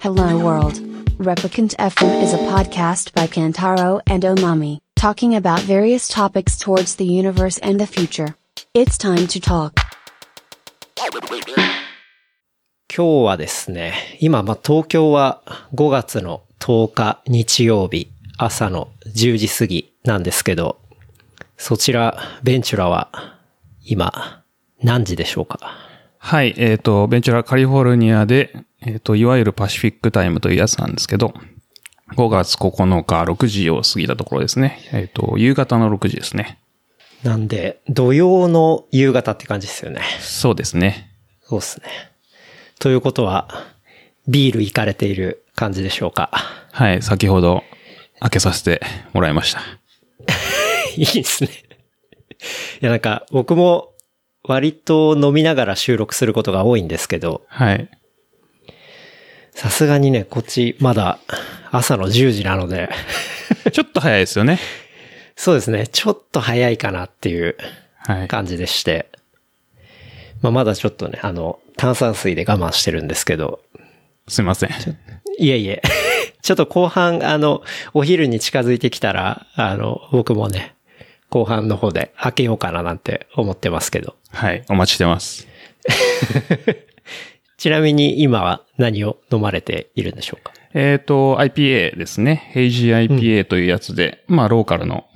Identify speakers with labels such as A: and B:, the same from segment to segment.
A: Hello World. Replicant FM is a podcast by Kantaro and Omami, talking about various topics towards the universe and the future. It's time to talk.
B: 今日はですね、今、まあ、東京は5月の10日日曜日朝の10時過ぎなんですけど、そちら、ベンチュラは今、何時でしょうか
C: はい、えっ、と、ベンチュラカリフォルニアで、えっ、と、いわゆるパシフィックタイムというやつなんですけど、5月9日6時を過ぎたところですね。えっ、と、夕方の6時ですね。
B: なんで、土曜の夕方って感じですよね。
C: そうですね。
B: そうですね。ということは、ビール行かれている感じでしょうか
C: はい、先ほど開けさせてもらいました。
B: いいですね。いや、なんか、僕も割と飲みながら収録することが多いんですけど、
C: はい。
B: さすがにね、こっちまだ朝の10時なので、
C: ちょっと早いですよね。
B: そうですね、ちょっと早いかなっていう
C: はい。
B: 感じでして、まあ、まだちょっとね、あの、炭酸水で我慢してるんですけど、
C: すいません。
B: いえいえ、 ちょっと後半、あの、お昼に近づいてきたら、あの、僕もね、後半の方で開けようかななんて思ってますけど、
C: はい、お待ちしてます。
B: ちなみに今は何を飲まれているんでしょうか
C: えっ、と、IPA ですね。ヘイジー IPA というやつで、まあ、ローカルの、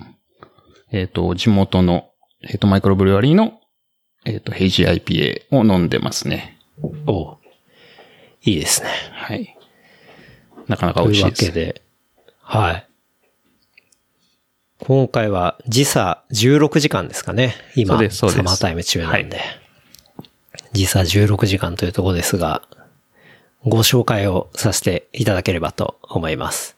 C: えっ、と、地元の、えっ、と、マイクロブリュワリーの、えっ、と、ヘイジー IPA を飲んでますね。
B: おういいですね。
C: はい。なかなか美
B: と
C: 味
B: い
C: し
B: う
C: い
B: わ
C: で
B: け
C: す。
B: で、はい。今回は時差16時間ですかね。今、
C: そうですそうです
B: サマータイム中なんで。時差16時間というところですが、ご紹介をさせていただければと思います。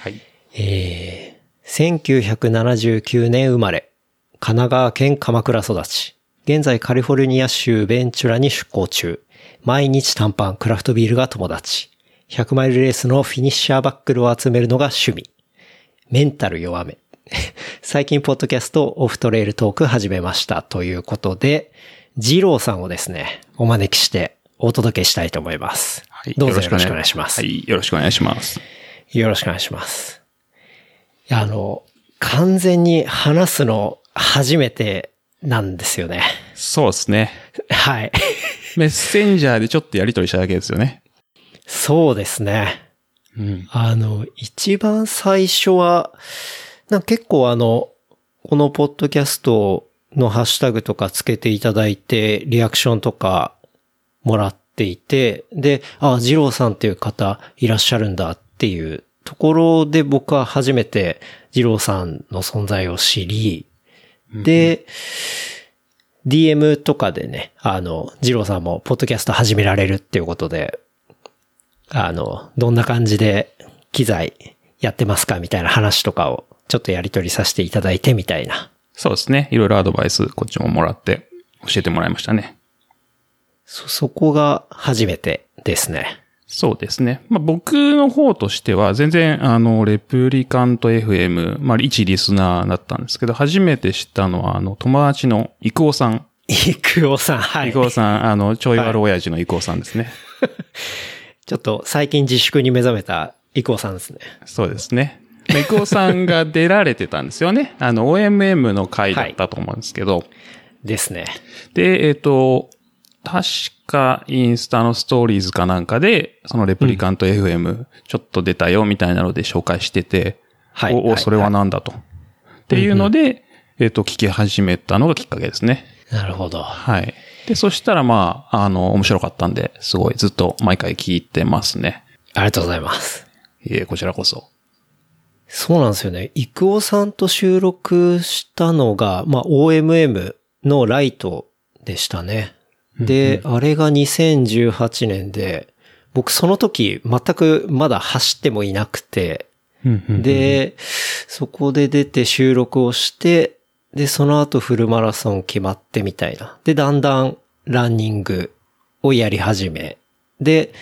C: はい。
B: えー、1979年生まれ、神奈川県鎌倉育ち、現在カリフォルニア州ベンチュラに出向中、毎日短パン、クラフトビールが友達、100マイルレースのフィニッシャーバックルを集めるのが趣味、メンタル弱め。 最近、ポッドキャストオフトレイルトーク始めました。ということで、ジローさんをですね、お招きしてお届けしたいと思います。
C: はい
B: どうぞよろしくお願いします。
C: はい。よろしくお願いします。
B: よろしくお願いします。いやあの、完全に話すの初めてなんですよね。
C: そうですね。
B: はい。
C: メッセンジャーでちょっとやりとりしただけですよね。
B: そうですね。
C: うん。
B: あの、一番最初は、なんか結構あの、このポッドキャストのハッシュタグとかつけていただいて、リアクションとかもらっていて、で、あ、二郎さんっていう方いらっしゃるんだっていうところで僕は初めて二郎さんの存在を知り、で、DM とかでね、あの、二郎さんもポッドキャスト始められるっていうことで、あの、どんな感じで機材やってますかみたいな話とかをちょっとやり取りさせていただいてみたいな。
C: そうですね。いろいろアドバイス、こっちももらって、教えてもらいましたね。
B: そ、そこが初めてです ね。
C: そうですね。まあ、僕の方としては、全然、あの、レプリカント FM、まあ、一リスナーだったんですけど、初めて知ったのは、あの、友達のイクオさん。
B: イクオさん、は
C: イ
B: い。
C: クオさん、あの、ちょい悪親父のイクオさんですね。
B: ちょっと最近自粛に目覚めたイクオさんですね。
C: そうですね。イクオさんが出られてたんですよね。あの、OMM の回だったと思うんですけど、
B: ですね。
C: で、えっ、と、確かインスタのストーリーズかなんかで、そのレプリカント FM、ちょっと出たよみたいなので紹介してて、
B: はい
C: お
B: は
C: お、
B: い
C: それはなんだと。っていうので、えっ、と、聞き始めたのがきっかけですね。
B: なるほど。
C: はい。で、そしたらまあ、あの、面白かったんで、すごいずっと毎回聞いてますね。
B: ありがとうございます。
C: いえ、こちらこそ。
B: そうなんですよね。イクオさんと収録したのが、まあ、OMM のライトでしたね。で、あれが2018年で、僕その時全くまだ走ってもいなくて、で、そこで出て収録をして、で、その後フルマラソン決まってみたいな。で、だんだんランニングをやり始め。で、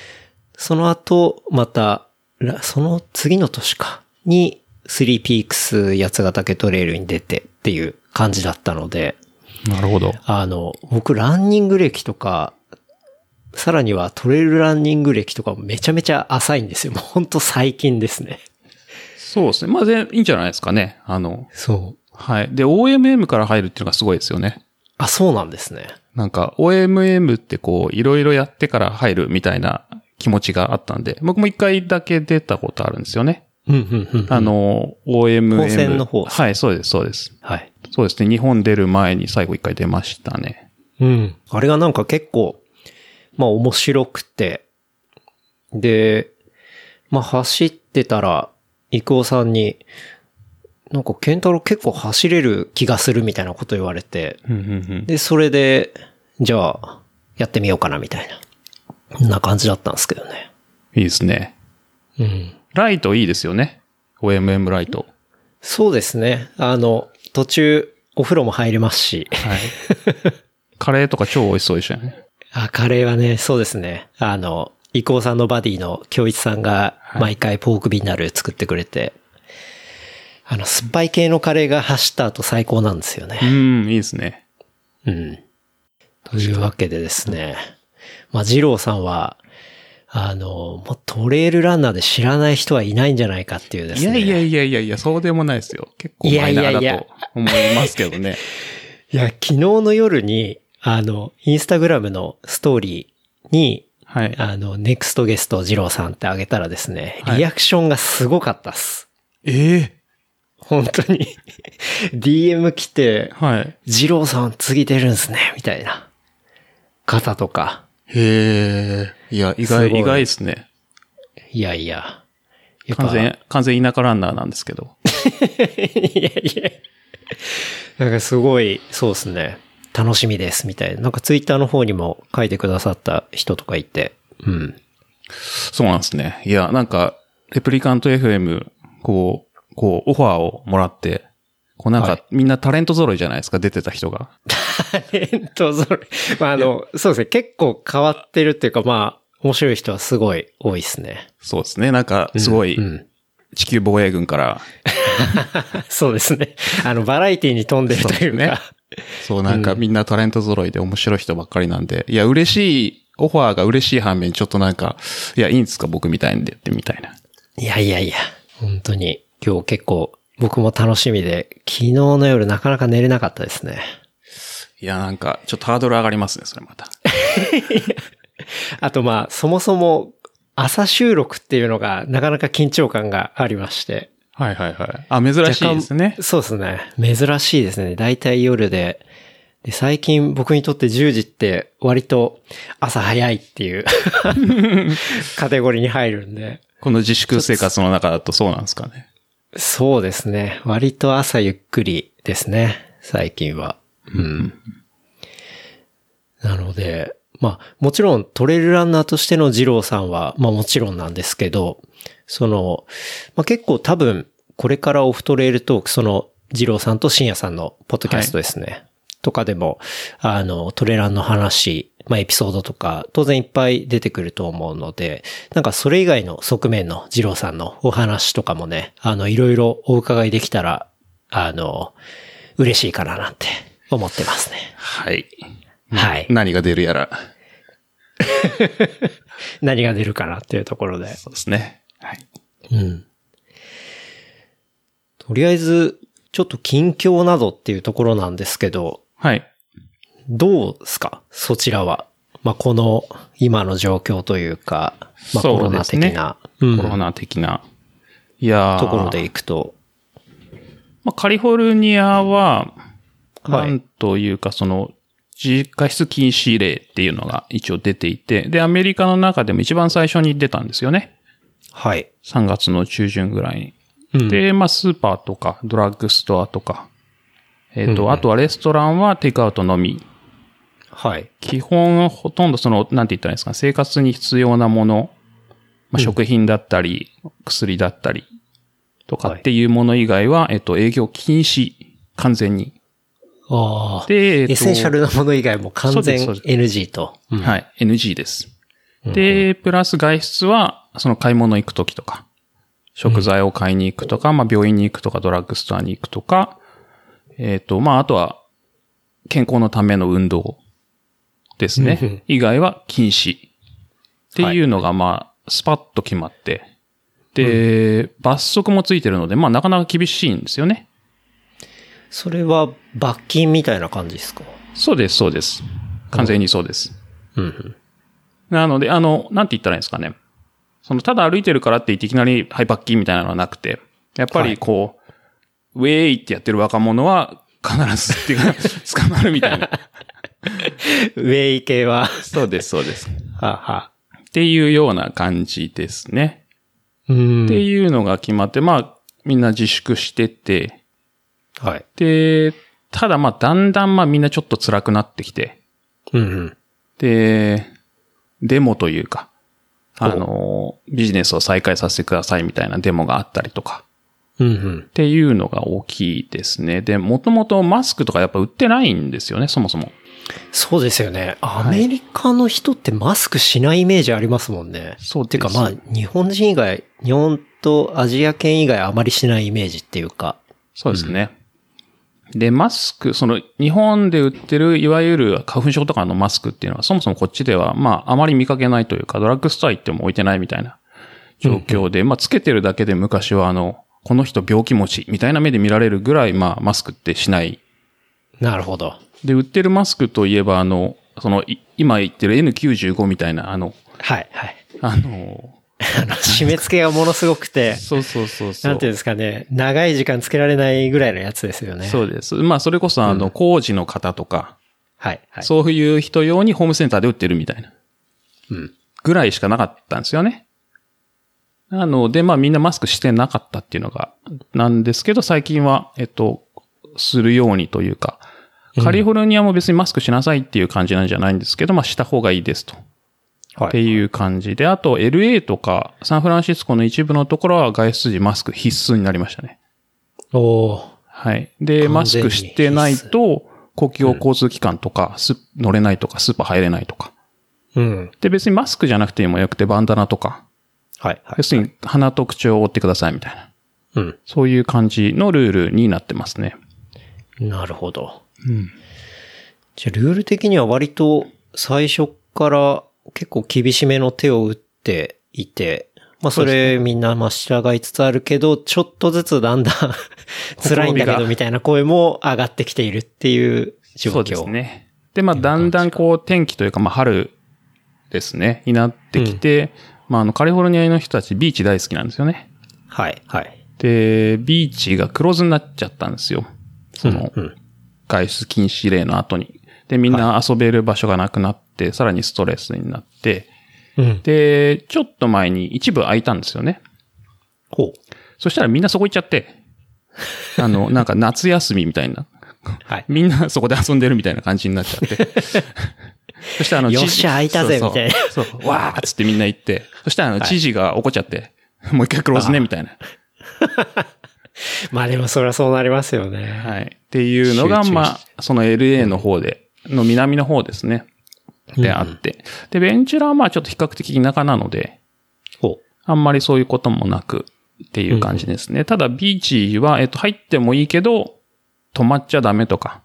B: その後、また、らその次の年か、に、スリーピークス八ヶ岳トレイルに出てっていう感じだったので、
C: なるほど。
B: あの、僕ランニング歴とか、さらにはトレイルランニング歴とかもめちゃめちゃ浅いんですよ。もうほんと最近ですね。
C: そうですね。まあ、全いいんじゃないですかね。あの、
B: そう。
C: はい。で、OMM から入るっていうのがすごいですよね。
B: あ、そうなんですね。
C: なんか、OMM ってこう、いろいろやってから入るみたいな気持ちがあったんで、僕も一回だけ出たことあるんですよね。
B: うん、うん、うん。
C: あ、の、OMM。
B: 本戦の方
C: はい、そうです、そうです。
B: はい。
C: そうですね。日本出る前に最後一回出ましたね。
B: うん。あれがなんか結構、まあ面白くて、で、まあ走ってたら、イクオさんに、なんかケンタロウ結構走れる気がするみたいなこと言われて、
C: うん、うん、
B: で、それで、じゃあ、やってみようかなみたいな、こんな感じだったんですけどね。
C: うん。いいですね。
B: うん。
C: ライトいいですよね。OMM ライト。
B: そうですね。あの、途中、お風呂も入れますし、
C: はい。 カレーとか超美味しそうでしたよね。
B: あ、カレーはね、そうですね。あの、伊藤さんのバディの京一さんが毎回ポークビナル作ってくれて、あの、酸っぱい系のカレーが走った後最高なんですよ
C: う
B: ね。
C: ん、いいですね。
B: うん。というわけでですね。まあ、二郎さんは、あの、もうトレイルランナーで知らない人はいないんじゃないかっていうです
C: いや
B: ね。
C: いやいやいやいや、そうでもないですよ。結構マイナーだと思いますけどね。
B: いや、昨日の夜に、あの、インスタグラムのストーリーに、
C: はい。
B: あの、ネクストゲスト二郎さんってあげたらですね、
C: はい
B: リアクションがすごかったっす。
C: ええ
B: 本当に。DM 来て、
C: はい。
B: 二郎さん次出るんすね、みたいな方とか。
C: へえ。いや、意
B: す
C: 外、
B: ごい
C: 意外ですね。
B: いやいや。やっぱ
C: 完全、完全田舎ランナーなんですけど。
B: いやいや。なんかすごい、そうですね。楽しみです、みたいな。なんかツイッターの方にも書いてくださった人とかいて。うん。
C: そうなんですね。いや、なんか、レプリカント FM、こう、こう、オファーをもらって、こうなんか、
B: はい
C: みんなタレント揃いじゃないですか、出てた人が。
B: えっと、それ、まあ、あの、そうですね。結構変わってるっていうか、まあ、面白い人はすごい多いですね。
C: そうですね。なんか、すごい、
B: うん。
C: 地球防衛軍から、
B: そうですね。あの、バラエティに富んでるというか。
C: そう、なんかみんなタレント揃いで面白い人ばっかりなんで、いや、嬉しい、オファーが嬉しい反面、ちょっとなんか、いや、いいんですか僕みたいんでって、みたいな。
B: いやいやいや、本当に今日結構僕も楽しみで、昨日の夜なかなか寝れなかったですね。
C: いや、なんか、ちょっとハードル上がりますね、それまた。
B: あとまあ、そもそも朝収録っていうのがなかなか緊張感がありまして。
C: はいはいはい。あ、珍しいですね
B: 若干。そうですね。珍しいですね。だいたい夜で。で、最近僕にとって10時って割と朝早いっていう カテゴリーに入るんで。
C: この自粛生活の中だとそうなんですかね。
B: そうですね。割と朝ゆっくりですね。最近は。うん。なので、まあ、もちろんトレイルランナーとしての二郎さんは、まあもちろんなんですけど、その、まあ結構多分、これからオフトレイルトーク、その二郎さんと深夜さんのポッドキャストですね。とかでも、あの、トレランの話、まあエピソードとか、当然いっぱい出てくると思うので、なんかそれ以外の側面の二郎さんのお話とかもね、あの、いろいろお伺いできたら、あの、嬉しいかななんて思ってますね。
C: はい。
B: はい。
C: 何が出るやら。
B: 何が出るかなっていうところで。
C: そうですね。はい。
B: うん。とりあえず、ちょっと近況などっていうところなんですけど、
C: はい。
B: どうですかそちらは。まあ、この、今の状況というか、まあ、コ
C: そ
B: ロ
C: うで
B: ナ
C: す
B: 的
C: ね
B: な、
C: コロナ的な。いやー
B: ところでいくと。
C: まあ、カリフォルニア
B: はい
C: は、なんというか、その、実家室禁止令っていうのが一応出ていて、で、アメリカの中でも一番最初に出たんですよね。
B: はい。
C: 3月の中旬ぐらい
B: うん
C: に。で、まあ、スーパーとか、ドラッグストアとか、えっ、と、あとはレストランはテイクアウトのみ。
B: はい。
C: 基本、ほとんどその、なんて言ったらいいですか、生活に必要なもの、まあ、食品だったり、薬だったり、とかっていうもの以外は、えっ、と、営業禁止、完全に。
B: ああ。
C: で、えっと
B: エッセンシャルなもの以外も完全
C: そうです
B: NG と。うん
C: はい、NG です。で、プラス外出は、その買い物行くときとか、食材を買いに行くとか、まあ病院に行くとか、ドラッグストアに行くとか、えっ、と、まああとは、健康のための運動です
B: うんうん
C: ね。以外は禁止。っていうのが、まあ、スパッと決まって。で、罰則もついてるので、まあ、なかなか厳しいんですよね。
B: それは罰金みたいな感じです か
C: そうです、そうです。完全にそうです。
B: うんうん。
C: なので、あの、なんて言ったらいいんですかね。その、ただ歩いてるからっていきなり、はい、罰金みたいなのはなくて、やっぱ
B: はい
C: りこう、ウェーイってやってる若者は、必ずっていうか、捕まるみたいな。
B: ウェイ系は、は
C: そうです、そうです。っ
B: あはあ。
C: ていうような感じですね。
B: うん
C: っていうのが決まって、まあ、みんな自粛してて、
B: はい。
C: で、ただまあ、だんだんまあ、みんなちょっと辛くなってきて、
B: うんうん。
C: で、デモというか、あの、ビジネスを再開させてくださいみたいなデモがあったりとか、
B: うんうん
C: っ。ていうのが大きいですね。で、もともとマスクとかやっぱ売ってないんですよね、そもそも。
B: そうですよね。ア
C: い
B: メリカの人ってマスクしないイメージありますもんね。
C: そうです
B: てかまあ、日本人以外、日本とアジア圏以外あまりしないイメージっていうか。
C: そうですね。で、マスク、その、日本で売ってる、いわゆる花粉症とかのマスクっていうのは、そもそもこっちでは、まあ、あまり見かけないというか、ドラッグストア行っても置いてないみたいな状況で、まあ、つけてるだけで昔は、あの、この人病気持ち、みたいな目で見られるぐらい、まあ、マスクってしない
B: なるほど。
C: で、売ってるマスクといえば、あの、その、い今言ってる N95 みたいな、あの、
B: はい、はい。
C: あの、
B: あの、締め付けがものすごくて、
C: そうそうそうそう。
B: なんていうんですかね、長い時間つけられないぐらいのやつですよね。
C: そうです。まあ、それこそ、あの、工事の方とか、
B: はい、はい。
C: そういう人用にホームセンターで売ってるみたいな、
B: うん。
C: ぐらいしかなかったんですよね。なので、まあ、みんなマスクしてなかったっていうのが、なんですけど、最近は、えっと、するようにというか、カリフォルニアも別にマスクしなさいっていう感じなんじゃないんですけど、まあ、した方がいいですと。
B: は
C: って
B: い。
C: いう感じで、あと LA とかサンフランシスコの一部のところは外出時マスク必須になりましたね。
B: おー
C: はい。で、マスクしてないと、公共交通機関とか、す乗れないとか、スーパー入れないとか。
B: うん。
C: で、別にマスクじゃなくてもよくて、バンダナとか、
B: はい、はい
C: 要。するに鼻と口を覆ってくださいみたいな。
B: うん。
C: そういう感じのルールになってますね。
B: なるほど。
C: うん。
B: じゃあルール的には割と最初から結構厳しめの手を打っていて、まあそれみんなまあ従いつつあるけど、ちょっとずつだんだん 辛いんだけ
C: ほこ
B: ど
C: ろびが
B: みたいな声も上がってきているっていう状況。
C: そうですね。で、まあ、だんだんこう、天気というか、まあ、春ですね、になってきて、まあ、あの、カリフォルニアの人たちビーチ大好きなんですよね。
B: はい、はい。
C: で、ビーチが黒字になっちゃったんですよ。その
B: うんうん、
C: 外出禁止令の後に。で、みんな遊べる場所がなくなって、さらにストレスになって、
B: うん。
C: で、ちょっと前に一部空いたんですよね。
B: ほう。
C: そしたらみんなそこ行っちゃって、 あの、なんか夏休みみたいな。
B: はい。
C: みんなそこで遊んでるみたいな感じになっちゃって。 そしたらあの、
B: よっ
C: 知事
B: しゃ空いたぜ
C: そうそう
B: みたい
C: そう、わーっつってみんな行って。そしたらあの、知事が怒っちゃって、もう一回クローズね、みたいな。
B: まあでもそりゃそうなりますよね。
C: はい。っていうの
B: 集
C: が、
B: 中して
C: まあ、その LA の方で、の南の方ですね。であって。で、ベンチュラはまあちょっと比較的田舎なので、
B: ほ
C: あんまりそういうこともなくっていう感じですね。ただビーチは、えっと、入ってもいいけど、止まっちゃダメとか、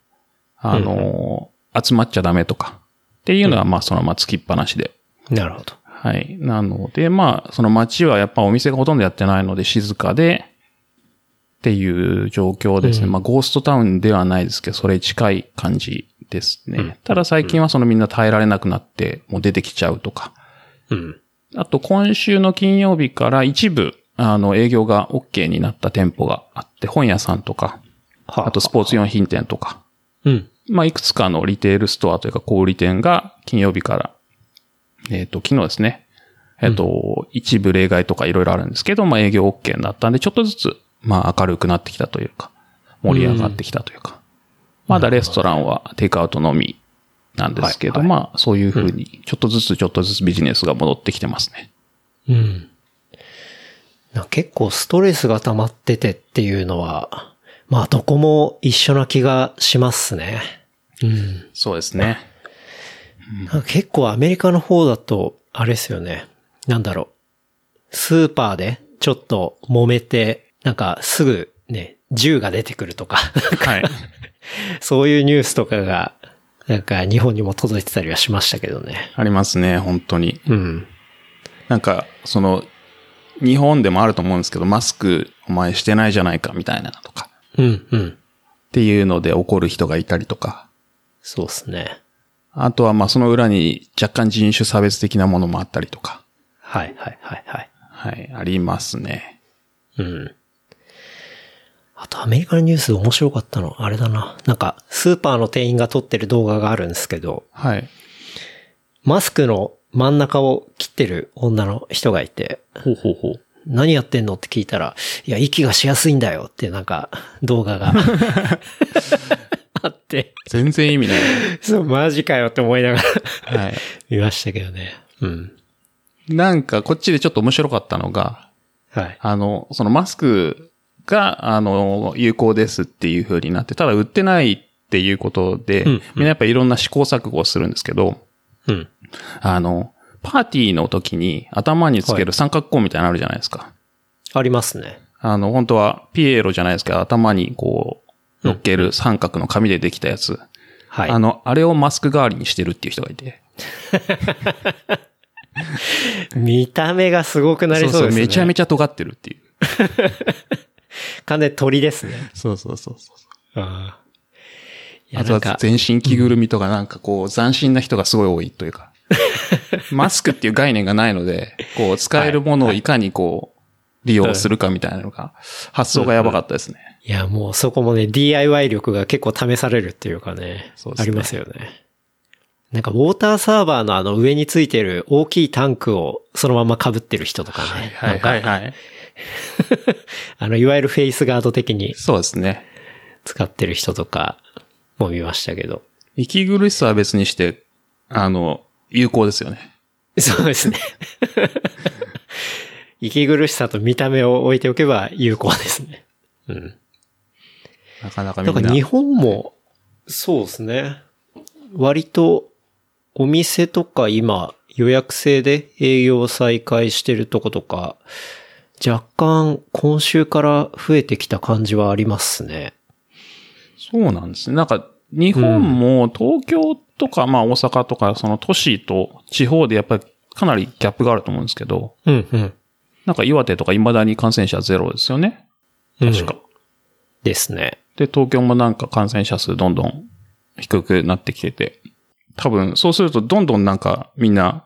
C: あのー集まっちゃダメとか、っていうのはまあそのままつきっぱなしで。
B: う。なるほど。
C: はい。なので、まあ、その街はやっぱお店がほとんどやってないので静かで、っていう状況ですね。まあ、ゴーストタウンではないですけど、それ近い感じですね。ただ最近はそのみんな耐えられなくなって、もう出てきちゃうとか。
B: うん。
C: あと、今週の金曜日から一部、あの、営業が OK になった店舗があって、本屋さんとか、
B: は
C: あとスポーツ用品店とか、
B: うん。
C: まあ、いくつかのリテールストアというか小売店が金曜日から、えっ、と、昨日ですね。えっ、と、一部例外とかいろいろあるんですけど、まあ、営業 OK になったんで、ちょっとずつ、まあ、明るくなってきたというか、盛り上がってきたというか、まだレストランはテイクアウトのみなんですけど、
B: はいはい
C: まあ、そういうふうに、ちょっとずつちょっとずつビジネスが戻ってきてますね。
B: うん。な結構ストレスが溜まっててっていうのは、まあどこも一緒な気がしますね。うん。
C: そうですね。
B: なんか結構アメリカの方だと、あれですよね。なんだろう。スーパーでちょっと揉めて、なんかすぐね、銃が出てくるとか、
C: はい。
B: そういうニュースとかが、なんか日本にも届いてたりはしましたけどね。
C: ありますね、本当に。
B: うん。
C: なんか、その、日本でもあると思うんですけど、マスクお前してないじゃないかみたいなのとか、
B: うん、うん。
C: っていうので怒る人がいたりとか、
B: そうですね。
C: あとはまあその裏に若干人種差別的なものもあったりとか、
B: はい、はい、はい、はい。
C: はい、ありますね。
B: うん。あとアメリカのニュース面白かったの、あれだな。なんか、スーパーの店員が撮ってる動画があるんですけど、
C: はい。
B: マスクの真ん中を切ってる女の人がいて、
C: ほうほうほう。
B: 何やってんのって聞いたら、いや、息がしやすいんだよっていうなんか、動画 があって、
C: 全然意味ない。
B: そう、マジかよって思いながら
C: はい。
B: 見ましたけどね。うん。
C: なんか、こっちでちょっと面白かったのが、
B: はい。
C: あの、そのマスクが、あの、有効ですっていう風になって、ただ売ってないっていうことで、
B: うんうん
C: みんなやっぱいろんな試行錯誤をするんですけど、
B: うん。
C: あの、パーティーの時に頭につける三角コーンみたいなのあるじゃないですか。
B: ありますね。
C: あの、本当はピエロじゃないですけど、頭にこう、乗っける三角の紙でできたやつ。
B: はい。
C: あの、あれをマスク代わりにしてるっていう人がいて。
B: 見た目がすごくなりそうですね。
C: めちゃめ
B: ち
C: ちゃ尖ってるっていう。
B: ゃ。完全に鳥ですね。
C: そうそうそうそう。
B: あいや、
C: あと
B: なん
C: は
B: か、
C: 全身着ぐるみとかなんかこう斬新な人がすごい多いという か。マスクっていう概念がないので、こう使えるものをいかにこう利用するかみたいなのが、発想がやばかったですね。
B: いや、もうそこもね、DIY 力が結構試されるっていうかね、
C: そうです
B: あ
C: ね
B: りますよね。なんか、ウォーターサーバーのあの上についてる大きいタンクをそのまま被ってる人とかね。
C: はいはいはい。
B: あの、いわゆるフェイスガード的に
C: そうですね。
B: 使ってる人とかも見ましたけど。
C: 息苦しさは別にして、あの、有効ですよね。
B: そうです ね。息苦しさと見た目を置いておけば有効ですね。うん。
C: なかなかみ
B: なん
C: んな。
B: か日本も、そうですね。割と、お店とか今、予約制で営業再開してるとことか、若干今週から増えてきた感じはありますね。
C: そうなんですね。なんか、日本も東京とか、まあ大阪とか、その都市と地方でやっぱりかなりギャップがあると思うんですけど、
B: うんうん。
C: なんか岩手とか未だに感染者ゼロですよね。確か。
B: ですね。
C: で、東京もなんか感染者数どんどん低くなってきてて、多分そうするとどんどんなんかみんな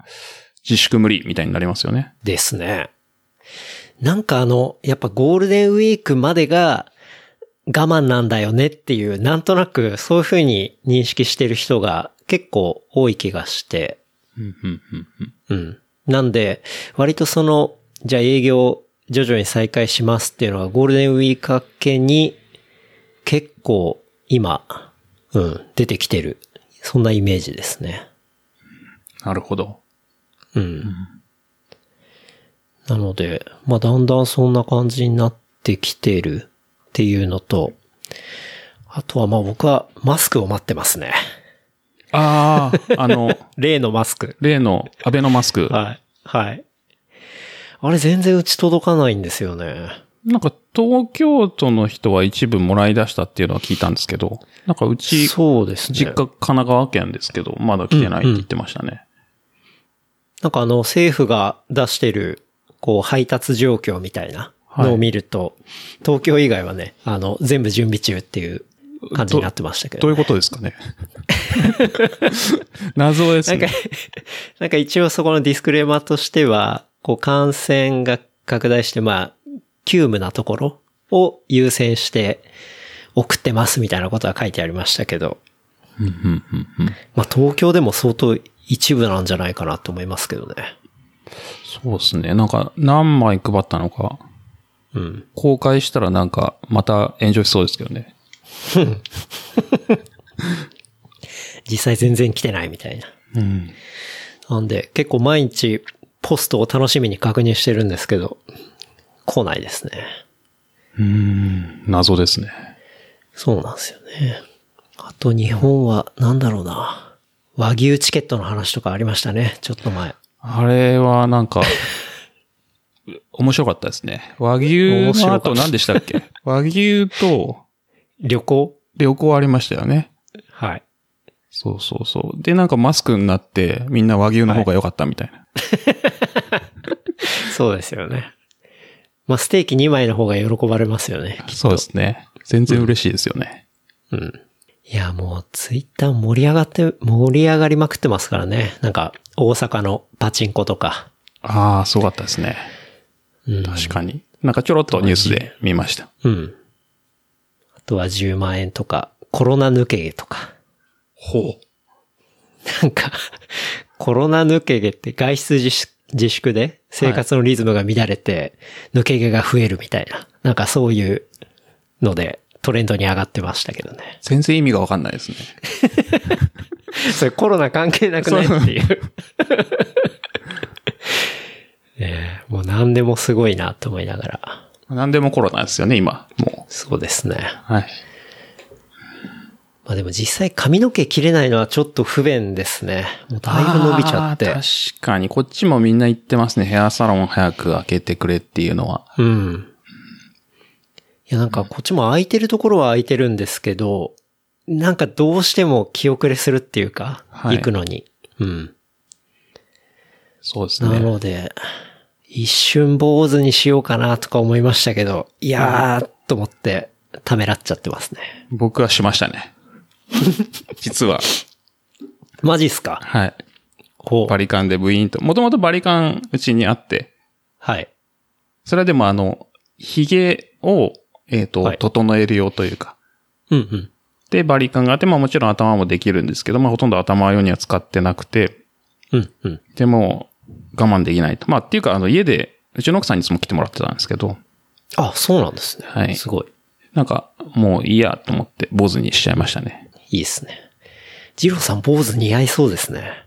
C: 自粛無理みたいになりますよね。
B: ですね。なんかあの、やっぱゴールデンウィークまでが我慢なんだよねっていう、なんとなくそういうふうに認識してる人が結構多い気がして、
C: うん、うん、うん。
B: うん。なんで、割とその、じゃあ営業徐々に再開しますっていうのはゴールデンウィーク明けに結構今、うん、出てきてる。そんなイメージですね。
C: なるほど。
B: うん。なので、まあ、だんだんそんな感じになってきてるっていうのと、あとはまあ僕はマスクを待ってますね。
C: ああ、あ の、
B: 例のマスク。
C: 例のアベノマスク。
B: はい。はい。あれ全然打ち届かないんですよね。
C: なんか東京都の人は一部もらい出したっていうのは聞いたんですけど、なんかうち、
B: そうですね。
C: 実家神奈川県ですけど、まだ来てないって言ってましたね。
B: なんかあの政府が出してる、こう配達状況みたいなのを見ると、東京以外はね、あの全部準備中っていう感じになってましたけど
C: どういうことですかね 謎です
B: なん
C: ね
B: か。、 なんか一応そこのディスクレーマーとしては、こう感染が拡大して、まあ、急務なところを優先して送ってますみたいなことは書いてありましたけど、
C: うんうんうんうん
B: まあ東京でも相当一部なんじゃないかなと思いますけどね。
C: そうですね。なんか何枚配ったのか、
B: うん。
C: 公開したらなんかまた炎上しそうですけどね。
B: 実際全然来てないみたいな。
C: うん。
B: なんで結構毎日ポストを楽しみに確認してるんですけど、来ないですね。
C: うん、謎ですね。
B: そうなんですよね。あと日本は、なんだろうな。和牛チケットの話とかありましたね。ちょっと前。
C: あれはなんか、面白かったですね。和牛
B: 面白
C: の
B: かった
C: 後何でしたっけ 和牛と
B: 旅行
C: 旅行ありましたよね。
B: はい。
C: そうそうそう。で、なんかマスクになって、みんな和牛の方が良かったみたいな。
B: そうですよね。まあ、ステーキ2枚の方が喜ばれますよね。
C: そうですね。全然嬉しいですよね。
B: うん。いや、もう、ツイッター盛り上がって、盛り上がりまくってますからね。なんか、大阪のパチンコとか。
C: ああ、すごかったですね。
B: うん。
C: 確かに。なんかちょろっとニュースで見ました。
B: うん。あとは10万円とか、コロナ抜け毛とか。
C: ほ
B: なんか、コロナ抜け毛って外出自粛自粛で生活のリズムが乱れて、抜け毛が増えるみたいな。なんかそういうので、トレンドに上がってましたけどね。
C: 全然意味がわかんないですね。
B: それコロナ関係なくないっていう。 ねえもう何でもすごいなと思いながら。
C: 何でもコロナですよね、今。も
B: そうですね。
C: う。はい。
B: まあでも実際髪の毛切れないのはちょっと不便ですね。もうだいぶ伸びちゃって
C: あ。ー確かに、こっちもみんな言ってますね。ヘアサロン早く開けてくれっていうのは。
B: うん。いや、なんかこっちも空いてるところは空いてるんですけど、なんかどうしても気遅れするっていうか、
C: はい
B: 行くのに。うん。
C: そうです
B: な
C: ね。
B: ので、一瞬坊主にしようかなとか思いましたけど、いやー、と思って、ためらっちゃってますね。
C: 僕はしました ね。実は。
B: マジっすか
C: はい。
B: こ
C: バリカンでブイーンと。もともとバリカンうちにあって、
B: はい。
C: それはでもあの、髭を、えっ、と、
B: はい
C: 整える用というか。
B: うんうん。
C: で、バリカンがあって、まあもちろん頭もできるんですけど、まあほとんど頭用には使ってなくて、
B: うんうん。
C: でも我慢できないと。まあっていうか、あの家で、うちの奥さんにいつも来てもらってたんですけど、
B: あ、そうなんですね。
C: はい
B: すごい。
C: なんかもういいやと思って坊主にしちゃいましたね。
B: いいっすね。ジローさん坊主似合いそうですね。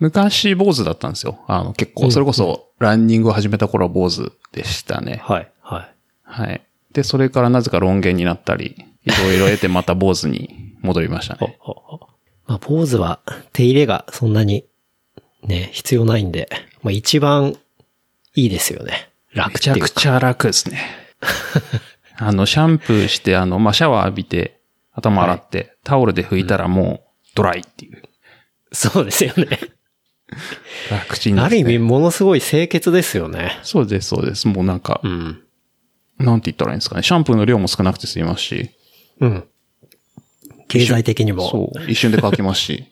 C: 昔坊主だったんですよ。あの結構、それこそランニングを始めた頃は坊主でしたね。
B: はい。はい。
C: はい。で、それからなぜか論言になったり、いろいろ得てまた坊主に戻りました ね。
B: まあ、ポーズは手入れがそんなにね、必要ないんで、まあ一番いいですよね。楽
C: め
B: って
C: ち
B: い
C: ゃ
B: うか
C: くちゃ楽ですね。 あの、シャンプーして、あの、まあ、シャワー浴びて、頭洗って、タオルで拭いたらもう、ドライっていう。
B: そうですよね。
C: 楽ちんです、ね。
B: ある意味、ものすごい清潔ですよね。
C: そうです、そうです。もうなんか
B: う、ん。
C: なんて言ったらいいんですかね。シャンプーの量も少なくて済みますし、
B: うん。経済的にも。
C: そう、一瞬で乾きます し、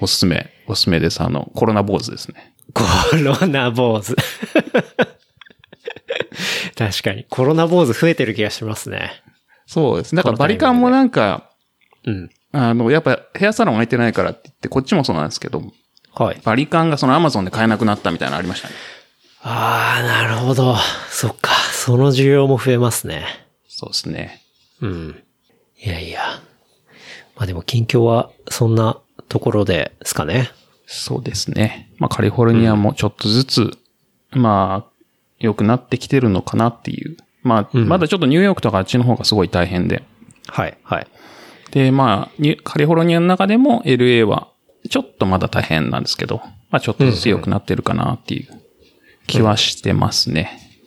C: おすすめ、おすすめです。あの、コロナ坊主ですね。
B: コロナ坊主。 確かに。コロナ坊主増えてる気がしますね。
C: そうです。だから
B: このタイ
C: バ
B: ミ
C: リ
B: ングで
C: カンもなんか、
B: うん。
C: あの、やっぱヘアサロン空いてないからって言って、こっちもそうなんですけど、
B: はい。
C: バリカンがそのアマゾンで買えなくなったみたいなのありましたね。
B: ああ、なるほど。そっか。その需要も増えますね。
C: そうですね。
B: うん。いやいや。まあでも近況はそんなところですかね。
C: そうですね。まあカリフォルニアもちょっとずつ、まあ、良くなってきてるのかなっていう。まあ、まだちょっとニューヨークとかあっちの方がすごい大変で。
B: はい、はい。
C: で、まあ、ニュカリフォルニアの中でも LA はちょっとまだ大変なんですけど、まあちょっとずつ良くなってるかなっていう気はしてますね。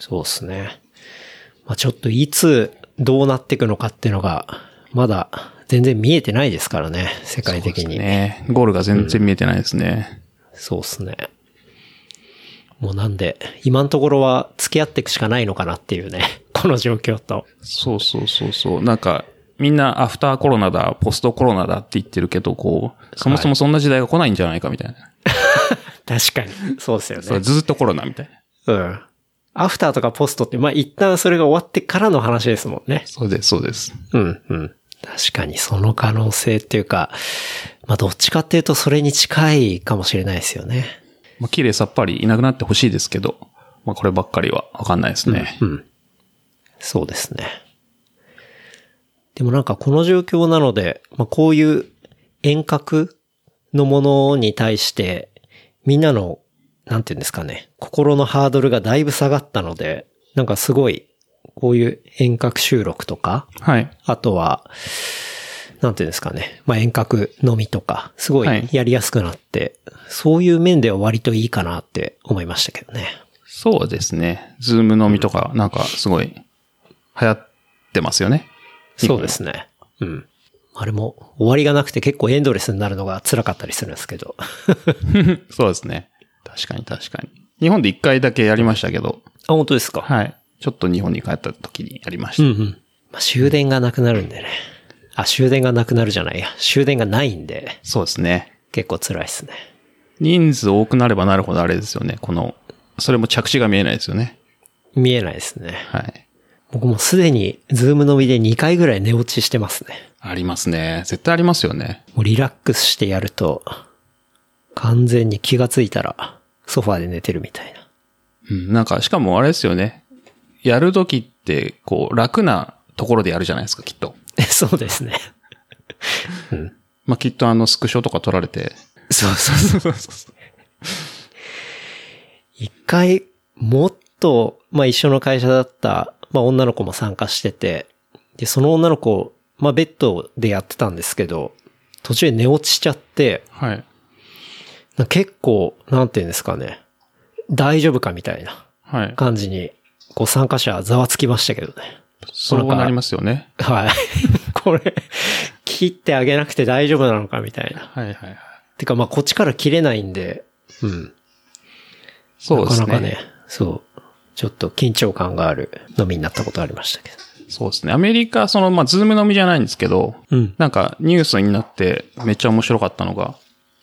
B: そうですね。まあちょっといつどうなっていくのかっていうのが、まだ全然見えてないですからね。世界的に。
C: ねゴールが全然見えてないですね。
B: そうですね。もうなんで、今のところは付き合っていくしかないのかなっていうね。 この状況と。
C: そうそうそうそう。なんか、みんなアフターコロナだ、ポストコロナだって言ってるけど、こう、そもそもそんな時代が来ないんじゃないかみたいな。
B: 確かに。そうですよ
C: そう
B: ね。
C: ずっとコロナみたいな。
B: うん。アフターとかポストって、まあ一旦それが終わってからの話ですもんね。
C: そうです、そうです。
B: うん、うん。確かにその可能性っていうか、まあどっちかっていうとそれに近いかもしれないですよね。
C: まあ、綺麗さっぱりいなくなってほしいですけど、まあ、こればっかりはわかんないですね。
B: うん。そうですね。でもなんかこの状況なので、まあこういう遠隔のものに対して、みんなの、なんていうんですかね、心のハードルがだいぶ下がったので、なんかすごい、こういう遠隔収録とか、
C: はい。
B: あとは、なんていうんですかね。まあ、遠隔のみとか、すご
C: はい
B: いやりやすくなって、そういう面では割といいかなって思いましたけどね。
C: そうですね。ズーム飲みとか、 なんかすごい流行ってますよね。
B: そうですね。うん。あれも終わりがなくて結構エンドレスになるのが辛かったりするんですけ ど。
C: そうですね。確かに確かに。日本で一回だけやりましたけど、
B: あ、本当ですか
C: はい。ちょっと日本に帰った時にやりまし
B: う
C: た。
B: んうん。まあ、終電がなくなるんでね。あ、終電がなくなるじゃないや。終電がないんで、
C: そうですね。
B: 結構辛いですね。
C: 人数多くなればなるほどあれですよね。この、それも着地が見えないですよね。
B: 見えないですね。
C: はい。
B: 僕もうすでに、ズームのみで2回ぐらい寝落ちしてますね。
C: ありますね。絶対ありますよね。
B: もうリラックスしてやると、完全に気がついたら、ソファーで寝てるみたいな。
C: うん。なんか、しかもあれですよね。やる時って、こう、楽なところでやるじゃないですか、きっと。
B: えそうですね。
C: まあ、きっとあの、スクショとか取られて。
B: そうそうそう。一回、もっと、まあ一緒の会社だった、まあ女の子も参加してて、で、その女の子、まあベッドでやってたんですけど、途中で寝落ちしちゃって、
C: はい。
B: なんか結構、なんていうんですかね、大丈夫かみたいな
C: はい。
B: 感じに、こう参加者はざわつきましたけどね。
C: そうなりますよね。
B: はい。 これ、切ってあげなくて大丈夫なのかみたいな。
C: はいはいはい。
B: てかまあこっちから切れないんで、うん。
C: そうです
B: な
C: ね。
B: かなかね、そう。ちょっと緊張感がある飲みになったことありましたけど。
C: そうですね。アメリカ、その、まあ、ズームのみじゃないんですけど、
B: うん。
C: なんかニュースになってめっちゃ面白かったのが、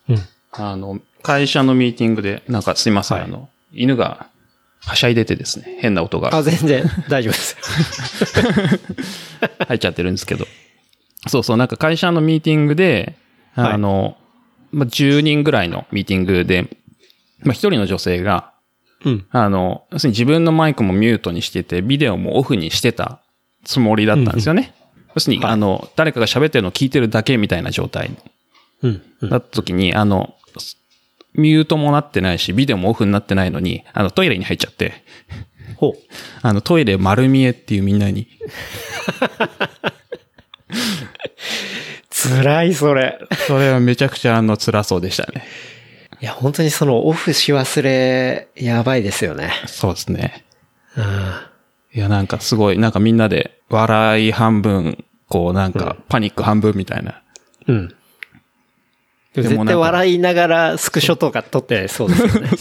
B: うん。
C: あの、会社のミーティングで、なんかすいません、
B: はい
C: あの、犬がはしゃいでてですね、変な音
B: あ、
C: が
B: 全然大丈夫です。
C: 入っちゃってるんですけど。そうそう、なんか会社のミーティングで、
B: はい
C: あの、まあ、10人ぐらいのミーティングで、まあ、1人の女性が、
B: うん。
C: あの、要するに自分のマイクもミュートにしてて、ビデオもオフにしてたつもりだったんですよね。要するに、あの、誰かが喋ってるのを聞いてるだけみたいな状態
B: うん。うん
C: なった時に、あの、ミュートもなってないし、ビデオもオフになってないのに、あの、トイレに入っちゃって、
B: ほう。
C: あの、トイレ丸見えっていうみんなに、
B: 辛い、それ。
C: それはめちゃくちゃあの、辛そうでしたね。
B: いや、本当にそのオフし忘れ、やばいですよね。
C: そうですね。
B: うん。
C: いや、なんかすごい、なんかみんなで、笑い半分、こうなんか、パニック半分みたいな。
B: うん。でも絶
C: でもな
B: 対
C: んか
B: 笑いながらスクショとか撮ってそうですよね。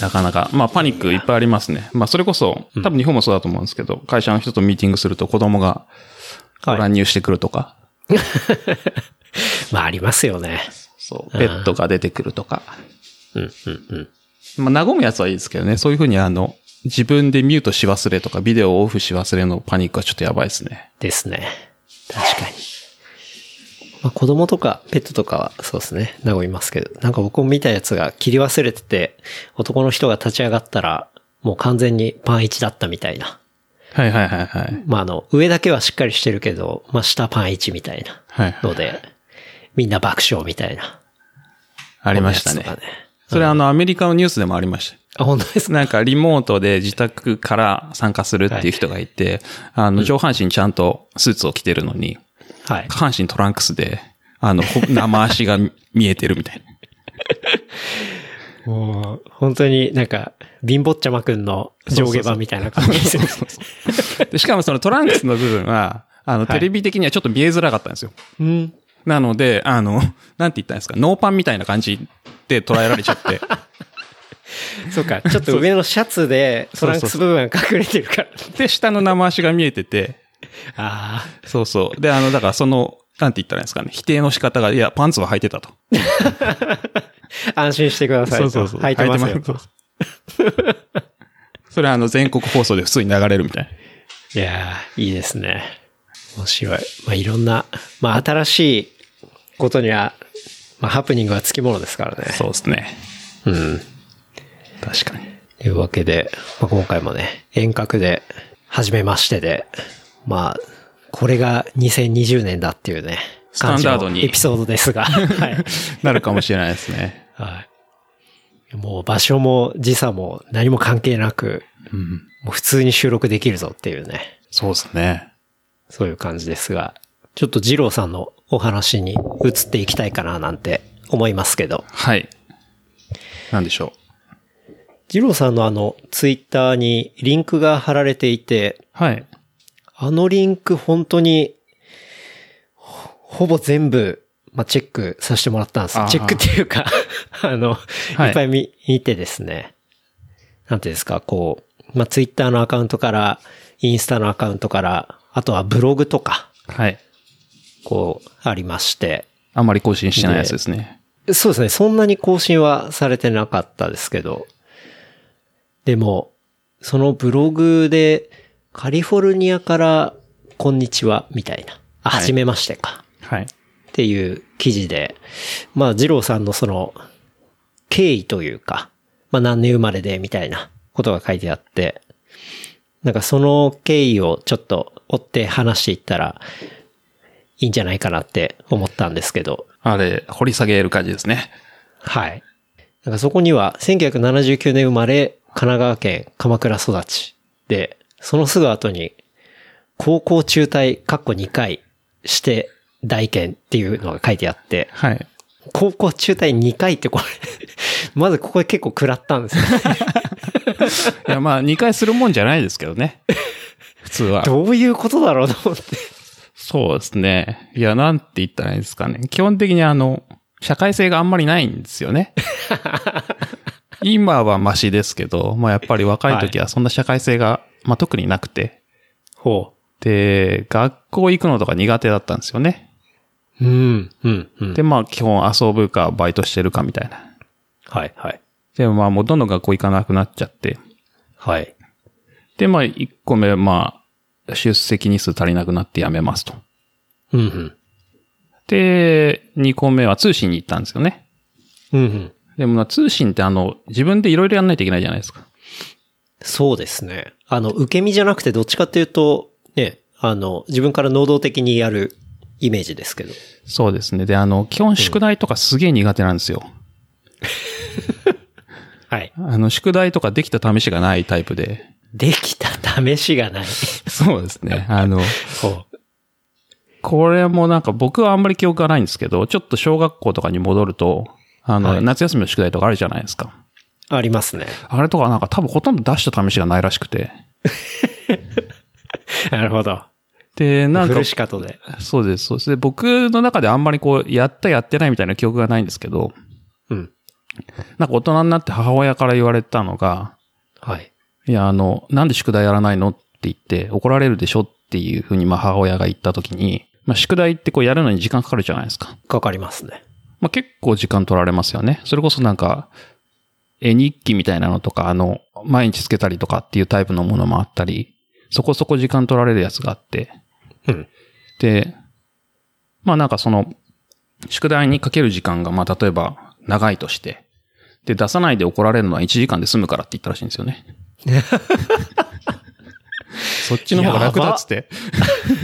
C: なかなか、まあパニックいっぱいありますね。まあそれこそ、多分日本もそうだと思うんですけど、会社の人とミーティングすると子供が
B: はい
C: 乱入してくるとか、
B: まあ、ありますよね。
C: そう、ペットが出てくるとか。
B: うん、うん、うん。
C: まあ、和むやつはいいですけどね。そういうふうにあの、自分でミュートし忘れとか、ビデオをオフし忘れのパニックはちょっとやばいですね。
B: ですね。確かに。まあ、子供とかペットとかはそうですね、和みますけど、なんか僕も見たやつが切り忘れてて、男の人が立ち上がったら、もう完全にパン1だったみたいな。
C: はいはいはいはい。
B: まあ、あの、上だけはしっかりしてるけど、まあ、下パン1みたいな
C: はい、はい。
B: ので、みんな爆笑みたいな。
C: ありましたね
B: やつ。とか
C: それあの、アメリカのニュースでもありまし
B: あ、本当です
C: た。
B: ね。
C: なんか、リモートで自宅から参加するっていう人がいて、あの、上半身ちゃんとスーツを着てるのに、
B: はい
C: 下。半身トランクスで、あの、 ほ生足が見えてるみたいな。
B: もう、本当になんか、貧乏ちゃまくんの上下版みたいな感じですよ ね。
C: でしかもそのトランクスの部分は、あの、
B: はい
C: テレビ的にはちょっと見えづらかったんですよ。
B: うん。
C: なので、あの、 なんて言ったんですか、ノーパンみたいな感じで捉えられちゃ って。
B: そうか、ちょっと上のシャツでトランクス部分が隠れてるから。
C: で、下の生足が見えてて、
B: あ
C: そうそう。で、あの、だからその、なんて言ったらいいんですかね、否定の仕方が、いや、パンツは履いてたと。
B: あ、安心してくださいと。履いてますよと。
C: それはあの、全国放送で普通に流れるみたいな。
B: いやーいいですね。面白い。まあ、いろんな、まあ、新しいことには、まあ、ハプニングはつきものですからね。
C: そうですね。
B: うん。
C: 確かに。
B: というわけで、まあ、今回もね、遠隔で、初めましてで、まあ、これが2020年だっていうね、
C: スタンダード
B: 感じ
C: に
B: のエピソードです が、はい。
C: なるかもしれないですね。
B: はい。もう場所も時差も何も関係なく、
C: うん。
B: もう普通に収録できるぞっていうね、
C: そうですね。
B: そういう感じですが、ちょっと二郎さんのお話に移っていきたいかななんて思いますけど、
C: はい。なんでしょう。
B: 二郎さんのあのツイッターにリンクが貼られていて、
C: はい。
B: ああのリンク本当に、ほほぼ全部、まあ、チェックさせてもらったんです
C: あ。ー
B: チェックっていうか、 あの、
C: はい
B: い、っぱい見見てですね。なんていうんですか、こう、まあ、ツイッターのアカウントから、インスタのアカウントから、あとはブログとか、
C: はい。
B: こう、ありまして。
C: あんまり更新してないやつですね。
B: そうですね。そんなに更新はされてなかったですけど。でも、そのブログで、カリフォルニアから、こんにちは、みたいな。あ、
C: はい
B: はじめましてか。
C: はい。
B: っていう記事で、まあ、二郎さんのその、経緯というか、まあ、何年生まれで、みたいなことが書いてあって、なんかその経緯をちょっと追って話していったら、いいんじゃないかなって思ったんですけど。
C: あれ、掘り下げる感じですね。
B: はい。なんかそこには、1979年生まれ、神奈川県鎌倉育ち。で、そのすぐ後に、高校中退、かっこ2回して、大研っていうのが書いてあって、
C: はい。
B: 高校中退2回ってこれ、 まずここで結構食らったんですよ。
C: いや、まあ、2回するもんじゃないですけど ね。普通は。
B: どういうことだろうと思って。
C: そうですね。いや、なんて言ったらいいんですかね。基本的にあの、社会性があんまりないんですよ ね。今はマシですけど、まあやっぱり若い時はそんな社会性が、まあ特になくて。
B: ほ
C: で、学校行くのとか苦手だったんですよね。
B: う。うん、うん、うん。
C: で、まあ基本遊ぶかバイトしてるかみたいな。
B: はい、はい。
C: で、まあもうどんどん学校行かなくなっちゃって。
B: はい。
C: で、まあ1個目、まあ、出席日数足りなくなってやめますと。
B: うん、うん。
C: で、2個目は通信に行ったんですよね。
B: うん、うん。
C: でもな、通信ってあの、自分でいろいろやんないといけないじゃないですか。
B: そうですね。あの、受け身じゃなくて、どっちかっていうと、ね、あの、自分から能動的にやるイメージですけど。
C: そうですね。で、あの、基本宿題とかすげえ苦手なんですよ。
B: はい。
C: あの、宿題とかできた試しがないタイプで。
B: できた試しがない。
C: そうですね。あ の、
B: ほう。
C: これもなんか僕はあんまり記憶がないんですけど、ちょっと小学校とかに戻ると、あの、
B: はい
C: 夏休みの宿題とかあるじゃないですか。
B: ありますね。
C: あれとかなんか多分ほとんど出した試しがないらしくて。
B: なるほど。
C: で、なん
B: フ
C: か
B: ル、シカトで。
C: そうです、そうです。で、僕の中であんまりこう、やったやってないみたいな記憶がないんですけど、
B: うん。
C: なんか大人になって母親から言われたのが、
B: はい。
C: いや、あの、なんで宿題やらないのって言って、怒られるでしょっていうふうに、まあ、母親が言ったときに、まあ、宿題ってこうやるのに時間かかるじゃないですか。
B: かかりますね。
C: まあ、結構時間取られますよね。それこそなんか、絵日記みたいなのとか、あの、毎日つけたりとかっていうタイプのものもあったり、そこそこ時間取られるやつがあって、
B: うん。
C: で、まあなんかその、宿題にかける時間が、まあ例えば、長いとして、で、出さないで怒られるのは1時間で済むからって言ったらしいんですよね。 そっちの方が楽だっつって。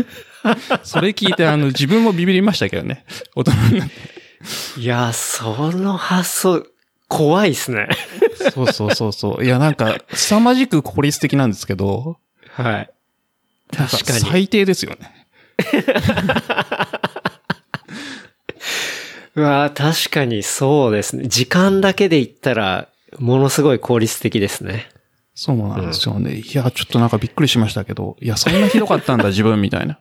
C: それ聞いて、あの、自分もビビりましたけどね。大人になって。
B: いや、その発想、怖いですね。
C: そうそうそうそう。いや、なんか、凄まじく効率的なんですけど、
B: はい。
C: なん
B: 確かに
C: 最低ですよね。
B: うわー確かにそうですね。時間だけで言ったら、ものすごい効率的ですね。
C: そうなんですよね。いや、ちょっとなんかびっくりしましたけど、いや、そんなひど かったんだ、自分みたいな。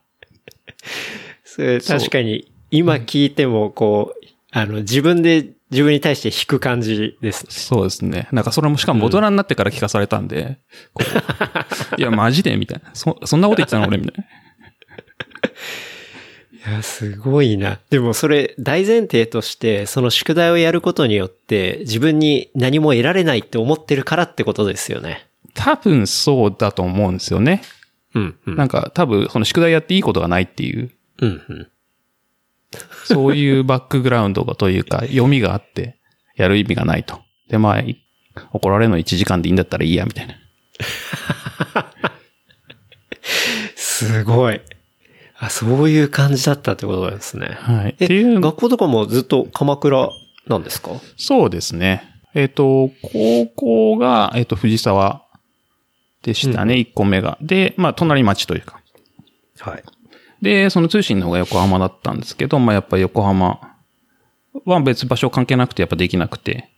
B: それ
C: そう
B: 確かに、今聞いても、こう、あの、自分で自分に対して引く感じです。
C: そうですね。なんかそれもしかも大人になってから聞かされたんで、こういや、マジでみたいな。そ、そんなこと言ってたの俺みたい
B: いや、すごいな。でもそれ、大前提として、その宿題をやることによって、自分に何も得られないって思ってるからってことですよね。
C: な。多分そうだと思うんですよね。
B: うん、うん。
C: なんか多分その宿題やっていいことがないっていう、
B: うん、うん。
C: そういうバックグラウンドがというか、読みがあって、やる意味がないと。で、まあ、い怒られるの1時間でいいんだったらいいや、みたいな。
B: すごい。あ、そういう感じだったってことなんですね。
C: はい。って
B: え、
C: いう、
B: 学校とかもずっと鎌倉なんですか
C: そうですね。えっ、と、高校が、えっ、と、藤沢でしたね、1個目が。で、まあ、隣町というか。
B: はい。
C: で、その通信の方が横浜だったんですけど、まあやっぱ横浜は別場所関係なくてやっぱできなくて、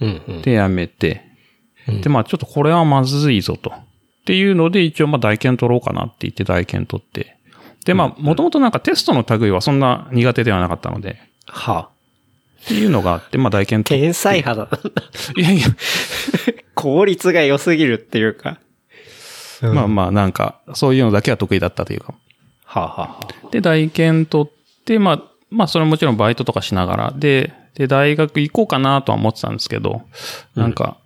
B: うん、うん。
C: で、やめて、
B: うん
C: で、まあちょっとこれはまずいぞと。っていうので、一応まあ代券取ろうかなって言って代券取って。で、まあ、もともとなんかテストの類はそんな苦手ではなかったので、
B: はあ、
C: っていうのがあって、まあ代券取って。
B: 天才派 だ。
C: いやいや、
B: 効率が良すぎるっていうか。
C: まあまあなんか、そういうのだけは得意だったというか。
B: はあ、はあはあ、
C: で、大研取って、まあ、まあ、それはもちろんバイトとかしながら、で、で、大学行こうかなとは思ってたんですけど、なんか、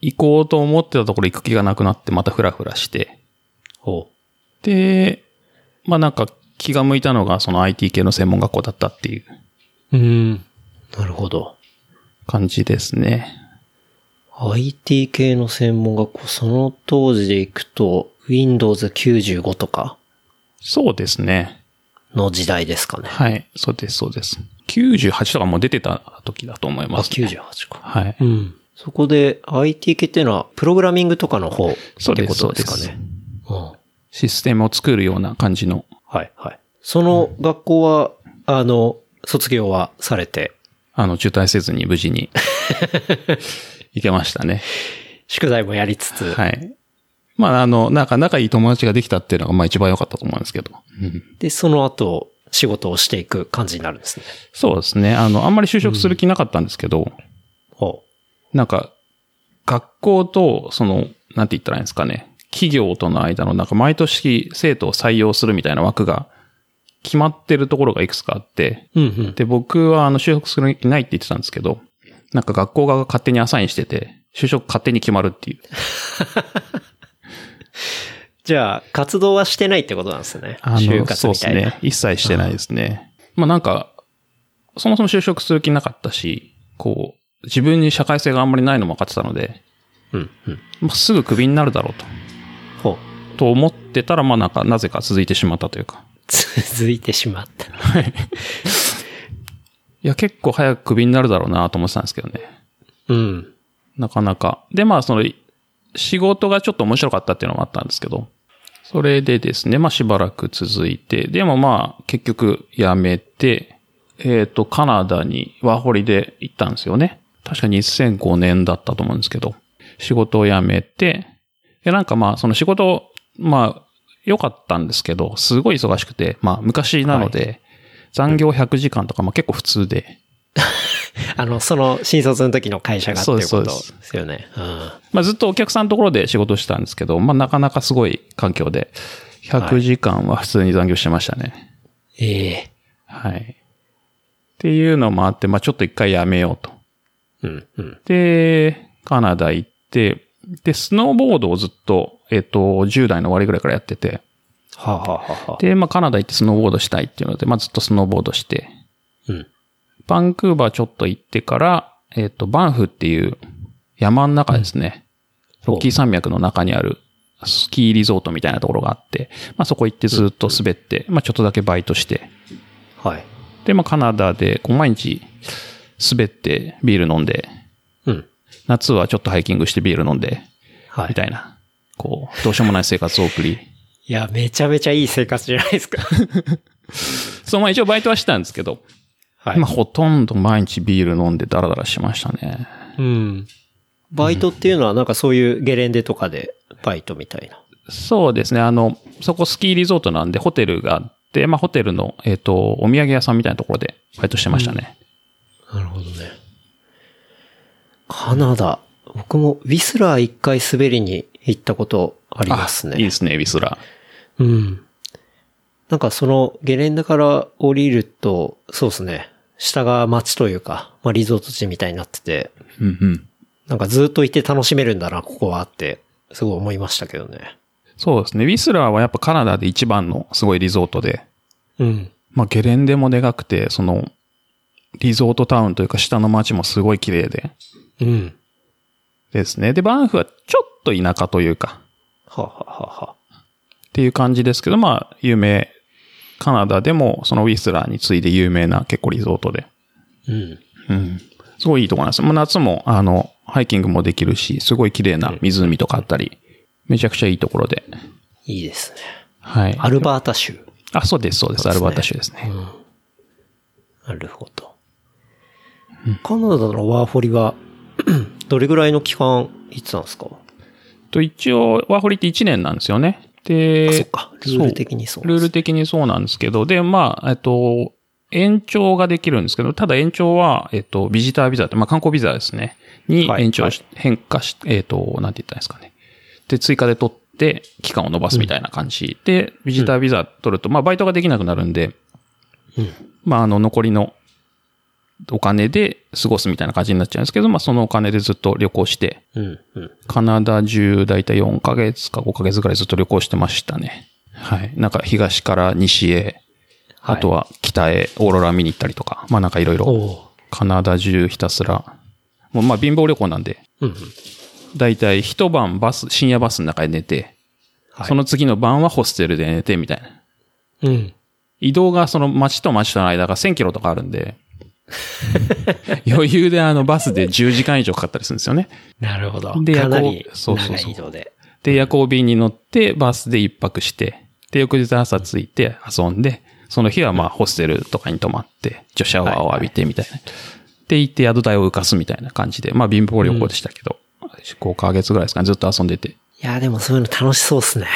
C: 行こうと思ってたところ行く気がなくなって、またフラフラして、
B: ほ
C: で、まあなんか気が向いたのがその IT 系の専門学校だったっていう
B: う。うん。なるほど。
C: 感じですね。
B: IT 系の専門学校、その当時で行くと、Windows 95とか
C: そうですね。
B: の時代ですかね。
C: はい。そうです、そうです。98とかもう出てた時だと思い
B: あ、
C: ます、ね。
B: 98か。
C: はい。
B: うん。そこで IT 系っていうのは、プログラミングとかの方って
C: そうです
B: ことですか
C: そうで
B: ね。うん。
C: システムを作るような感じの。
B: はい、はい。その学校は、あの、卒業はされて、
C: あの、中退せずに無事に行けましたね。
B: 宿題もやりつつ、
C: はい。まあ、あの、なんか仲いい友達ができたっていうのが、まあ一番良かったと思うんですけど。
B: で、その後、仕事をしていく感じになるんですね。
C: そうですね。あの、あんまり就職する気なかったんですけど、
B: ほ
C: なんか、学校と、その、なんて言ったらいいんですかね。企業との間の、なんか毎年生徒を採用するみたいな枠が決まってるところがいくつかあって、
B: う。うんうん。
C: で、僕はあの、就職する気ないって言ってたんですけど、なんか学校側が勝手にアサインしてて、就職勝手に決まるっていう。
B: じゃあ、活動はしてないってことなんですね。
C: あの
B: 就活
C: そう
B: み
C: で
B: た
C: す
B: いな。
C: ね。一切してないですね。まあなんか、そもそも就職する気なかったし、こう、自分に社会性があんまりないのも分かってたので、
B: うんうん。
C: まあ、すぐクビになるだろうと。
B: ほう。
C: と思ってたら、まあなんか、なぜか続いてしまったというか。
B: 続いてしまった。
C: いや、結構早くクビになるだろうなと思ってたんですけどね。
B: うん。
C: なかなか。で、まあその、仕事がちょっと面白かったっていうのもあったんですけど、それでですね、まあしばらく続いて、でもまあ結局辞めて、えっ、と、カナダにワーホリで行ったんですよね。確か2005年だったと思うんですけど、仕事を辞めて、で、なんかまあその仕事、まあ良かったんですけど、すごい忙しくて、まあ昔なので、残業100時間とか、まあ結構普通で、
B: あの、その、新卒の時の会社がっていう
C: そ
B: ことで
C: うです
B: すよね。うん。
C: まあ、ずっとお客さんのところで仕事してたんですけど、まあ、なかなかすごい環境で、100時間は普通に残業してましたね。
B: ええ
C: はい。っていうのもあって、まあ、ちょっと一回やめようと。
B: うんうん。
C: で、カナダ行って、で、スノーボードをずっと、えっ、と、10代の終わりぐらいからやってて、
B: はあ、はあはあはあ、
C: で、まあ、カナダ行ってスノーボードしたいっていうので、まあ、ずっとスノーボードして、
B: うん。
C: バンクーバーちょっと行ってから、えっ、と、バンフっていう山の中ですね。
B: うん
C: ロッキー山脈の中にあるスキーリゾートみたいなところがあって、まあそこ行ってずっと滑って、まあちょっとだけバイトして、
B: はい。
C: で、まあカナダでこう毎日滑ってビール飲んで、
B: うん。
C: 夏はちょっとハイキングしてビール飲んで、
B: はい。
C: みたいな、こう、どうしようもない生活を 送り、
B: いや、めちゃめちゃいい生活じゃないです か。
C: そう、まあ一応バイトはしてたんですけど、
B: は
C: まあほとんど毎日ビール飲んでダラダラしましたね。
B: うん。バイトっていうのはなんかそういうゲレンデとかでバイトみたいな。
C: そうですね。あの、そこスキーリゾートなんで、ホテルがあって、まあ、ホテルの、えっ、と、お土産屋さんみたいなところでバイトしてましたね。
B: なるほどね。カナダ。僕もウィスラー一回滑りに行ったことあります
C: いい
B: ね。
C: ですね、ウィスラ
B: うん。なんかそのゲレンデから降りると、そうですね。下が町というか、まあリゾート地みたいになってて、
C: ー。うんうん。
B: なんかずっといて楽しめるんだな、ここはって、すごい思いましたけどね。
C: そうですね。ウィスラーはやっぱカナダで一番のすごいリゾートで、
B: うん。
C: まあ、ゲレンデもでかくて、その、リゾートタウンというか下の街もすごい綺麗で、
B: うん。
C: ですね。で、バンフはちょっと田舎というか、
B: はあ、はあはあはあ、
C: っていう感じですけど、まあ、有名、カナダでもそのウィスラーに次いで有名な結構リゾートで。
B: うん。
C: うん。すごいいいとこなんですよ。もう夏も、あの、ハイキングもできるし、すごい綺麗な湖とかあったり、めちゃくちゃいいところで。
B: いいですね。
C: はい。
B: アルバータ州。
C: あ、そうです、そうです。アルバータ州ですね。
B: なるほど。 カナダのワーホリは、どれぐらいの期間行ってたんですか
C: えっと、一応、ワーホリって1年なんですよね。
B: あ
C: で
B: そっ、か。ルール的にそう
C: ルール的にそうなんですけど、で、まあ、えっと、延長ができるんですけど、ただ延長は、えっと、ビジタービザって、まあ、観光ビザですね。に
B: はい
C: 延長し、変化し、えっと、なんて言ったらいいんですかね。で、追加で取って、期間を延ばすみたいな感じ。で、ビジタービザ取ると、まあ、バイトができなくなるんで、
B: うん
C: まあ、あの、残りのお金で過ごすみたいな感じになっちゃうんですけど、まあ、そのお金でずっと旅行して、
B: うん、うん。
C: カナダ中、だいたい4ヶ月か5ヶ月ぐらいずっと旅行してましたね。はい。なんか東から西へ、
B: はい
C: あとは北へオーロラ見に行ったりとか、まあなんかいろいろ、
B: おう
C: カナダ中ひたすら、もうまあ貧乏旅行なんで、
B: うんうん。
C: だいたい一晩バス、深夜バスの中で寝て、
B: はい
C: その次の晩はホステルで寝てみたいな。
B: うん。
C: 移動がその町と町との間が1000キロとかある んで、余裕であのバスで10時間以上かかったりするんですよね。
B: なるほど。
C: で
B: かなり
C: 夜行そうそうそう
B: 長い移動で。
C: で、夜行便に乗って、バスで一泊して、で、翌日朝着いて遊んで、その日はまあ、ホステルとかに泊まって、ジョシャワーを浴びてみたいな。で、行って宿代を浮かすみたいな感じで、まあ、貧乏旅行でしたけど、5ヶ月ぐらいですかね、ずっと遊んでて。
B: いやーでもそういうの楽しそうっすね。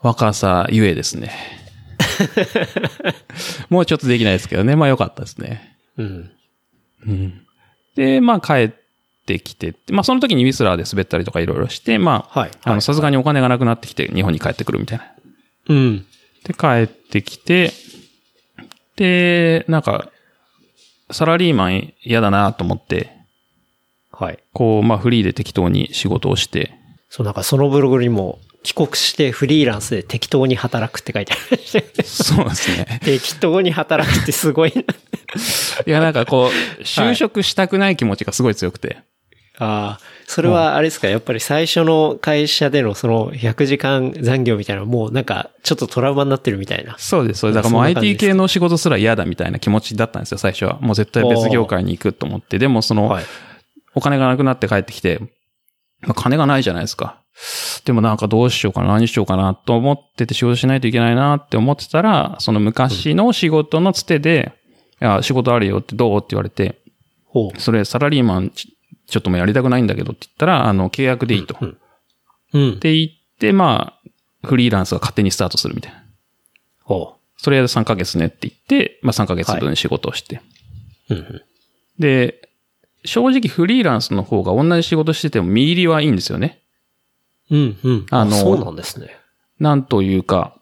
C: 若さゆえ ですね。もうちょっとできないですけどね、まあ良かったですね。
B: うん。
C: で、まあ帰ってきて、まあその時にウィスラーで滑ったりとかいろいろして、まあ、
B: はい
C: あの、さすがにお金がなくなってきて日本に帰ってくるみたいな。
B: うん。
C: で、帰ってきて、で、なんか、サラリーマン嫌だなと思って、
B: はい。
C: こう、まあフリーで適当に仕事をして、
B: そう、なんかそのブログにも、帰国してフリーランスで適当に働くって書いてありましたよね
C: そうですね。
B: 適当に働くってすごいな。
C: いや、なんかこう、就職したくない気持ちがすごい強くて。
B: ああ、それはあれですか、やっぱり最初の会社でのその100時間残業みたいなのもうなんかちょっとトラウマになってるみたいな。
C: そうです、そうです。だからもう
B: そんな感じ
C: IT 系の仕事すら嫌だみたいな気持ちだったんですよ、最初は。もう絶対別業界に行くと思って。でもその、
B: はい。
C: お金がなくなって帰ってきて、まあ、金がないじゃないですか。でもなんかどうしようかな、何しようかなと思ってて仕事しないといけないなって思ってたら、その昔の仕事のつてで、いや仕事あるよってどうって言われて、
B: ほう。
C: それサラリーマンちちょっともうやりたくないんだけどって言ったら、あの、契約でいいと。
B: うん
C: っ
B: うん。
C: て言って、まあ、フリーランスが勝手にスタートするみたいな。
B: ほ
C: それで3ヶ月ねって言って、まあ3ヶ月分仕事をして。
B: う。うんうん。
C: で、正直フリーランスの方が同じ仕事してても見入りはいいんですよね。
B: うんうん。あ
C: あの
B: そうなんですね。
C: なんというか、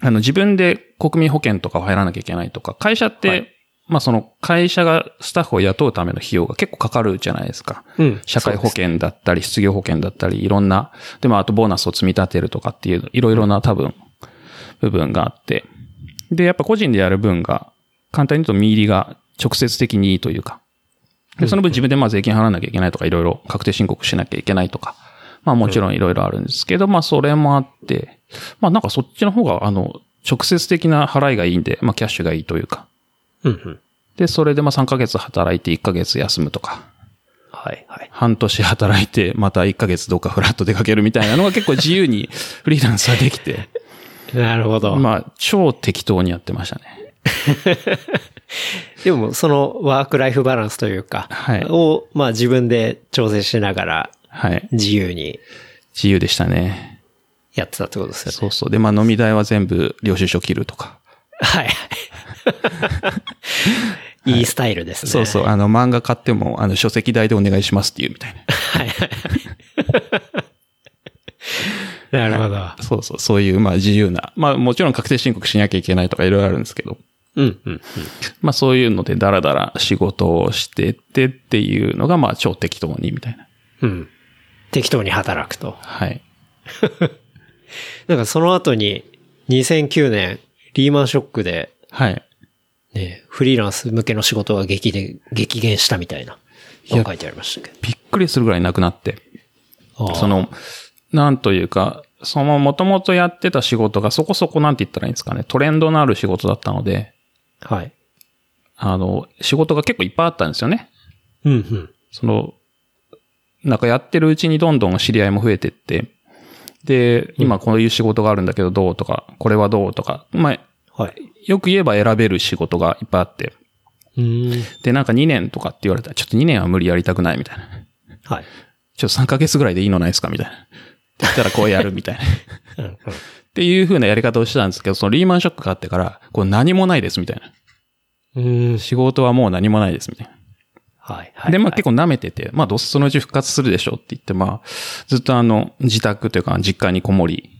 C: あの、自分で国民保険とかを入らなきゃいけないとか、会社って、
B: はい
C: まあその会社がスタッフを雇うための費用が結構かかるじゃないですか。
B: うん
C: 社会保険だったり、失業保険だったり、いろんな、でもあとボーナスを積み立てるとかっていう、いろいろな多分、部分があって。で、やっぱ個人でやる分が、簡単に言うと見入りが直接的にいいというか。で、その分自分でまあ税金払わなきゃいけないとか、いろいろ確定申告しなきゃいけないとか。まあもちろんいろいろあるんですけど、まあそれもあって、まあなんかそっちの方が、あの、直接的な払いがいいんで、まあキャッシュがいいというか。
B: うんうん。
C: で、それでまあ3ヶ月働いて1ヶ月休むとか。
B: はいはい。
C: 半年働いて、また1ヶ月どっかフラッと出かけるみたいなのが結構自由 にフリーランスはできて、
B: なるほど。
C: まあ、超適当にやってましたね。
B: でも、そのワークライフバランスというか、
C: はい
B: を、まあ自分で調整しながら、
C: はい。
B: 自由に
C: 自由でしたね。
B: やってたってことですよね。
C: そうそう。で、まあ飲み代は全部領収書切るとか。
B: はい。 いいスタイルですね。
C: そうそう。あの、漫画買っても、あの、書籍代でお願いしますっていうみたいな。
B: なるほど。
C: そうそう。そういう、まあ自由な。まあもちろん確定申告しなきゃいけないとかいろいろあるんですけど。
B: うんうん。
C: まあそういうのでダラダラ仕事をしてってっていうのが、まあ超適当にみたいな。
B: うん。適当に働くと。
C: はい。
B: なんかその後に、2009年、リーマンショックで、
C: はい。
B: ね、フリーランス向けの仕事が激で激減したみたいな、
C: いや
B: 書いてありましたけど。
C: びっくりするぐらいなくなって。
B: ああ
C: そ、の、なんというか、その元々やってた仕事がそこそこなんて言ったらいいんですかね、トレンドのある仕事だったので、
B: はい。
C: あの、仕事が結構いっぱいあったんですよね。
B: うんうん。
C: その、なんかやってるうちにどんどん知り合いも増えてって、で、今こういう仕事があるんだけどどうとか、これはどうとか、まあ、
B: はい。
C: よく言えば選べる仕事がいっぱいあって、
B: うーん。
C: で、なんか2年とかって言われたら、ちょっと2年は無理やりたくないみたいな。
B: はい。
C: ちょっと3ヶ月ぐらいでいいのないですかみたいな。ったらこうやるみたいな。
B: うんうん
C: っていう風なやり方をしてたんですけど、そのリーマンショックがあってから、こう何もないですみたいな。
B: うん。
C: 仕事はもう何もないですみたいな。
B: はい、はい。
C: で、まあ結
B: 構。
C: 構舐めてて、まあどうせそのうち復活するでしょうって言って、まあ、ずっとあの、自宅というか実家にこもり、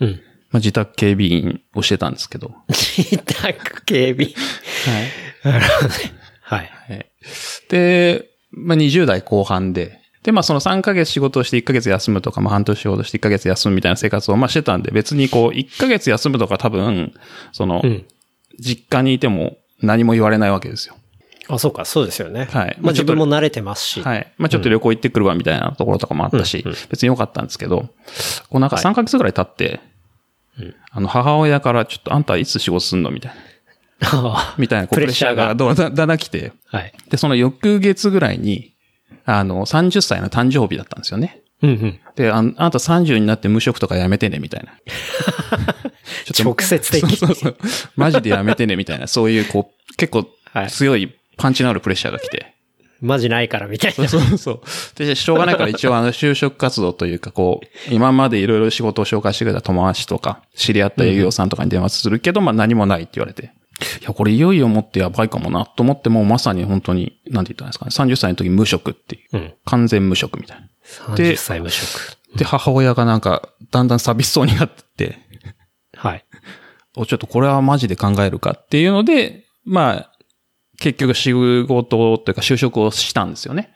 B: うん。
C: まあ自宅警備員をしてたんですけど。は
B: 自宅警備。
C: い。
B: はい。
C: はい。で、まあ、20代後半で、で、まあ、その3ヶ月仕事をして1ヶ月休むとか、まあ、半年仕事して1ヶ月休むみたいな生活を、まあ、してたんで、別にこう、1ヶ月休むとか多分、その
B: う、ん。
C: 実家にいても何も言われないわけですよ。
B: あ、そうか、そうですよね。
C: はい
B: まあ
C: ち
B: 自
C: ょっと
B: 分も慣れてますし。
C: はい。まあ、ちょっと旅行行ってくるわみたいなところとかもあったし、
B: うんうん
C: 別に良かったんですけど、こう、なんか3ヶ月ぐらい経って、あの、母親から、ちょっとあんたいつ仕事すんのみたいな。
B: は
C: みたいな、こう
B: プ
C: プ
B: レ
C: レ
B: ッ
C: ッ
B: シ
C: シ
B: ャ
C: ャ
B: ー
C: ー
B: が
C: がどうだだんだん来て、
B: い。
C: で、その翌月ぐらいに、あの、30歳の誕生日だったんですよね。
B: うんうん。
C: で、ああなた30になって無職とかやめてね、みた いな。ちょっと
B: 直接的に
C: そうそうそう。マジでやめてね、みたいな。そういう、こう、結構
B: はい
C: 強いパンチのあるプレッシャーが来て。
B: マジないからみたい
C: そう
B: な。
C: そうそう。で、しょうがないから一応あの就職活動というか、こう、今までいろいろ仕事を紹介してくれた友達とか、知り合った営業さんとかに電話するけど、まあ何もないって言われて。いや、これいよいよもってやばいかもな、と思って、もうまさに本当に、なんて言ったんですかね。30歳の時無職っていう。
B: うん。
C: 完全無職みたいな。
B: 30歳無職。
C: で、母親がなんか、だんだん寂しそうになってって、
B: はい。
C: お、ちょっとこれはマジで考えるかっていうので、まあ、結局仕事というか就職をしたんですよね。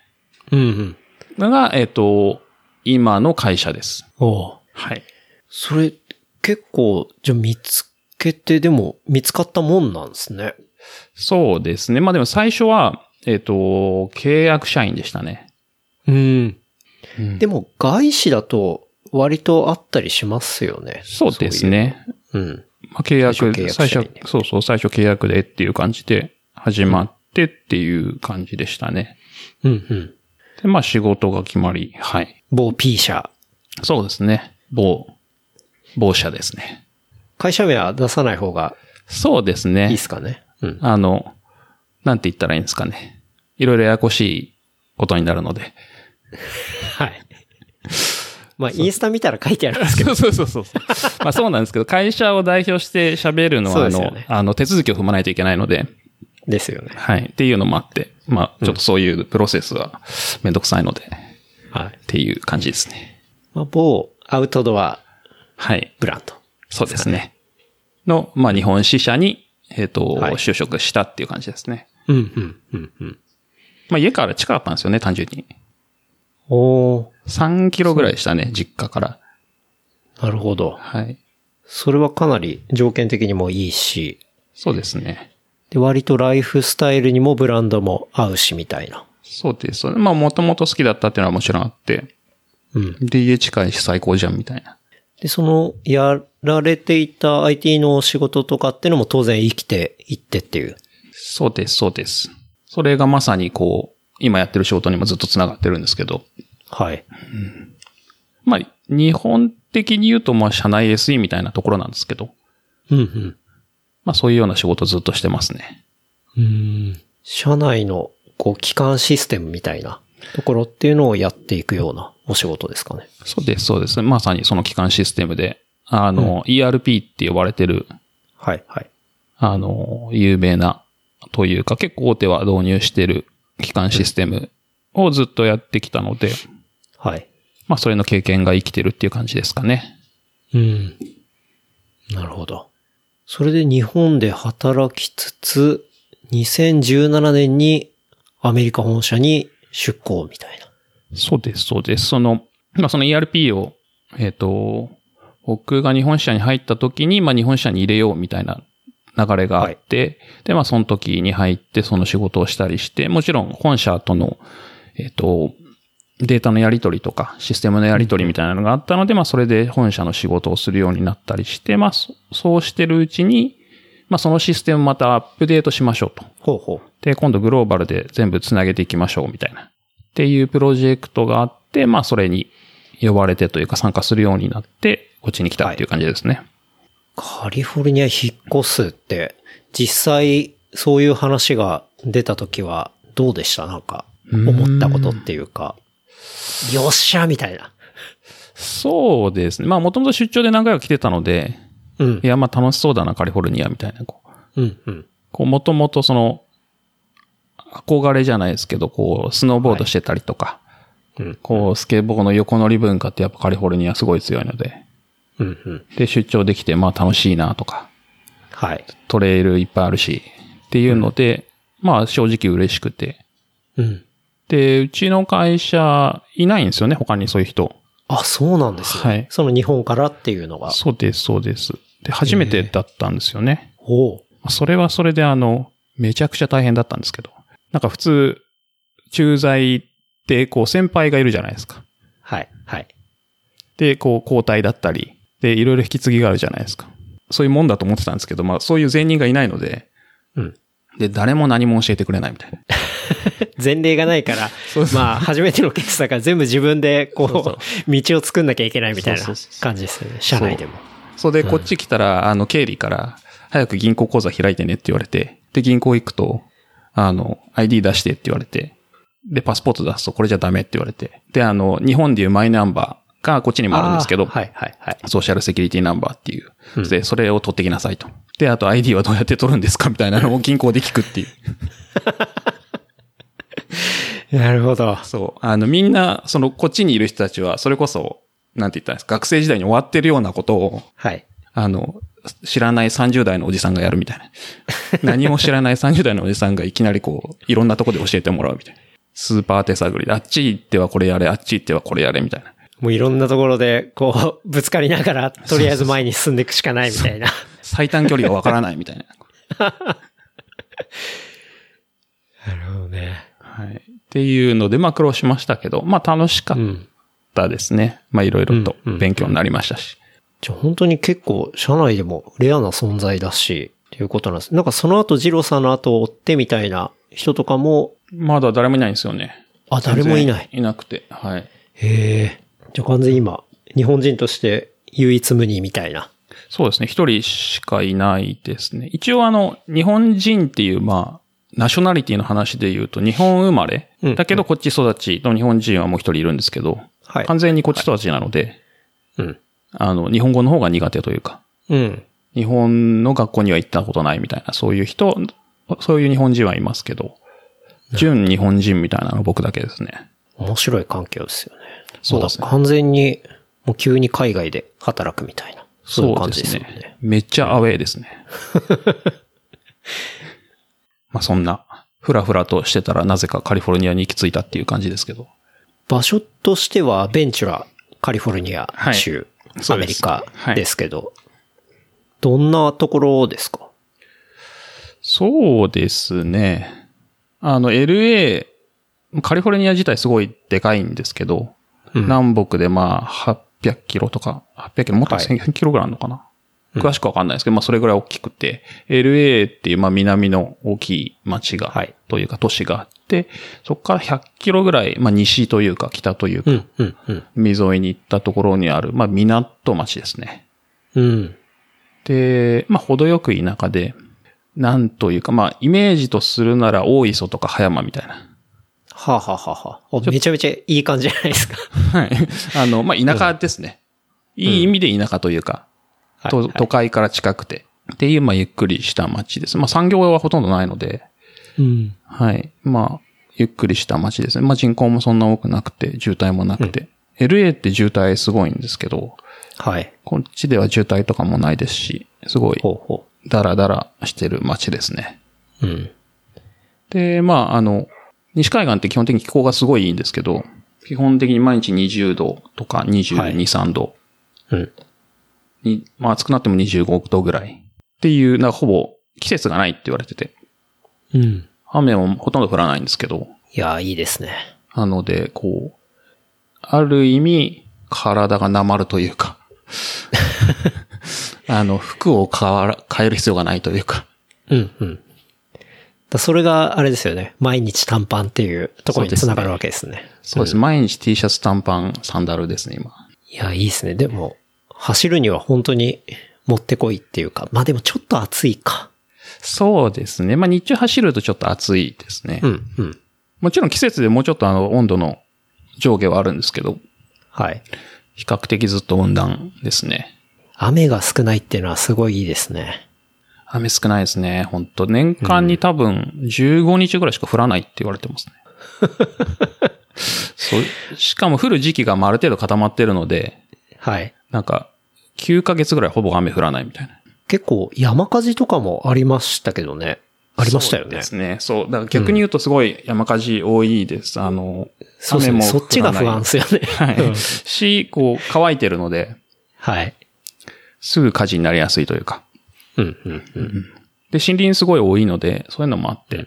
B: うんうん。
C: のが、えっ、と、今の会社です。
B: おう
C: はい。
B: それ、結構、じゃあ見つけて、でも、見つかったもんなんですね。
C: そうですね。まあでも最初は、えっ、と、契約社員でしたね。
B: うん。
C: で
B: でも、外資だと、割とあったりしますよね。
C: そうですね。
B: そういう。
C: まあ、契約、
B: 最初契
C: 最
B: 約社員
C: 初、そうそう、最初契約でっていう感じで始まってっていう感じでしたね。
B: うん。うんうん。
C: で、まあ仕事が決まり、はい。
B: 某 P 社。
C: そうですね。某、某社ですね。
B: 会社名は出さない方が
C: そうですね。
B: いいですかね。うん。
C: あの、なんて言ったらいいんですかね。いろいろややこしいことになるので。
B: はい。 まあ、インスタ見たら書いてあるんですけど。
C: そうそうそうそう。まあそうなんですけど、会社を代表して喋るの
B: そう
C: は、あ
B: ですよ
C: の、
B: ね
C: あの、手続きを踏まないといけないので、
B: ですよね。
C: はい。っていうのもあって、まあ、ちょっとそういうプロセスはめんどくさいので、
B: はい
C: っ。ていう感じですね。
B: まあ、某アウトドア
C: はい。
B: ブランド。
C: そうですね。の、まあ日本支社に、えっ、と、
B: はい
C: 就職したっていう感じですね。
B: うん、うん、うん、うん。
C: まあ家から近かったんですよね、単純に。
B: おー
C: 3キロぐらいでしたね、実家から。
B: なるほど。
C: はい。
B: それはかなり条件的にもいいし、
C: そうですね。
B: で、割とライフスタイルにもブランドも合うし、みたいな。
C: そうです。そうまあ、もともと好きだったっていうのはもちろんあって、
B: うん。
C: で、家近いし最高じゃんみたいな。
B: で、その、やられていた IT の仕事とかってのも当然生きていってっていう。
C: そうです、そうです。それがまさにこう、今やってる仕事にもずっと繋がってるんですけど、
B: はい。
C: まあ、日本的に言うと、まあ、社内 SE みたいなところなんですけど、
B: うん、うん。
C: まあ、そういうような仕事ずっとしてますね。
B: うん社内のこう機関システムみたいなところっていうのをやっていくようなお仕事ですかね。
C: そうです、そうです。まさにその機関システムで、あの、ERP って呼ばれてる、
B: はい、はい。
C: あの、有名な、というか、結構大手は導入してる機関システムをずっとやってきたので、
B: はい。
C: まあ、それの経験が生きてるっていう感じですかね。
B: うん。なるほど。それで日本で働きつつ、2017年にアメリカ本社に出向みたいな。
C: そうです、そうです。その、まあ、その ERP を、えっ、と、僕が日本支社に入った時に、まあ、日本支社に入れようみたいな流れがあって、で、まあ、その時に入って、その仕事をしたりして、もちろん本社との、えっ、と、データのやり取りとか、システムのやり取りみたいなのがあったので、まあ、それで本社の仕事をするようになったりして、まあ、そそうしてるうちに、まあ、そのシステムまたアップデートしましょうと。
B: ほうほ
C: で、今度グローバルで全部つなげていきましょうみたいな。っていうプロジェクトがあって、まあそれに呼ばれてというか参加するようになって、こっちに来たっていう感じですね。
B: カリフォルニア引っ越すって、実際そういう話が出た時はどうでしたなんか、思ったことっていうか、よっしゃみたいな。
C: そうですね。まあ、もともと出張で何回か来てたので、
B: うん
C: い。や、まあ楽しそうだな、カリフォルニアみたいな、こう。
B: うん。うん。
C: こう、もともとその、憧れじゃないですけど、こう、スノーボードしてたりとか、
B: うん
C: こう、スケボーの横乗り文化ってやっぱカリフォルニアすごい強いので、
B: うん。うん。
C: で、出張できて、まあ楽しいなとか、
B: はい。
C: トレイルいっぱいあるし、っていうので、まあ正直嬉しくて。
B: うん。
C: で、うちの会社いないんですよね、他にそういう人。
B: あ、そうなんですね。
C: はい
B: その日本からっていうのが。
C: そうです、そうです。で、初めてだったんですよね。
B: おう。
C: まあそれはそれであの、めちゃくちゃ大変だったんですけど。なんか普通、駐在ってこう先輩がいるじゃないですか。
B: はい。はい。
C: で、こう交代だったり、で、いろいろ引き継ぎがあるじゃないですか。そういうもんだと思ってたんですけど、まあそういう前任がいないので、
B: うん。
C: で、誰も何も教えてくれないみたいな。
B: 前例がないから、まあ、初めてのケースだから全部自分で、こう、
C: そうそ
B: 道を作んなきゃいけないみたいな
C: そうそうそう
B: 感じですよね。社内でも。
C: それで、こっち来たら、あの、経理から、早く銀行口座開いてねって言われて、で、銀行行くと、あの、ID 出してって言われて、で、パスポート出すとこれじゃダメって言われて、で、あの、日本でいうマイナンバーがこっちにもあるんですけど、
B: あーはいはいはい。
C: ソーシャルセキュリティナンバーっていう。
B: うん
C: で、それを取ってきなさいと。で、あと ID はどうやって取るんですかみた いなのを銀行で聞くっていう。
B: なるほど。
C: そう。あの、みんな、その、こっちにいる人たちは、それこそ、なんて言ったらいいんですか、学生時代に終わってるようなことを、
B: はい。
C: あの、知らない30代のおじさんがやる みたいな。何も知らない30代のおじさんがいきなりこう、いろんなとこで教えてもらうみたいな。スーパー手探りで、あっち行ってはこれやれ、あっち行ってはこれやれみたいな。
B: もういろんなところで、こう、ぶ つかりながら、とりあえず前に進んでいくしかないみたいな。
C: 最短距離がわからないみたい な。
B: なるほどね。
C: はい。っていうので、まあ苦労しましたけど、まあ楽しか
B: う
C: っ
B: ん。
C: たですね。まあいろいろと
B: うんうん
C: 勉強になりましたし。
B: じゃあ本当に結構、社内でもレアな存在だし、っていうことなんです。なんかその後、ジローさんの後を追ってみたいな人とかも、
C: まだ誰もいないんですよね。
B: あ、誰もいない。。
C: いなくて。はい。
B: へえ。じゃあ完全に今、日本人として唯一無二みたいな。
C: そうですね。一人しかいないですね。一応あの、日本人っていう、まあ、ナショナリティの話で言うと、日本生まれ、
B: うん
C: だけどこっち育ちの日本人はもう一人いるんですけど、
B: はい
C: 完全にこっち育ちなので、
B: うん。
C: あの、日本語の方が苦手というか、
B: うん。
C: 日本の学校には行ったことないみたいな、そういう人、そういう日本人はいますけど、純日本人みたいなの僕だけですね。
B: 面白い環境ですよね。
C: そうですね
B: まだ完全に、もう急に海外で働くみたいな。そういう感じですよね。
C: そうめっちゃアウェーです ね。まあそんな、ふらふらとしてたらなぜかカリフォルニアに行き着いたっていう感じですけど。
B: 場所としては、ベンチュラ、カリフォルニア州、
C: いそ
B: ア
C: う
B: メ
C: で
B: リ
C: す
B: カ
C: はい
B: ですけど、どんなところですか
C: そうですね。あの、LA、カリフォルニア自体すごいでかいんですけど、
B: うん
C: 南北でまあ800キロとか、800キロ、もっと
B: はい
C: 1000キロぐらいあるのかな、詳しくわかんないですけど、まあそれぐらい大きくて、LA っていうまあ南の大きい町が、
B: はい
C: というか都市があって、そこから100キロぐらい、まあ西というか北というか、
B: うん、うん、うん。
C: 海沿いに行ったところにある、まあ港町ですね。
B: うん。
C: で、まあ、程よく田舎で、なんというか、まあ、イメージとするなら大磯とか葉山みたいな。
B: はあ、はあはあはあおめちゃめちゃいい感じじゃないですか。
C: はい。 あの、まあ、田舎ですね。いい意味で田舎というか、
B: はい
C: と都会から近くて。っていう、まあ、ゆっくりした街です。まあ、産業はほとんどないので、
B: うん。
C: はい。まあ、ゆっくりした街ですね。まあ、人口もそんな多くなくて、渋滞もなくて。LA って渋滞すごいんですけど、
B: はい。
C: こっちでは渋滞とかもないですし、すごい、
B: ほうほ
C: ダラダラしてる街ですね。
B: う。うん。
C: で、まあ、あの、西海岸って基本的に気候がすごいいいんですけど、基本的に毎日20度とか22、
B: はい
C: 3度
B: うん。
C: に、まあ暑くなっても25度ぐらいっていう、なんかほぼ季節がないって言われてて、
B: うん。
C: 雨もほとんど降らないんですけど、
B: いやー、いいですね。
C: なので、こう、ある意味、体がなまるとい うか、あの、服を変わら、変える必要がないというか、
B: うん、うん。だそれがあれですよね。毎日短パンっていうところにつながるわけですね。
C: そうです。毎日 T シャツ短パン、サンダルですね、今。
B: いや、いいですね。でも、走るには本当にもってこいっていうか、まあでもちょっと暑いか。
C: そうですね。まあ日中走るとちょっと暑いですね。
B: うん、うん。
C: もちろん季節でもうちょっとあの温度の上下はあるんですけど、
B: はい。
C: 比較的ずっと温暖ですね。
B: 雨が少ないっていうのはすごいいいですね。
C: 雨少ないですね。本当年間に多分15日ぐらいしか降らないって言われてます ね。そうしかも降る時期がまあある程度固まってるので、
B: はい。
C: なんか9ヶ月ぐらいほぼ雨降らないみたいな。
B: 結構山火事とかもありましたけどね。ありましたよね。
C: そうですね。そう。だから逆に言うとすごい山火事多いです。あの、
B: そうですね。そっちが
C: 降
B: 不
C: ら
B: 安
C: ない
B: ですよね。
C: はい。し、こう乾いてるので、
B: はい。
C: すぐ火事になりやすいというか。
B: うん、うん、うん。
C: で、森林すごい多いので、そういうのもあって。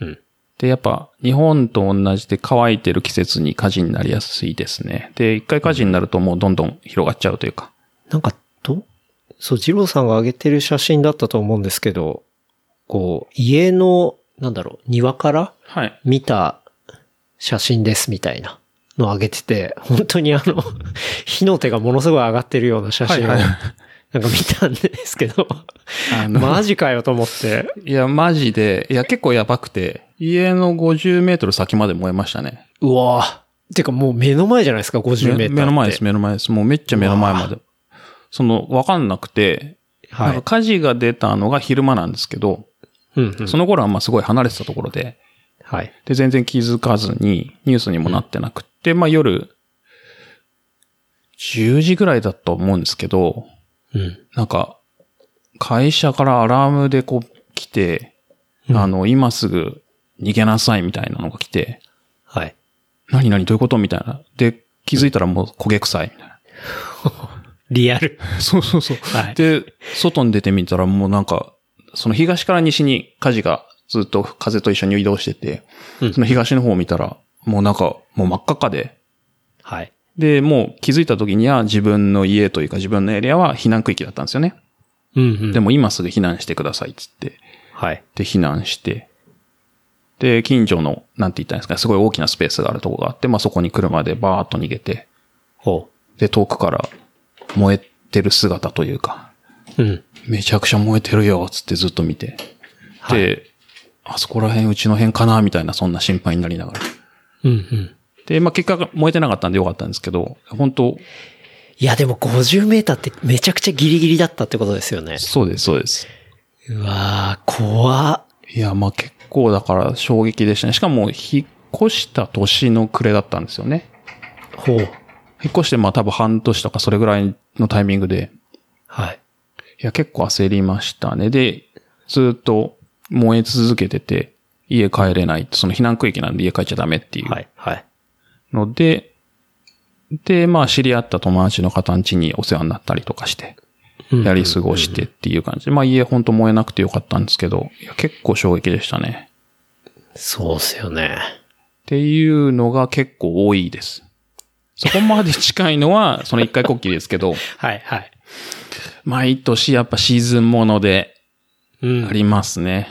B: うん
C: で、やっぱ、日本と同じで乾いてる季節に火事になりやすいですね。で、一回火事になるともうどんどん広がっちゃうというか。
B: なんか、ど、そう、二郎さんが上げてる写真だったと思うんですけど、こう、家の、なんだろう、庭から
C: はい。
B: 見た写真ですみたいなのを上げてて、本当にあ の、火の手がものすごい上がってるような写真を、
C: はいはい
B: なんか見たんですけ ど、
C: あの、
B: マジかよと思って、
C: いや、マジで、いや、結構やばくて、家の50メートル先まで燃えましたね。
B: うわぁ。てかもう目の前じゃないですか、50メー
C: め
B: ター。
C: 目の前です、。目の前です。もうめっちゃ目の前まで。その、わかんなくて、
B: は
C: なん
B: い。
C: か火事が出たのが昼間なんですけど、
B: うん、うん。
C: その頃はまあすごい離れてたところで、
B: はい。
C: で、全然気づかずに、ニュースにもなってなくって、まあ夜、10時ぐらいだと思うんですけど、
B: うん。
C: なんか、会社からアラームでこう来て、
B: うん
C: あの、今すぐ逃げなさいみたいなのが来て、
B: はい。
C: 何何どういうことみたいな。で、気づいたらもう焦げ臭いみたいな。
B: リアル。
C: そうそうそう。
B: はい
C: で、外に出てみたらもうなんか、その東から西に火事がずっと風と一緒に移動してて、
B: うん
C: その東の方を見たら、もうなんか、もう真っ赤っかで、
B: はい。
C: で、もう気づいた時には自分の家というか自分のエリアは避難区域だったんですよね。
B: うん、うん。
C: でも今すぐ避難してくださいっつって。
B: はい。
C: で、避難して。で、近所の、なんて言ったらいいんですかね、すごい大きなスペースがあるとこがあって、まあそこに車でバーっと逃げて、
B: ほ
C: で、遠くから燃えてる姿というか、
B: う。うん。
C: めちゃくちゃ燃えてるよ、つってずっと見て。
B: はい
C: で、あそこら辺、うちの辺かな、みたいな、そんな心配になりながら。
B: うん、うん。
C: で、まあ結果燃えてなかったんでよかったんですけど、本当
B: いや、でも50メーターってめちゃくちゃギリギリだったってことですよね。
C: そうです、そうです。
B: うわー、怖っ
C: いや、まあ結構だから衝撃でしたね。しかも、引っ越した年の暮れだったんですよね。
B: ほう。
C: 引っ越してまあ多分半年とかそれぐらいのタイミングで、
B: はい。
C: いや、結構焦りましたね。で、ずっと燃え続けてて、家帰れない。その避難区域なんで家帰っちゃダメっていう。
B: はい。はい。
C: ので、で、まあ知り合った友達の方ん家にお世話になったりとかして、
B: うん
C: やり過ごしてっていう感じで、まあ家ほんと燃えなくてよかったんですけど、いや結構衝撃でしたね。
B: そうっすよね。
C: っていうのが結構多いです。そこまで近いのは、 その一回こっきりですけど、
B: はい、はい。
C: 毎年やっぱシーズンもので
B: うん
C: ありますね。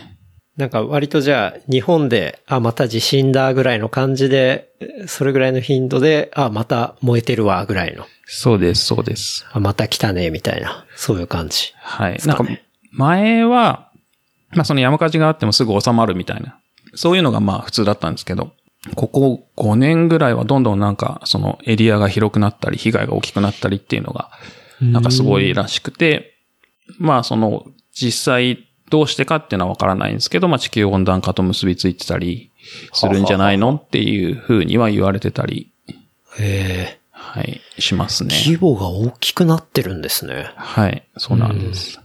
B: なんか割とじゃあ日本で、あ、また地震だぐらいの感じで、それぐらいの頻度で、あ、また燃えてるわぐらいの、
C: そうです、そうです。
B: あ、また来たねみたいな、そういう感じ。
C: はい。
B: す
C: なん
B: か
C: か
B: ね、
C: 前は、まあその山火事があってもすぐ収まるみたいな、そういうのがまあ普通だったんですけど、ここ5年ぐらいはどんどんなんか、そのエリアが広くなったり、被害が大きくなったりっていうのが、なんかすごいらしくて、まあその、実際どうしてかっていうのはわからないんですけど、まあ地球温暖化と結びついてたりするんじゃないのっていうふうには言われてたり、
B: へえ。
C: はい、しますね。
B: 規模が大きくなってるんですね。
C: はい、そうなんです。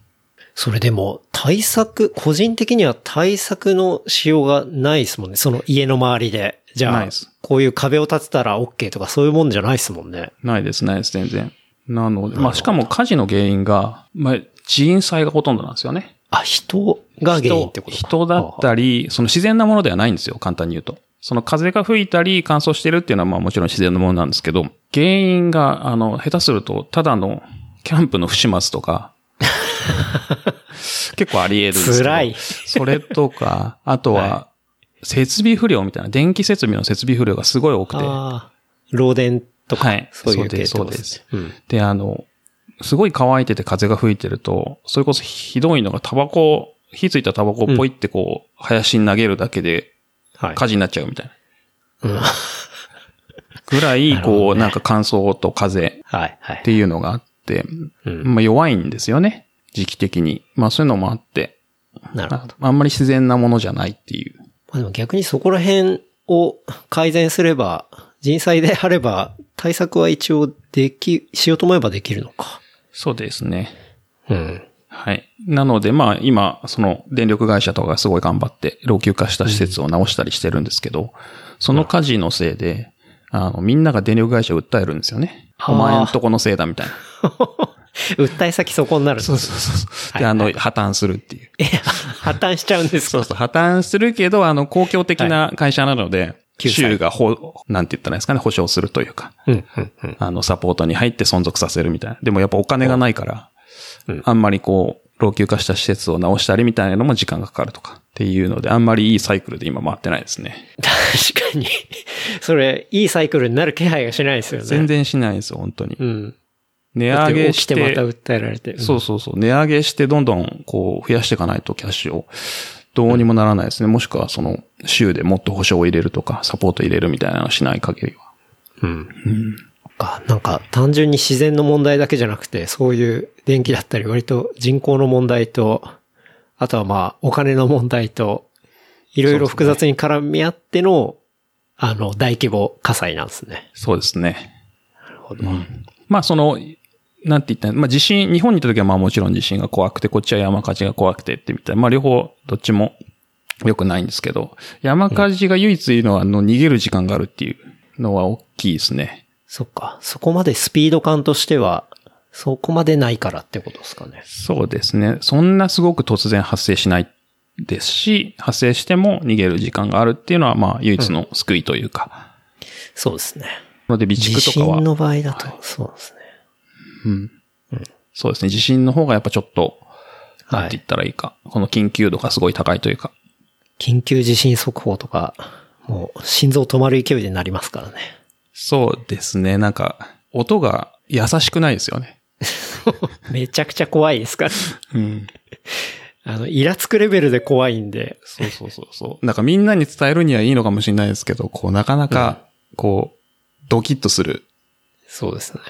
B: それでも対策、個人的には対策のしようがないですもんね。その家の周りで。じゃ
C: ない
B: あ
C: です、
B: こういう壁を建てたら OK とかそういうもんじゃないですもんね。
C: ないです、ないです、全然。なので、まあしかも火事の原因が、まあ人災がほとんどなんですよね。
B: あ、人が原因ってことか
C: 人人だったり、その自然なものではないんですよ、簡単に言うと。その風が吹いたり乾燥してるっていうのはまあもちろん自然のものなんですけど、原因が、あの、下手すると、ただのキャンプの不始末 とか、結構あり得るんですけど。
B: 辛い
C: それとか、あとは、設備不良みたいな、電気設備の設備不良がすごい多くて、
B: ああ、漏電とか、
C: はい
B: そういう
C: そう
B: 系
C: で
B: 統
C: すそうです
B: うん。
C: で、あの、すごい乾いてて風が吹いてると、それこそひどいのがタバコ、火ついたタバコをポイってこう、林に投げるだけで
B: はい。
C: 火事になっちゃうみたいな。
B: うん
C: ぐら い、
B: なるほどね
C: こう、なんか乾燥と風っ
B: はい、はい。
C: ていうのがあって、
B: うん。
C: まあ弱いんですよね。時期的に。まあそういうのもあって、
B: なるほど。ま
C: ああんまり自然なものじゃないっていう。
B: あでも逆にそこら辺を改善すれば、人災であれば、対策は一応でき、しようと思えばできるのか。
C: そうですね。
B: うん。
C: はい。なので、まあ、今、その、電力会社とかがすごい頑張って、老朽化した施設を直したりしてるんですけど、その火事のせいで、あの、みんなが電力会社を訴えるんですよね。
B: あー
C: お前んとこのせいだみたいな。
B: 訴え先そこになる。
C: そうそうそうそう。で、あの、破綻するっていう。
B: え、 破綻しちゃうんですか
C: そうそう、破綻するけど、あの、公共的な会社なので、
B: 救済
C: 州がほ、なんて言ったらいいですかね、保証するというか、
B: うん、うん、うん。
C: あの、サポートに入って存続させるみたいな。でもやっぱお金がないから、あんまりこう、老朽化した施設を直したりみたいなのも時間がかかるとかっていうので、あんまりいいサイクルで今回ってないですね。
B: 確かに。それ、いいサイクルになる気配がしないですよね。
C: 全。然しないんですよ、本当に
B: う。ん。
C: 値
B: だっ
C: 上
B: て
C: げ
B: 起
C: し
B: きて
C: て、
B: また訴えられて。うん
C: そうそうそう、値上げしてどんどんこう増やしていかないとキャッシュを。どうにもならないですね。もしくはその、州でもっと保証を入れるとか、サポート入れるみたいなのをしない限りは。
B: うん。か、なんか単純に自然の問題だけじゃなくて、そういう電気だったり、割と人口の問題と、あとはまあ、お金の問題と、いろいろ複雑に絡み合っての、あの、大規模火災なんですね。
C: そうですね。
B: なるほど。
C: まあその、なんて言ったらまあ地震、日本に行った時はまあもちろん地震が怖くて、こっちは山火事が怖くてってみたいな。まあ両方、どっちも良くないんですけど、山火事が唯一いいのは、あの、逃げる時間があるっていうのは大きいですね。
B: そっか。そこまでスピード感としては、そこまでないからってことですかね。
C: そうですね。そんなすごく突然発生しないですし、発生しても逃げる時間があるっていうのは、まあ唯一の救いというか。
B: そうですね。
C: ので備
B: 地
C: 蓄とかは
B: 震、の場合だと、そうですね。
C: そうですね。地震の方がやっぱちょっと、
B: はい
C: なんて言ったらいいか。この緊急度がすごい高いというか。
B: 緊急地震速報とか、もう心臓止まる勢いでなります からね。
C: そうですね。なんか、音が優しくないですよね。
B: めちゃくちゃ怖いですから。
C: うん。
B: あの、イラつくレベルで怖いんで。
C: そうそうそうそう。なんかみんなに伝えるにはいいのかもしれないですけど、こう、なかなか、こう、ドキッとする。
B: そうですね。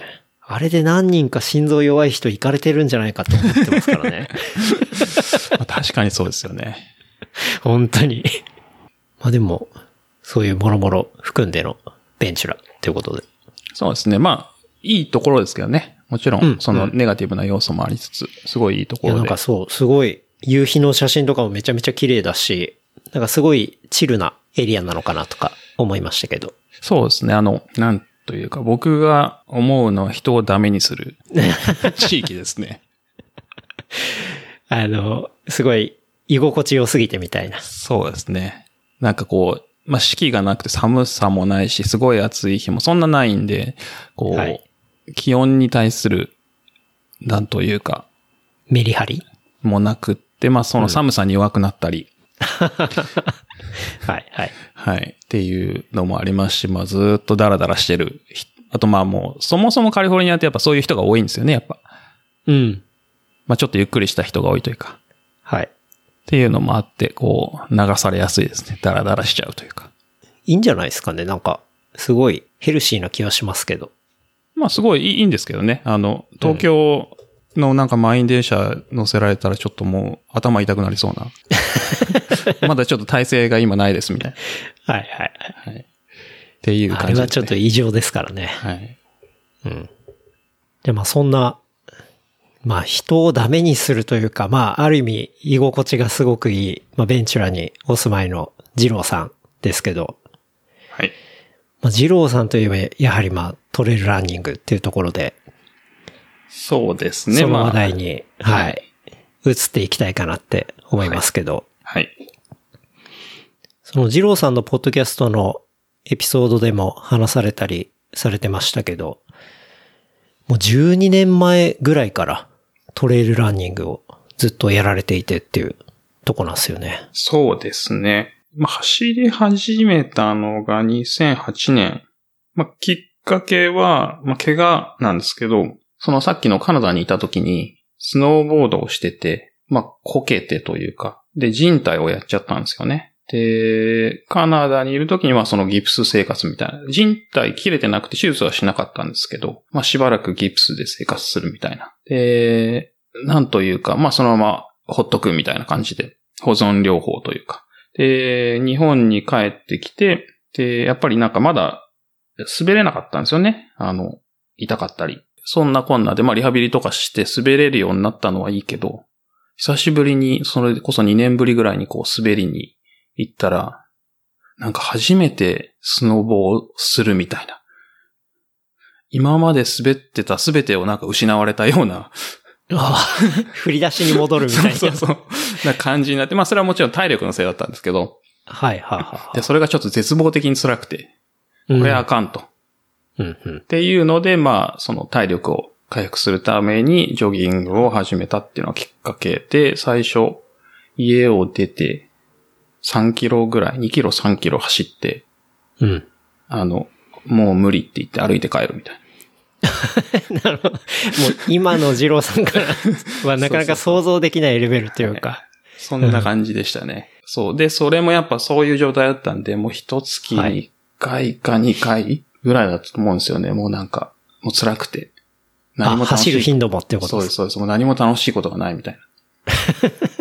B: あれで何人か心臓弱い人いかれてるんじゃないかと思ってますから ね。
C: まあ確かにそうですよね。
B: 本当に。まあでも、そういうもろもろ含んでのベンチュラということで。
C: そうですね。まあ、いいところですけどね。もちろ
B: うん
C: ん、そのネガティブな要素もありつつ、すごいいいと
B: い
C: こ
B: や、
C: ろ
B: なん
C: で
B: か。そう、すごい、夕日の写真とかもめちゃめちゃ綺麗だし、なんかすごいチルなエリアなのかなとか思いましたけど。
C: そうですね。あの、なんというか、僕が思うのは人をダメにする地域で すね。
B: あの、すごい、居心地良すぎてみたいな。
C: そうですね。なんかこう、まあ、四季がなくて寒さもないし、すごい暑い日もそんなないんで、こう、
B: はい
C: 気温に対する、なんというか、
B: メリハリ
C: もなくって、まあ、その寒さに弱くなったり、
B: はい、はい。
C: はい、っていうのもありますし、まあ、ずーっとダラダラしてる人。あと、まあもう、そもそもカリフォルニアってやっぱそういう人が多いんですよね、やっぱ。
B: うん。
C: まあ、ちょっとゆっくりした人が多いというか、
B: はい。
C: っていうのもあって、こう、流されやすいですね。ダラダラしちゃうというか。
B: いいんじゃないですかね。なんか、すごいヘルシーな気はしますけど。
C: まあすごいいいいいんですけどね。あの、東京のなんか満員電車乗せられたらちょっともう頭痛くな りそうな。まだちょっと体勢が今ないですみたいな。
B: はい、はい、はい。
C: っていう
B: あれ
C: 感じです、ね。
B: はちょっと異常ですからね。
C: はい。
B: で、まあそんな、まあ人をダメにするというか、まあある意味居心地がすごくいい、まあベンチュラにお住まいの二郎さんですけど、
C: はい。
B: まあ二郎さんといえばやはりまあトレイルランニングっていうところで、
C: そうです
B: その
C: ま
B: 話
C: あ
B: 題に、はい、移っていきたいかなって思いますけど、
C: はい。
B: その二郎さんのポッドキャストのエピソードでも話されたりされてましたけど、もう12年前ぐらいからトレイルランニングをずっとやられていてっていうとこなんですよね。
C: そうですね。まあ、走り始めたのが2008年。まあ、きっかけは、まあ、怪我なんですけど、そのさっきのカナダにいた時に、スノーボードをしてて、まあ、こけてというか、で、人体をやっちゃったんですよね。で、カナダにいる時にはそのギプス生活みたいな。人体切れてなくて手術はしなかったんですけど、まあしばらくギプスで生活するみたいな。で、なんというか、まあそのままほっとくみたいな感じで、保存療法というか。で、日本に帰ってきて、で、やっぱりなんかまだ滑れなかったんですよね。あの、痛かったり。そんなこんなで、まあリハビリとかして滑れるようになったのはいいけど、久しぶりに、それこそ2年ぶりぐらいにこう滑りに行ったら、なんか初めてスノボをするみたいな。今まで滑ってた全てをなんか失われたような、
B: ああ、振り出しに戻るみたい
C: そう
B: な。
C: そうそう、な感じになって、まあそれはもちろん体力のせいだったんですけど、
B: はいはいは
C: で、それがちょっと絶望的に辛くて、
B: い。
C: これはあかんと。
B: うんうん。
C: っていうので、まあ、その体力を回復するためにジョギングを始めたっていうのがきっかけで、最初、家を出て、3キロぐらい、2キロ3キロ走って、
B: うん。
C: あの、もう無理って言って歩いて帰るみたい
B: な
C: な。
B: るほど。もう今の二郎さんからはなかなか想像できないレベルというか。
C: そんな感じでしたね。そう。で、それもやっぱそういう状態だったんで、もう一月に1回か2回ぐらいだと思うんですよね。もうなんか、もう辛くて。
B: あ、
C: 楽しい
B: 走る頻度もっていうこ
C: そ
B: と
C: う
B: で
C: ですす、そうです。もう何も楽しいことがないみたいな。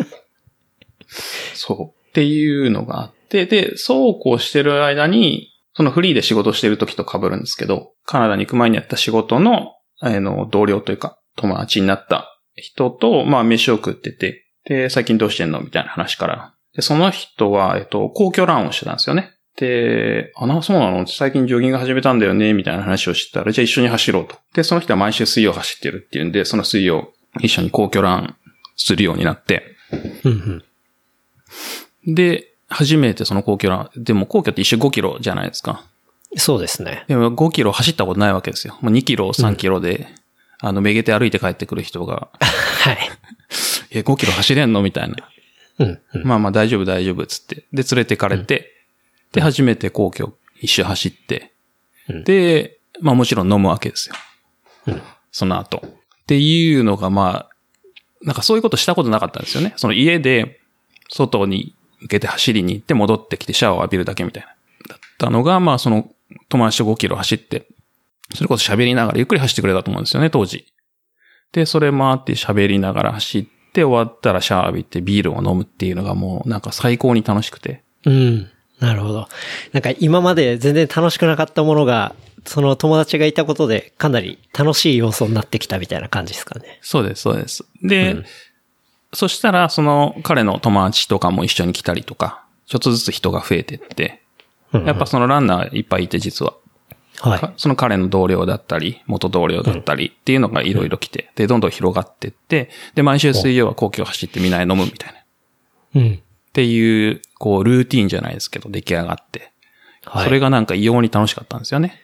C: そう。っていうのがあって、で、そうこうしてる間に、そのフリーで仕事してる時と被るんですけど、カナダに行く前にやった仕事の、あの、同僚というか、友達になった人と、まあ、飯を食ってて、で、最近どうしてんのみたいな話から。で、その人は、えっと、皇居ランをしてたんですよね。で、あ、な、そうなの最近ジョギング始めたんだよねみたいな話をしてたら、じゃあ一緒に走ろうと。で、その人は毎週水曜走ってるっていうんで、その水曜、一緒に皇居ランするようになって。
B: うん
C: で、初めてその皇居ラン、でも皇居って一周5キロじゃないですか。
B: うん。そうですね。
C: でも5キロ走ったことないわけですよ。もう2キロ、3キロで、あの、めげて歩いて帰ってくる人が、
B: はい。
C: え、5キロ走れんのみたいな。
B: うんうん。
C: まあまあ大丈夫大丈夫っつって。で、連れてかれて、で、初めて皇居一周走って、
B: うん
C: で、まあもちろん飲むわけですよ。
B: うん
C: その後。っていうのがまあ、なんかそういうことしたことなかったんですよね。その家で、外に向けて走りに行って戻ってきてシャワーを浴びるだけみたいな。だったのが、まあその友達と5キロ走って、それこそ喋りながらゆっくり走ってくれたと思うんですよね、当時。で、それもあって喋りながら走って終わったらシャワー浴びてビールを飲むっていうのがもうなんか最高に楽しくて。
B: うん。なるほど。なんか今まで全然楽しくなかったものが、その友達がいたことでかなり楽しい要素になってきたみたいな感じですかね。
C: そうです、そうです。で、
B: うん
C: そしたらその彼の友達とかも一緒に来たりとか、ちょっとずつ人が増えてって、
B: うんうん
C: やっぱ、そのランナーいっぱいいて実は。
B: はい。
C: かその彼の同僚だったり、元同僚だったりっていうのがいろいろ来て、で、どんどん広がってって、で、毎週水曜は皇居を走ってみんなで飲むみたいな。っ
B: うん。
C: ていう、こう、ルーティンじゃないですけど、出来上がって。
B: はい。
C: それがなんか異様に楽しかったんですよね。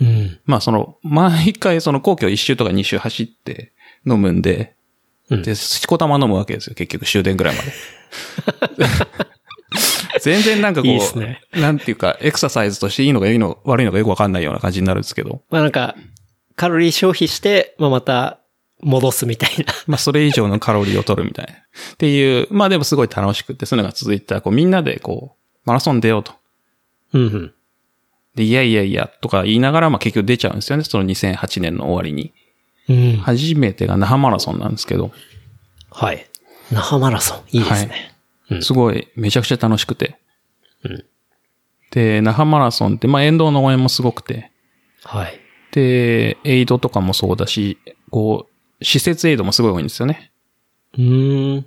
B: うん。
C: まあその、毎回その皇居1周とか2周走って飲むんで、
B: うん
C: で、しこたま飲むわけですよ、結局終電ぐらいま で。全然なんかこう
B: いいっすね
C: なんていうか、エクササイズとしていいのかいいのか悪いのかよくわかんないような感じになるんですけど、
B: まあなんか、カロリー消費して、まあまた戻すみたいな。
C: まあそれ以上のカロリーを取るみたいな。っていう、まあでもすごい楽しくて、そういうのが続いたら、こうみんなでこう、マラソン出ようと。
B: うんうん。
C: で、いやいやいや、とか言いながら、まあ結局出ちゃうんですよね、その2008年の終わりに。
B: うん。はい。
C: 初めてが那覇マラソンなんですけど、
B: 那覇マラソン、いいですね。うん
C: すごい、めちゃくちゃ楽しくて。
B: うん
C: で、那覇マラソンって、まあ、沿道の応援もすごくて、
B: はい。
C: で、エイドとかもそうだし、こう、施設エイドもすごい多いんですよね。
B: うーん。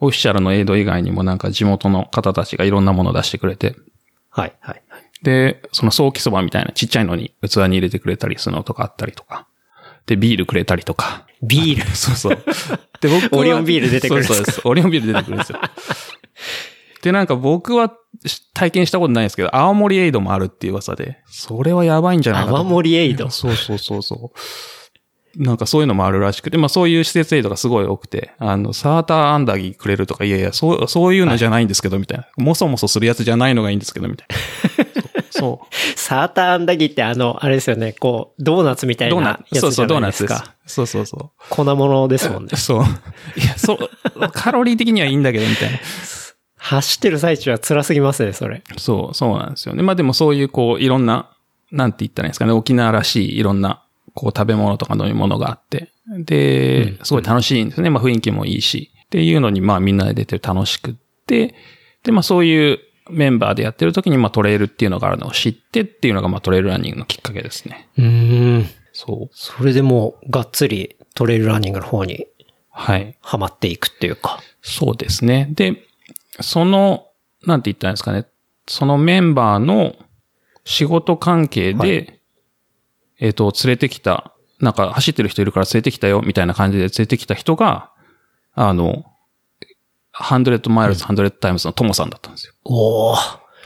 C: オフィシャルのエイド以外にもなんか地元の方たちがいろんなものを出してくれて、
B: はい、はい。
C: で、その早期そばみたいなちっちゃいのに器に入れてくれたりするのとかあったりとか、で、ビールくれたりとか、
B: ビール。
C: そうそう。で、僕は
B: オリオンビール出てくるんです
C: そ
B: か
C: うそうです。オリオンビール出てくるんですよ。で、なんか僕はし体験したことないんですけど、青森エイドもあるっていう噂で、それはやばいんじゃないかと
B: 泡盛エイド。
C: そうそうそうそう。なんかそういうのもあるらしくて、まあそういう施設エイドがすごい多くて、あの、サーターアンダギーくれるとか、いやいや、そう、そういうのじゃないんですけど、みたいな。もそもそするやつじゃないのがいいんですけど、みたいな。そう。そう
B: サーターアンダギーってあの、あれですよね、こう、ドーナツみたい
C: ドー
B: な
C: ナツ、
B: や
C: そう
B: つじ
C: そう、
B: ゃ
C: ドー
B: ない
C: ナ
B: で
C: ツ
B: す
C: です
B: か。。
C: そうそうそう。
B: 粉物ですもんね。
C: そう。いや、そう、カロリー的にはいいんだけど、みたいな。
B: 走ってる最中は辛すぎますね、それ。
C: そう、そうなんですよね。まあでもそういうこう、いろんな、なんて言ったらいいんですかね、沖縄らしいいろんな、こう食べ物とか飲み物があって、で、すごい楽しいんですね。まあ雰囲気もいいし、っていうのにまあみんなで出て楽しくって、でまあそういうメンバーでやってる時にまあトレイルっていうのがあるのを知ってっていうのがまあトレイルランニングのきっかけですね。
B: うん。
C: そう。
B: それでもう、がっつりトレイルランニングの方に
C: はい。
B: はまっていくっていうか。
C: そうですね。で、その、なんて言ったらいいんですかね。そのメンバーの仕事関係で、
B: は
C: えっ、と、連れてきた、なんか走ってる人いるから連れてきたよ、みたいな感じで連れてきた人が、あの、100マイルズ、100タイムズのトモさんだったんですよ。
B: おお、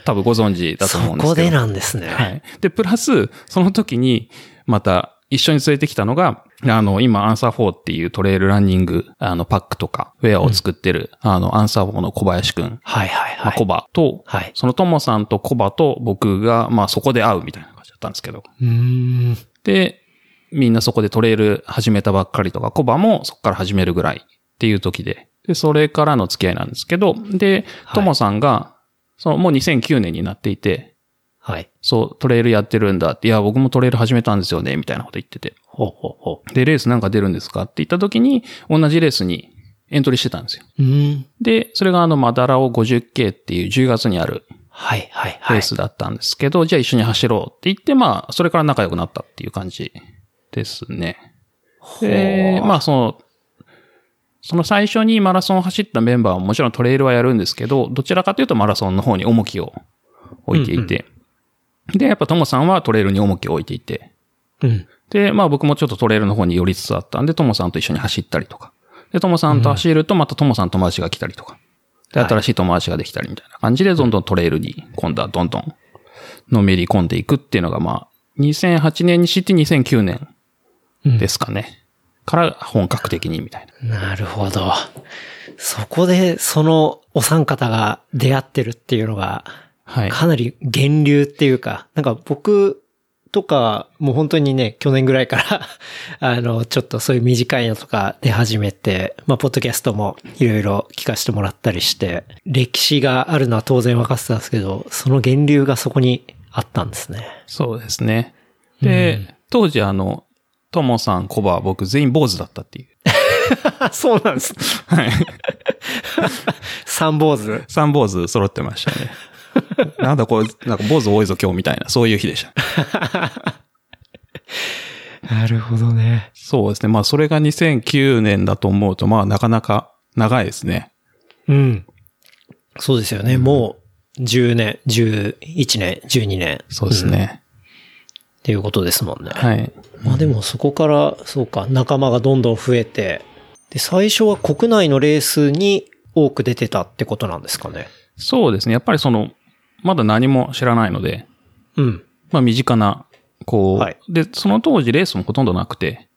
C: 多分ご存知だと
B: そ
C: 思うんですけど。
B: こでなんですね。
C: はい。で、プラス、その時に、また、一緒に連れてきたのが、あの、今、アンサー4っていうトレイルランニング、あの、パックとか、ウェアを作ってる、あの、アンサー4の小林くん、
B: はいはい
C: まあ、
B: は
C: コ
B: い。
C: バと、
B: はい。
C: そのともさんとコバと僕が、まあ、そこで会うみたいな感じだったんですけど。
B: うーん。
C: で、みんなそこでトレイル始めたばっかりとか、コバもそこから始めるぐらいっていう時で。で、それからの付き合いなんですけど、で
B: は、い
C: ともさんが、その、もう2009年になっていて、
B: はい。
C: そう、トレイルやってるんだって、いや、僕もトレイル始めたんですよね、みたいなこと言ってて。
B: ほうほうほ
C: で、レースなんか出るんですかって言った時に、同じレースにエントリーしてたんですよ。
B: う。うん。
C: で、それがあの、マダラオ 50K っていう10月にある
B: はいはいは
C: レー
B: い。
C: スだったんですけど、じゃあ一緒に走ろうって言って、まあ、それから仲良くなったっていう感じですね。で、まあ、その、その最初にマラソンを走ったメンバーはもちろんトレイルはやるんですけど、どちらかというとマラソンの方に重きを置いていて、で、やっぱトモさんはトレイルに重きを置いていて、
B: うん。
C: で、まあ僕もちょっとトレイルの方に寄りつつあったんで、トモさんと一緒に走ったりとか、で、トモさんと走るとまたトモさん友達が来たりとか、で、
B: はい
C: 新しい友達ができたりみたいな感じで、どんどんトレイルに今度はどんどんのめり込んでいくっていうのが、まあ、2008年に知って2009年
B: うん
C: ですかね。から本格的にみたいな。
B: なるほど。そこで、そのお三方が出会ってるっていうのが、
C: はい。
B: かなり源流っていうか、なんか僕とか、もう本当にね、去年ぐらいから、 あの、ちょっとそういう短いのとか出始めて、まあ、ポッドキャストもいろいろ聞かせてもらったりして、歴史があるのは当然分かってたんですけど、その源流がそこにあったんですね。
C: そうですね。で、当時あの、ともさん、コバ、僕全員坊主だったっていう。
B: あ、そうなんです。
C: はい。
B: 三坊主。
C: 三坊主揃ってました ね。なんだこれ、なんか坊主多いぞ今日みたいな、そういう日でした。
B: なるほどね。
C: そうですね。まあそれが2009年だと思うと、まあなかなか長いですね。
B: うん。そうですよね。もう、10年、11年、12年。
C: そうです
B: んっ
C: ね。
B: ていうことですもんね。
C: はい。
B: まあでもそこから、そうか、仲間がどんどん増えて、で、最初は国内のレースに多く出てたってことなんですかね。
C: そうですね。やっぱりその、まだ何も知らないので、
B: うん。
C: まあ身近な、こう、
B: はい
C: で、その当時レースもほとんどなくて、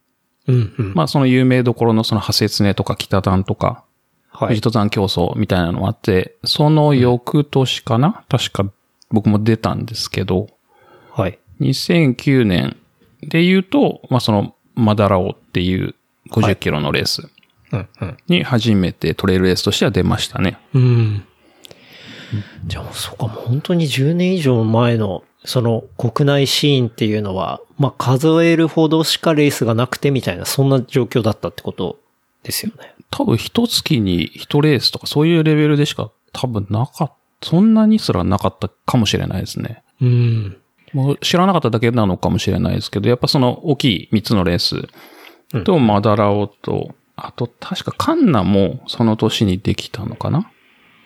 B: うん、うん。
C: まあその有名どころのその派切ねとか北丹とか、
B: は
C: 富士
B: い。
C: 登山競争みたいなのもあって、その翌年かな確か僕も出たんですけど、
B: はい。
C: 2009年で言うと、まあそのマダラオっていう50キロのレース
B: うん、うん。
C: に初めてトレイルレースとしては出ましたね。
B: うん。じゃあもうそうか、もう本当に10年以上前の、その国内シーンっていうのは、まあ数えるほどしかレースがなくてみたいな、そんな状況だったってことですよね。
C: 多分一月に一レースとかそういうレベルでしか多分なかった、そんなにすらなかったかもしれないですね。
B: うん。
C: もう知らなかっただけなのかもしれないですけど、やっぱその大きい3つのレースとマダラオと、あと確かカンナもその年にできたのかな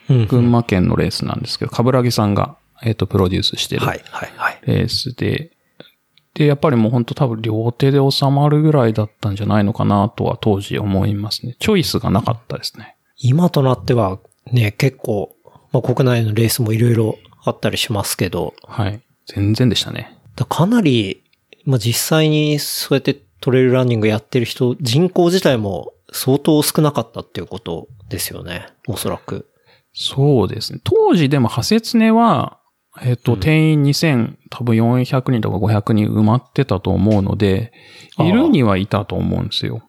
B: うん。
C: 群馬県のレースなんですけど、カブラギさんが、えっ、と、プロデュースしてる
B: はい、はい、はい。
C: レースで、で、やっぱりもう本当多分両手で収まるぐらいだったんじゃないのかなとは当時思いますね。チョイスがなかったですね。
B: 今となってはね、結構、まあ、国内のレースもいろいろあったりしますけど、
C: はい。全然でしたね。
B: だかなり、まあ、実際にそうやってトレイルランニングやってる人、人口自体も相当少なかったっていうことですよね。おそらく。
C: そうですね。当時でも、ハセツネは、えっ、と、
B: うん
C: 定員2000、多分400人とか500人埋まってたと思うので、
B: あー
C: いるにはいたと思うんですよ。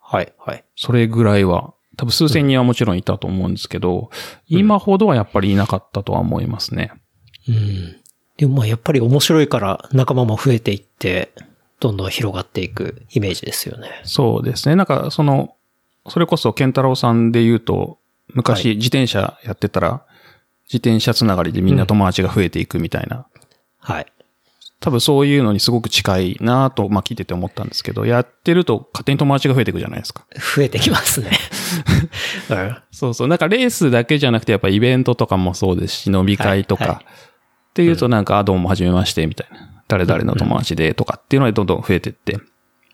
B: はい、はい。
C: それぐらいは多分数千人はもちろんいたと思うんですけど、今ほどはやっぱりいなかったとは思いますね。
B: うん。でもまあやっぱり面白いから仲間も増えていって、どんどん広がっていくイメージですよね。
C: そうですね。なんか、その、それこそ、ケンタロウさんで言うと、昔、自転車やってたら、自転車つながりでみんな友達が増えていくみたいな。
B: はい。
C: 多分そういうのにすごく近いなぁと、まあ聞いてて思ったんですけど、やってると勝手に友達が増えていくじゃないですか。
B: 増えてきますね。 うん
C: そうそう。なんかレースだけじゃなくて、やっぱイベントとかもそうですし、飲み会とか。
B: はいはい
C: っていうとなんか、あ、どうも初めまして、みたいな。誰々の友達でとかっていうのでどんどん増えてって。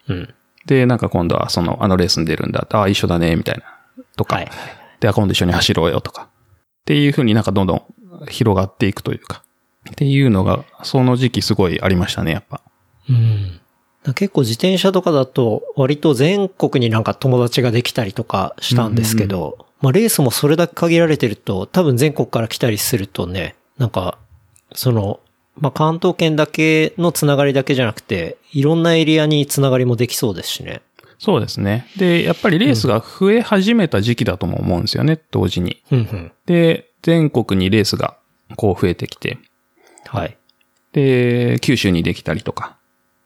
B: うん。
C: で、なんか今度はその、あのレースに出るんだ。あ、一緒だね、みたいな。とか。
B: はい
C: で、あ今度一緒に走ろうよ、とか。っていうふうになんかどんどん広がっていくというか。っていうのが、その時期すごいありましたね、やっぱ。
B: うん。結構自転車とかだと割と全国になんか友達ができたりとかしたんですけど、まあレースもそれだけ限られてると多分全国から来たりするとね、なんかその、まあ関東圏だけのつながりだけじゃなくていろんなエリアにつながりもできそうですしね。
C: そうですね。で、やっぱりレースが増え始めた時期だとも思うんですよね、同時に。
B: うんうん。
C: で、全国にレースがこう増えてきて、
B: はい。
C: で、九州にできたりとか、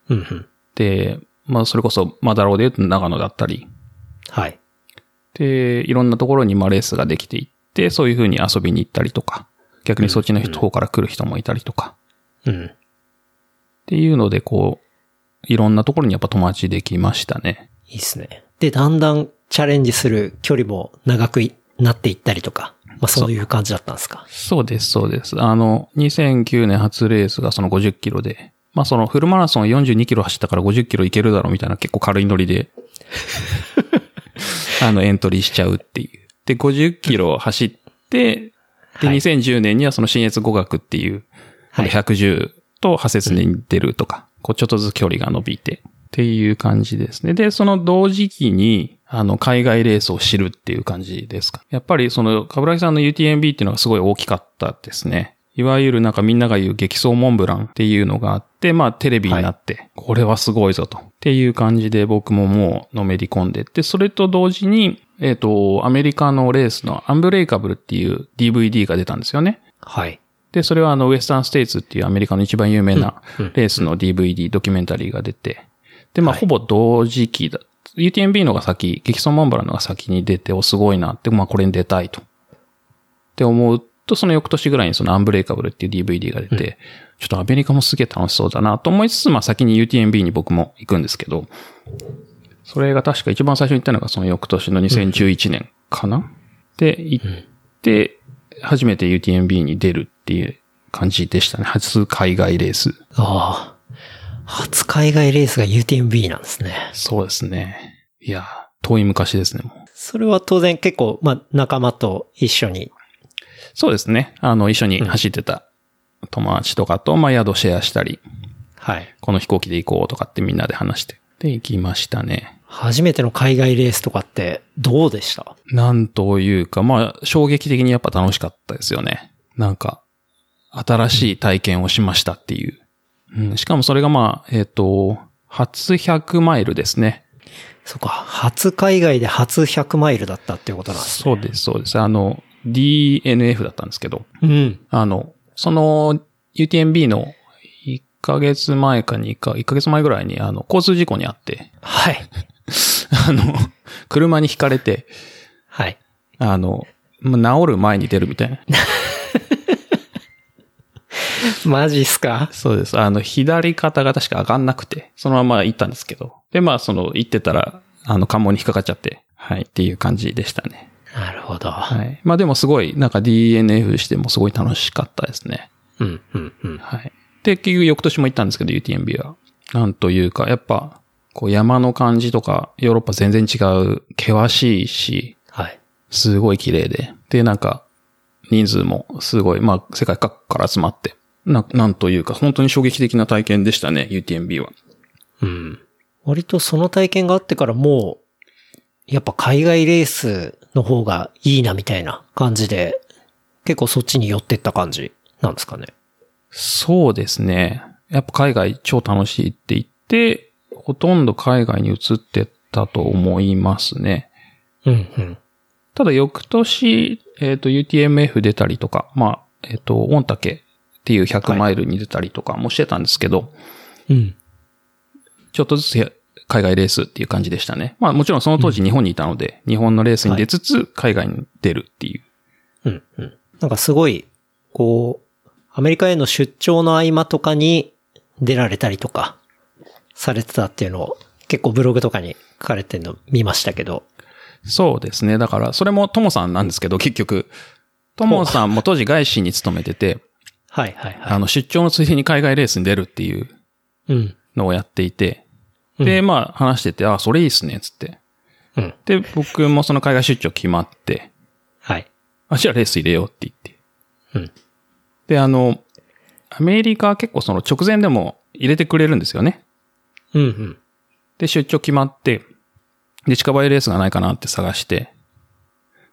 B: うんうん。
C: で、まあそれこそ、マダローで言うと長野だったり、
B: はい。
C: で、いろんなところにまあレースができていって、そういう風に遊びに行ったりとか、逆にそっちの方から来る人もいたりとか、
B: うん。
C: っていうので、こう、いろんなところにやっぱ友達できましたね。
B: いいっすね。で、だんだんチャレンジする距離も長くいなっていったりとか、まあそういう感じだったんですか。
C: そうです、そうです。あの、2009年初レースがその50キロで、まあそのフルマラソン42キロ走ったから50キロいけるだろうみたいな結構軽いノリで、あのエントリーしちゃうっていう。で、50キロ走って、で、
B: はい
C: 2010年にはその新越語学っていう、
B: はい
C: 110と派切に出るとか、こうちょっとずつ距離が伸びてっていう感じですね。で、その同時期に、あの、海外レースを知るっていう感じですか。やっぱりその、かぶらさんの UTMB っていうのがすごい大きかったですね。いわゆるなんかみんなが言う激走モンブランっていうのがあって、まあテレビになって、これはすごいぞと。っていう感じで僕ももうのめり込んでって、それと同時に、えっ、と、アメリカのレースのアンブレイカブルっていう DVD が出たんですよね。
B: はい。
C: で、それはあの、ウエスタンステイツっていうアメリカの一番有名なレースの DVD、ドキュメンタリーが出て、で、まあ、ほぼ同時期だ。UTMB のが先、激走モンブランのが先に出て、お、すごいなって、まあ、これに出たいと。って思うと、その翌年ぐらいにそのアンブレイカブルっていう DVD が出て、ちょっとアメリカもすげえ楽しそうだなと思いつつ、まあ、先に UTMB に僕も行くんですけど、それが確か一番最初に行ったのがその翌年の2011年かな、で、行って、初めて UTMB に出るっていう感じでしたね。初海外レース。
B: ああ。初海外レースが UTMB なんですね。
C: そうですね。いや、遠い昔ですね、もう。
B: それは当然結構、まあ仲間と一緒に。
C: そうですね。あの、一緒に走ってた友達とかと、まあ、宿シェアしたり、
B: はい。
C: この飛行機で行こうとかってみんなで話して。で、行きましたね。
B: 初めての海外レースとかってどうでした
C: なんというか、まあ、衝撃的にやっぱ楽しかったですよね。なんか、新しい体験をしましたっていう。うん、しかもそれがまあ、えっ、と、初100マイルですね。
B: そっか、初海外で初100マイルだったっていうことなんです。
C: そうです、そうです。あの、DNF だったんですけど、
B: うん。
C: あの、その UTMB の1ヶ月前か2か、1ヶ月前ぐらいに、あの、交通事故にあって、
B: はい。
C: あの、車にひかれて、
B: はい。
C: あの、ま治る前に出るみたいな。
B: マジっすか
C: そうです。あの、左肩が確か上がんなくて、そのまま行ったんですけど。で、まあ、その、行ってたら、あの、関門に引っかかっちゃって、はい、っていう感じでしたね。
B: なるほど。
C: はい。まあ、でもすごい、なんか DNF してもすごい楽しかったですね。
B: うん、うん、うん。
C: はい。で、結局翌年も行ったんですけど、UTMB は。なんというか、やっぱ、こう山の感じとか、ヨーロッパ全然違う、険しいし、
B: はい。
C: すごい綺麗で。で、なんか、人数もすごい、まあ、世界各国から集まって。な、なんというか、本当に衝撃的な体験でしたね、UTMB は。
B: うん。割とその体験があってからもう、やっぱ海外レースの方がいいなみたいな感じで、結構そっちに寄ってった感じなんですかね。
C: そうですね。やっぱ海外超楽しいって言って、ほとんど海外に移ってったと思いますね。
B: うんうん。
C: ただ翌年、えっ、と、UTMF 出たりとか、まあ、えっ、と、御嶽っていう100マイルに出たりとかもしてたんですけど、
B: うん。
C: ちょっとずつや海外レースっていう感じでしたね。まあもちろんその当時日本にいたので、日本のレースに出つつ海外に出るっていう。
B: うん。うん。なんかすごい、こう、アメリカへの出張の合間とかに出られたりとか、されてたっていうのを、結構ブログとかに書かれてるの見ましたけど。
C: そうですね。だからそれもトモさんなんですけど、結局、トモさんも当時外資に勤めてて、
B: はいはいは
C: あの出張のついでに海外レースに出るっていう
B: い。うん。
C: のをやっていて、で、
B: う
C: まあ話してて、あ、それいいっすね、つって。
B: うん。
C: で、僕もその海外出張決まって、
B: はい。
C: あ、じゃあレース入れようって言って。
B: うん。
C: で、あの、アメリカは結構その直前でも入れてくれるんですよね。
B: うんうん。
C: で、出張決まって、で、近場へレースがないかなって探して、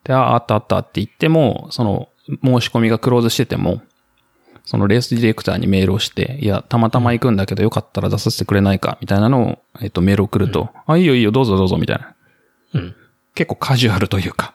C: で、あ、あったあったって言っても、その、申し込みがクローズしてても、そのレースディレクターにメールをして、いや、たまたま行くんだけどよかったら出させてくれないか、みたいなのを、えっと、メール送ると、あ、いいよいいよ、どうぞどうぞ、みたいな。
B: うん。
C: 結構カジュアルというか。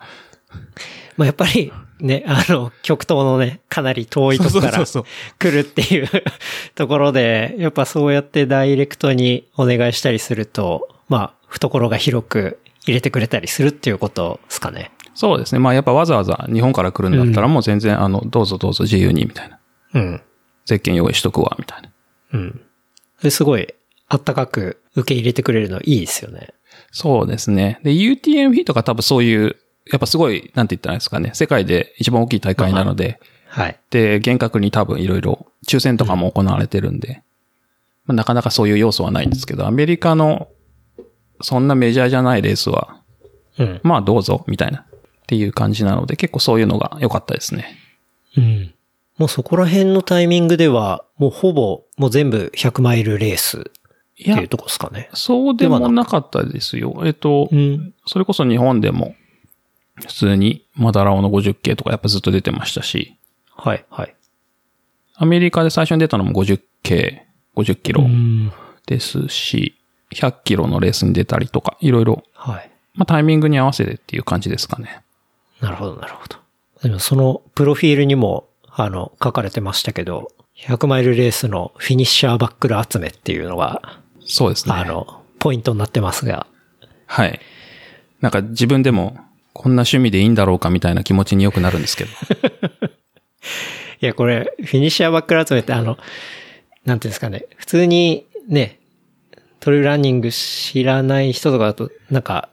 B: まあ、やっぱり、ね、あの、極東のね、かなり遠いとこから
C: そう。
B: 来るっていう ところで、やっぱそうやってダイレクトにお願いしたりすると、まあ、懐が広く入れてくれたりするっていうことですかね。
C: そうですね。まあ、やっぱわざわざ日本から来るんだったらもう全然、あの、どうぞどうぞ自由に、みたいな。
B: うん。
C: ゼッケン用意しとくわ、みたいな。
B: うん。ですごい、あったかく受け入れてくれるのいいですよね。
C: そうですね。で、UTMB とか多分そういう、やっぱすごい、なんて言ったらいいですかね。世界で一番大きい大会なので、
B: はい。
C: で、厳格に多分いろいろ、抽選とかも行われてるんで、まあなかなかそういう要素はないんですけど、アメリカの、そんなメジャーじゃないレースは、
B: うん。
C: まあどうぞ、みたいな、っていう感じなので、結構そういうのが良かったですね。
B: うん。もうそこら辺のタイミングでは、もうほぼ、もう全部100マイルレースって
C: いや
B: いう、とこですかね。
C: そうでもなかったですよ。えっと、
B: うん。
C: それこそ日本でも、普通にマダラオの 50K とかやっぱずっと出てましたし、
B: はい、はい。
C: アメリカで最初に出たのも 50K、50キロ
B: ん。
C: ですし、100キロのレースに出たりとか、いろいろ、
B: はい。
C: まあ、タイミングに合わせてっていう感じですかね。
B: なるほど、なるほど。でもそのプロフィールにも、あの、書かれてましたけど、100マイルレースのフィニッシャーバックル集めっていうのが、
C: そうです
B: あ
C: ね。
B: の、ポイントになってますが。
C: はい。なんか自分でも、こんな趣味でいいんだろうかみたいな気持ちによくなる んですけど。
B: いや、これ、フィニッシャーバックル集めってあの、なんていうんですかね、普通にね、トレイルランニング知らない人とかだと、なんか、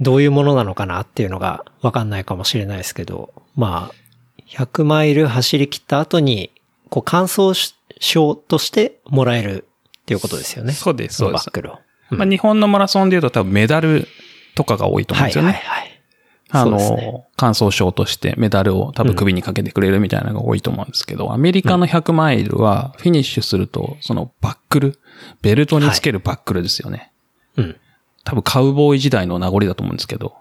B: どういうものなのかなっていうのがわかんないかもしれないですけど、まあ、100マイル走り切った後に、こう、感想賞としてもらえるっていうことですよね。
C: そうです
B: その
C: そうです
B: バックルを。
C: まあ、日本のマラソンで言うと多分メダルとかが多いと思う
B: は
C: んで
B: い
C: すよ
B: はい
C: ね。
B: はい。
C: あ
B: そう
C: の、
B: ですね
C: 感想賞としてメダルを多分首にかけてくれるみたいなのが多いと思うんですけど、アメリカの100マイルはフィニッシュすると、そのバックル、ベルトにつけるバックルですよね。
B: うん。
C: 多分カウボーイ時代の名残だと思うんですけど。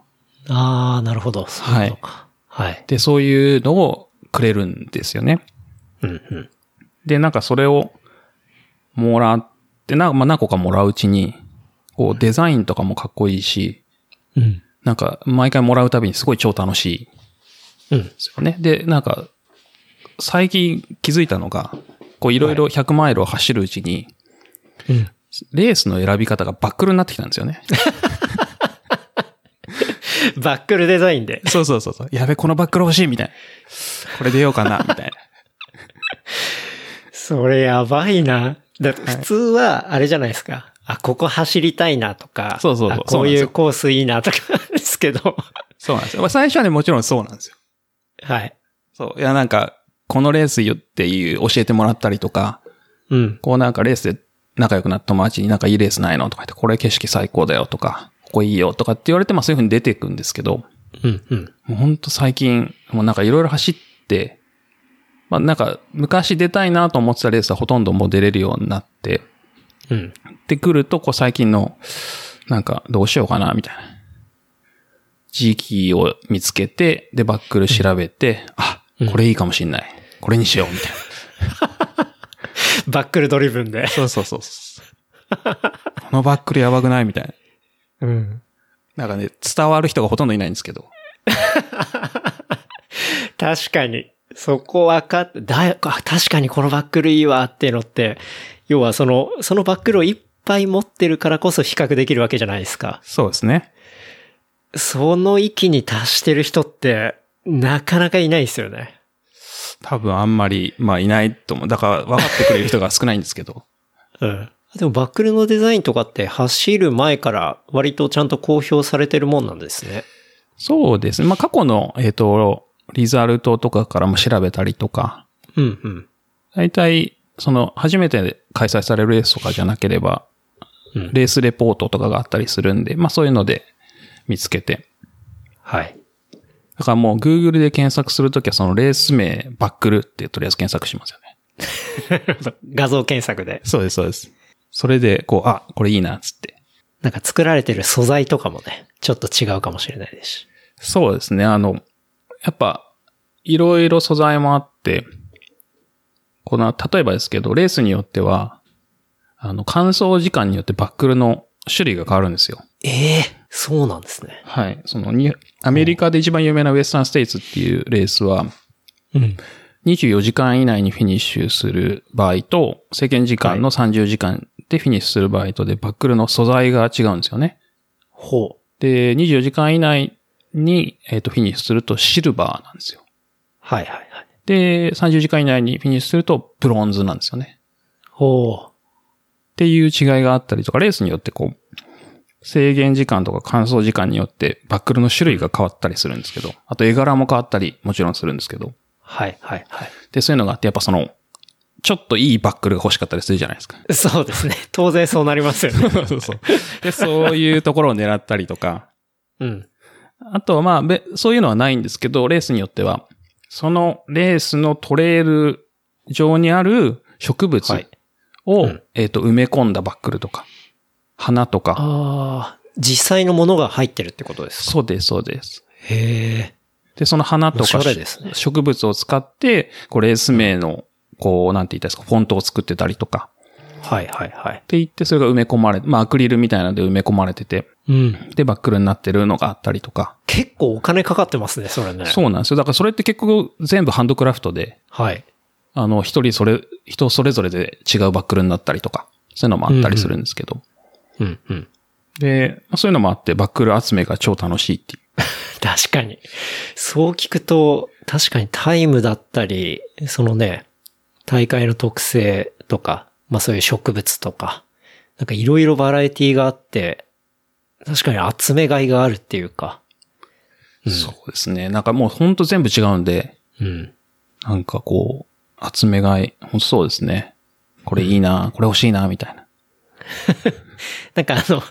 B: ああ、なるほど。そういうことか。はい。
C: で、そういうのをくれるんですよね。
B: うんうん。
C: で、なんかそれをもらって、なまあ、何個かもらううちに、こうデザインとかもかっこいいし、
B: うん。
C: なんか毎回もらうたびにすごい超楽しい
B: うん。
C: ですよね。で、なんか、最近気づいたのが、こういろいろ100マイルを走るうちに、
B: うん。
C: レースの選び方がバックルになってきたんですよね。
B: バックルデザインで。
C: そうそうそうそう。やべ、このバックル欲しいみたいな。これ出ようかな、みたいな。
B: それやばいな。だって普通は、あれじゃないですか。あ、ここ走りたいなとか。
C: そうそう
B: あ
C: そうそう
B: こ
C: なん
B: う
C: です
B: い
C: よ
B: うコースいいなとかですけ ど。
C: そうなんですよ。まあ最初はね、もちろんそうなんですよ。
B: はい。
C: そう。いや、なんか、このレースよっていう教えてもらったりとか、
B: うん。
C: こうなんかレースで仲良くなった友達になんかいいレースないのとか言って、これ景色最高だよとか、ここいいよとかって言われて、まあそういう風に出ていくんですけど、
B: うん。うん。
C: もうほんと最近、もうなんかいろいろ走って、まあなんか昔出たいなと思ってたレースはほとんどもう出れるようになって、
B: うん。
C: ってくると、こう最近の、なんかどうしようかな、みたいな。時期を見つけて、で、バックル調べて、あ、これいいかもしんない。これにしよう、みたいな。
B: バックルドリブンで。
C: そうそうそう。このバックルやばくないみたい
B: うん。
C: な。なんかね、伝わる人がほとんどいないんですけど。
B: 確かに。そこ分かって、だよ、あ確かにこのバックルいいわっていうのって、要はその、そのバックルをいっぱい持ってるからこそ比較できるわけじゃないですか。
C: そうですね。
B: その域に達してる人って、なかなかいないですよね。
C: 多分あんまり、まあいないと思う。だから分かってくれる人が少ないんですけど。
B: うん。でもバックルのデザインとかって走る前から割とちゃんと公表されてるもんなんですね。
C: そうですね。まあ過去の、えっ、と、リザルトとかからも調べたりとか、
B: うんうん。
C: 大体、その、初めて開催されるレースとかじゃなければ、
B: うん
C: レースレポートとかがあったりするんで、まあそういうので見つけて。
B: はい。
C: だからもう Google で検索するときはそのレース名、バックルってとりあえず検索しますよね。
B: 画像検索で。
C: そうです、そうです。それで、こう、あ、これいいな、つって。
B: なんか作られてる素材とかもね、ちょっと違うかもしれないですし。
C: そうですね。あの、やっぱ、いろいろ素材もあって、この、例えばですけど、レースによっては、あの、乾燥時間によってバックルの種類が変わるんですよ。
B: ええそうなんですね。
C: はい。そのに、アメリカで一番有名なウエスタンステイツっていうレースは、
B: うん。
C: 24時間以内にフィニッシュする場合と、制限時間の30時間でフィニッシュする場合とで、バックルの素材が違うんですよね。
B: ほう。
C: で、24時間以内に、えっとフィニッシュするとシルバーなんですよ。
B: はいはいはい。
C: で、30時間以内にフィニッシュするとブロンズなんですよね。
B: ほ
C: っていう違いがあったりとか、レースによってこう、制限時間とか乾燥時間によってバックルの種類が変わったりするんですけど、あと絵柄も変わったりもちろんするんですけど、
B: う。はいはいはい。
C: で、そういうのがあって、やっぱその、ちょっといいバックルが欲しかったりするじゃないですか。
B: そうですね。当然 そうなりますよ ね。
C: そうそう。 で、そういうところを狙ったりとか、
B: うん。
C: あとはまあ、べそういうのはないんですけど、レースによっては、そのレースのトレール上にある植物
B: はい
C: を、
B: うん
C: えっ、と、埋め込んだバックルとか、花とか、
B: ああ、実際のものが入ってるってことですか。
C: そうです、そうです。
B: へえ。
C: で、その花と
B: おしゃ
C: か、
B: れですね
C: 植物を使って、こう、レース名の、こう、なんて言ったらいいですか、フォントを作ってたりとか、
B: はいはいはい
C: っ。て言って、それが埋め込まれ、まあ、アクリルみたいなので埋め込まれてて、
B: うん。
C: で、バックルになってるのがあったりとか、
B: 結構お金かかってますね、それね。う。
C: そうなんですよ。だからそれって結局全部ハンドクラフトで、
B: はい。
C: あの、一人それ、人それぞれで違うバックルになったりとか、そういうのもあったりするんですけど。
B: うんうん。
C: で、まあそういうのもあって、バックル集めが超楽しいっていう。
B: 確かに。そう聞くと、確かにタイムだったり、そのね、大会の特性とか、まあそういう植物とか、なんかいろいろバラエティがあって、確かに集めがいがあるっていうか、
C: そうですね。なんかもうほんと全部違うんで、
B: うん。
C: なんかこう、集めがい、ほんとそうですね。これいいな、これ欲しいな、みたいな。
B: なんかあの、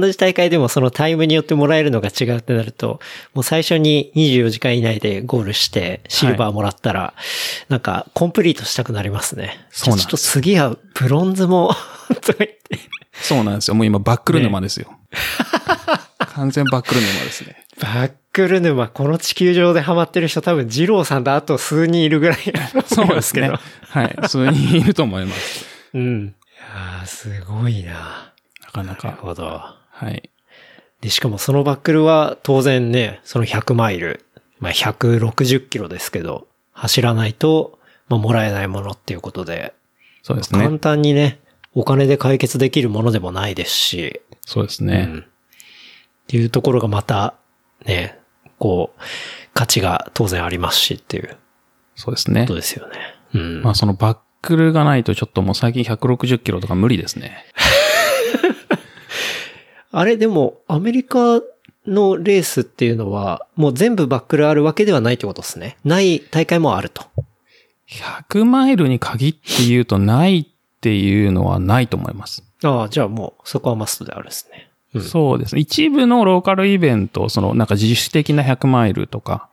B: 同じ大会でもそのタイムによってもらえるのが違うってなると、もう最初に24時間以内でゴールしてシルバーもらったら、なんかコンプリートしたくなりますね。
C: そうなん
B: ち
C: で
B: ょ
C: す
B: っと次はブロンズも、 とか言って。
C: そうなんですよ。もう今バックル沼ですよ。完全バックル沼ですね。
B: バックル沼、この地球上でハマってる人多分、二郎さんとあと数人いるぐらいだと
C: そ
B: 思
C: う
B: い
C: で
B: ます
C: す
B: けど。
C: ね。はい。数人いると思います。
B: うん。いやーすごいな。
C: なかな
B: なる
C: か。
B: ほど。
C: はい。
B: で、しかもそのバックルは当然ね、その100マイル、まあ、160キロですけど、走らないと、まあ、もらえないものっていうことで、
C: そうです
B: 簡
C: ね。
B: 単にね、お金で解決できるものでもないですし、
C: そうです
B: う
C: ね
B: ん。っていうところがまた、ね、こう、価値が当然ありますしっていう。
C: そうですね
B: こと。ですよね。うん。
C: まあそのバックルがないとちょっともう最近160キロとか無理ですね。
B: あれ、でも、アメリカのレースっていうのは、もう全部バックルあるわけではないってことですね。ない大会もあると。
C: 100マイルに限って言うとないっていうのはないと思います。
B: ああ、じゃあもう、そこはマストであるですね。うん。
C: そうですね。一部のローカルイベント、そのなんか自主的な100マイルとか、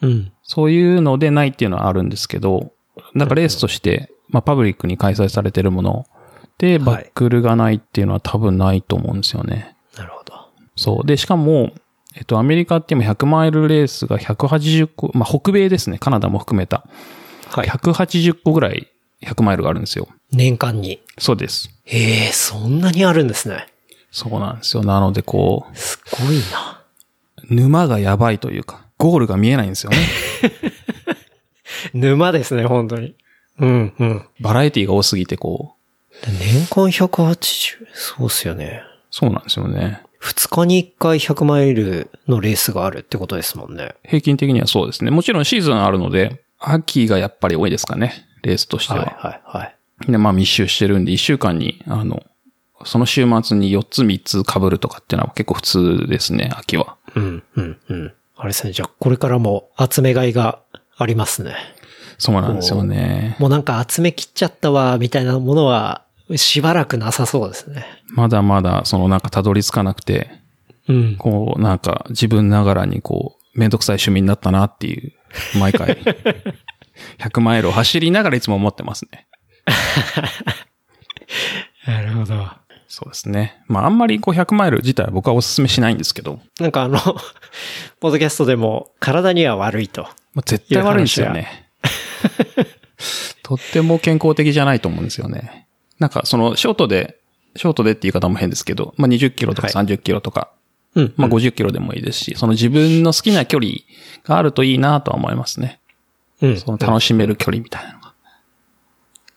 B: うん。
C: そういうのでないっていうのはあるんですけど、なんかレースとして、まあパブリックに開催されてるもので、
B: は
C: バ
B: い
C: ックルがないっていうのは多分ないと思うんですよね。
B: なるほど。
C: そう。で、しかも、えっと、アメリカって今100マイルレースが180個、まあ、北米ですね。カナダも含めた。
B: はい。
C: 180個ぐらい100マイルがあるんですよ。
B: 年間に。
C: そうです。
B: ええそんなにあるんですね。
C: そうなんですよ。なので、こ
B: すごいな。
C: う、沼がやばいというか。ゴールが見えない んですよね。
B: 沼ですね、本当に。うん、うん。
C: バラエティが多すぎてこう、
B: 年間180、そうっすよね。
C: そうなんですよね。
B: 2日に1回100マイルのレースがあるってことですもんね。
C: 平均的にはそうですね。もちろんシーズンあるので、秋がやっぱり多いですかね。レースとして
B: はい、
C: は。
B: はい、はい。
C: で、まあ密集してるんで、一週間に、あの、その週末に4つ3つ被るとかっていうのは結構普通ですね、秋は。
B: うん、うん、うん。あれですね、じゃあこれからも集め買いがありますね。
C: そうなんですよね。
B: もうなんか集め切っちゃったわ、みたいなものは、しばらくなさそうですね。
C: まだまだ、そのなんかたどり着かなくて、
B: うん。
C: こう、なんか自分ながらにこう、めんどくさい趣味になったなっていう、毎回。100マイルを走りながらいつも思ってますね。
B: なるほど。
C: そうですね。まああんまりこう100マイル自体は僕はお勧めしないんですけど、
B: なんかあの、 ポッドキャストでも体には悪いと。
C: まあ、絶対悪いんですよね。とっても健康的じゃないと思うんですよね。なんかそのショートで、ショートでって言い方も変ですけど、まあ20キロとか
B: は
C: 30キロとか、
B: うん。
C: まあ50キロでもいいですし、その自分の好きな距離があるといいなとは思いますね。
B: うん。
C: その楽しめる距離みたいなのが。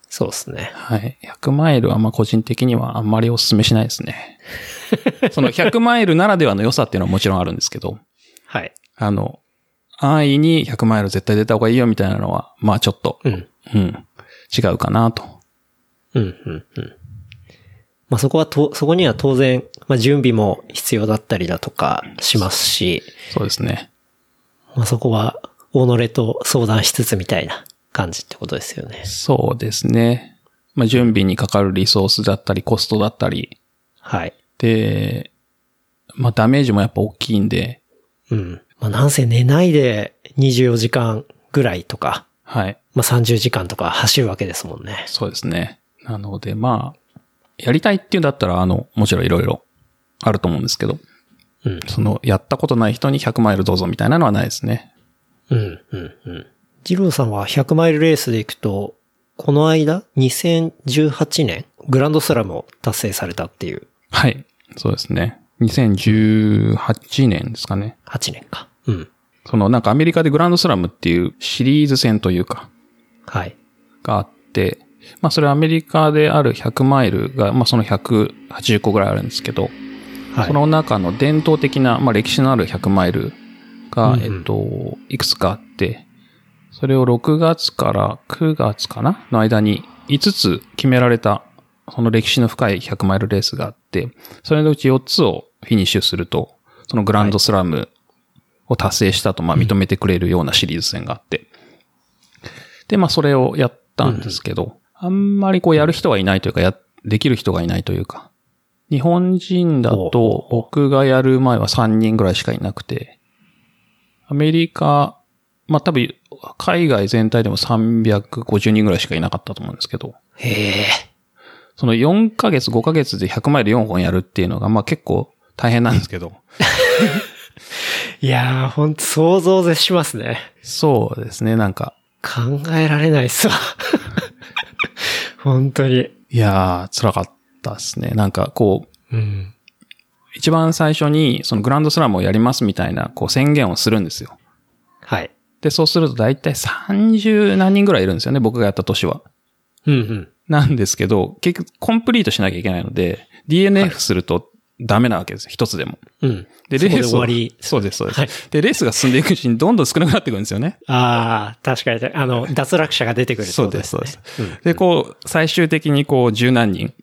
B: そうですね。
C: はい。100マイルはまあ個人的にはあんまりお勧めしないです ね。その100マイルならではの良さっていうのはもちろんあるんですけど、
B: はい。
C: あの、安易に100マイル絶対出た方がいいよみたいなのは、まあちょっと
B: うん。
C: うん。違うかなと。
B: うん、うん、うん。まあそこはと、そこには当然、まあ準備も必要だったりだとかしますし、
C: そうですね。
B: まあそこは、己と相談しつつみたいな感じってことですよね。
C: そうですね。まあ、準備にかかるリソースだったり、コストだったり、
B: はい。
C: で、まあ、ダメージもやっぱ大きいんで、
B: うん。まあなんせ寝ないで24時間ぐらいとか、
C: はい。
B: まあ30時間とか走るわけですもんね。
C: そうですね。なので、まあ、やりたいっていうんだったら、あの、もちろんいろいろあると思うんですけど、
B: うん。
C: その、やったことない人に100マイルどうぞみたいなのはないですね。
B: うん、うん、うん。ジローさんは100マイルレースで行くと、この間、2018年、グランドスラムを達成されたっていう、
C: はい。そうですね。2018年ですかね。
B: 8年か。うん。
C: そのなんかアメリカでグランドスラムっていうシリーズ戦というか、
B: はい。
C: があって、まあそれはアメリカである100マイルが、まあその180個ぐらいあるんですけど、
B: はい。
C: その中の伝統的な、まあ歴史のある100マイルが、
B: うんうん
C: えっと、いくつかあって、それを6月から9月かなの間に5つ決められた、その歴史の深い100マイルレースがあって、それのうち4つをフィニッシュすると、そのグランドスラムを達成したと、まあ認めてくれるようなシリーズ戦があって。で、まあそれをやったんですけど、あんまりこうやる人がいないというか、や、できる人がいないというか、日本人だと僕がやる前は3人ぐらいしかいなくて、アメリカ、まあ多分海外全体でも350人ぐらいしかいなかったと思うんですけど、
B: へえ。
C: その4ヶ月、5ヶ月で100マイル4本やるっていうのが、まあ結構大変なんですけど、
B: いやー、ほんと想像を絶しますね。
C: そうですね、なんか、
B: 考えられないっすわ。 本当に。
C: いやー、辛かったですね。なんかこう、
B: うん。
C: 一番最初にそのグランドスラムをやりますみたいなこう宣言をするんですよ。
B: はい。
C: で、そうすると大体30何人ぐらいいるんですよね、僕がやった年は。
B: うんうん。
C: なんですけど、結局コンプリートしなきゃいけないので、DNF するとダメなわけですよ、一つでも。
B: うん。
C: で、
B: そ
C: レ
B: こ
C: ー
B: で
C: スを
B: 終わり。
C: そうです、そうです、
B: はい
C: で、レースが進んでいくうちにどんどん少なくなってくるんですよね。
B: ああ、確かに。あの、脱落者が出てくるって
C: そ
B: こ
C: う
B: と
C: で、
B: ですす
C: そう
B: ね。
C: です。で、こう、最終的にこう、十何人、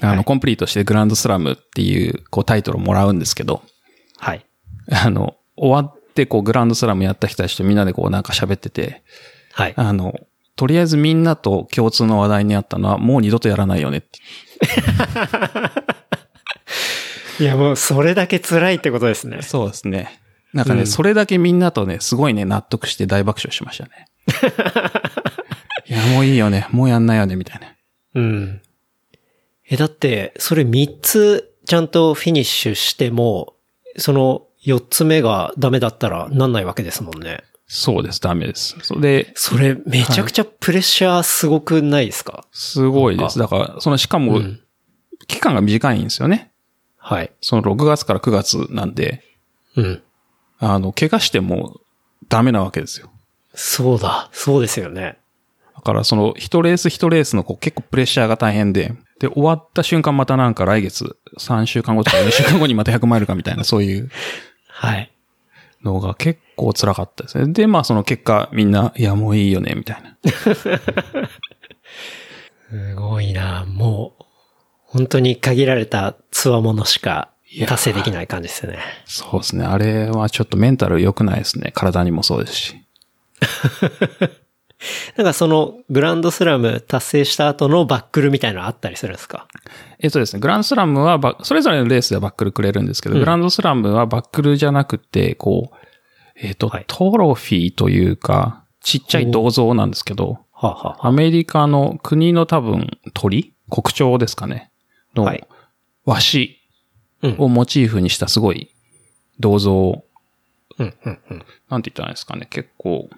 C: あ
B: は
C: の、
B: い
C: コンプリートしてグランドスラムっていう、こう、タイトルをもらうんですけど、
B: はい。
C: あの、終わって、こう、グランドスラムやった人たちとみんなでこう、なんか喋ってて、
B: はい。
C: あの、とりあえずみんなと共通の話題にあったのは、もう二度とやらないよねって。
B: いや、もう、それだけ辛いってことですね。
C: そうですね。なんかね、それだけみんなとね、すごいね、納得して大爆笑しま したね。いや、もういいよね。もうやんないよね、みたいな。
B: うん。え、だって、それ3つちゃんとフィニッシュしても、その4つ目がダメだったらなんないわけですもんね。
C: そうです、ダメです。それで、
B: それめちゃくちゃプレッシャーすごくないですか、
C: すごいです。だから、その、しかも
B: う、ん。
C: 期間が短いんですよね。
B: はい。
C: その6月から9月なんで、
B: うん。
C: あの、怪我してもダメなわけですよ。
B: そうだ。そうですよね。
C: だからその一レース一レースのこう結構プレッシャーが大変で、で、終わった瞬間またなんか来月、3週間後とか4週間後にまた100マイルかみたいな、そういう
B: はい。
C: のが結構辛かったですね。で、まあその結果みんな、いやもういいよね、みたいな。
B: すごいな。もう、本当に限られた強者しか達成できない感じですよね。
C: そうですね。あれはちょっとメンタル良くないですね。体にもそうですし。
B: なんかそのグランドスラム達成した後のバックルみたいなのあったりするんですか
C: えっとですね、グランドスラムはバ、それぞれのレースではバックルくれるんですけど、
B: うん
C: グランドスラムはバックルじゃなくて、こう、えっと、
B: はい
C: トロフィーというか、ちっちゃい銅像なんですけど、
B: はあ、は
C: アメリカの国の多分鳥国鳥ですかねの
B: はい
C: 和紙
B: うん
C: をモチーフにしたすごい銅像を、
B: うん、うん、うん。
C: なんて言ったらいいですかね、結構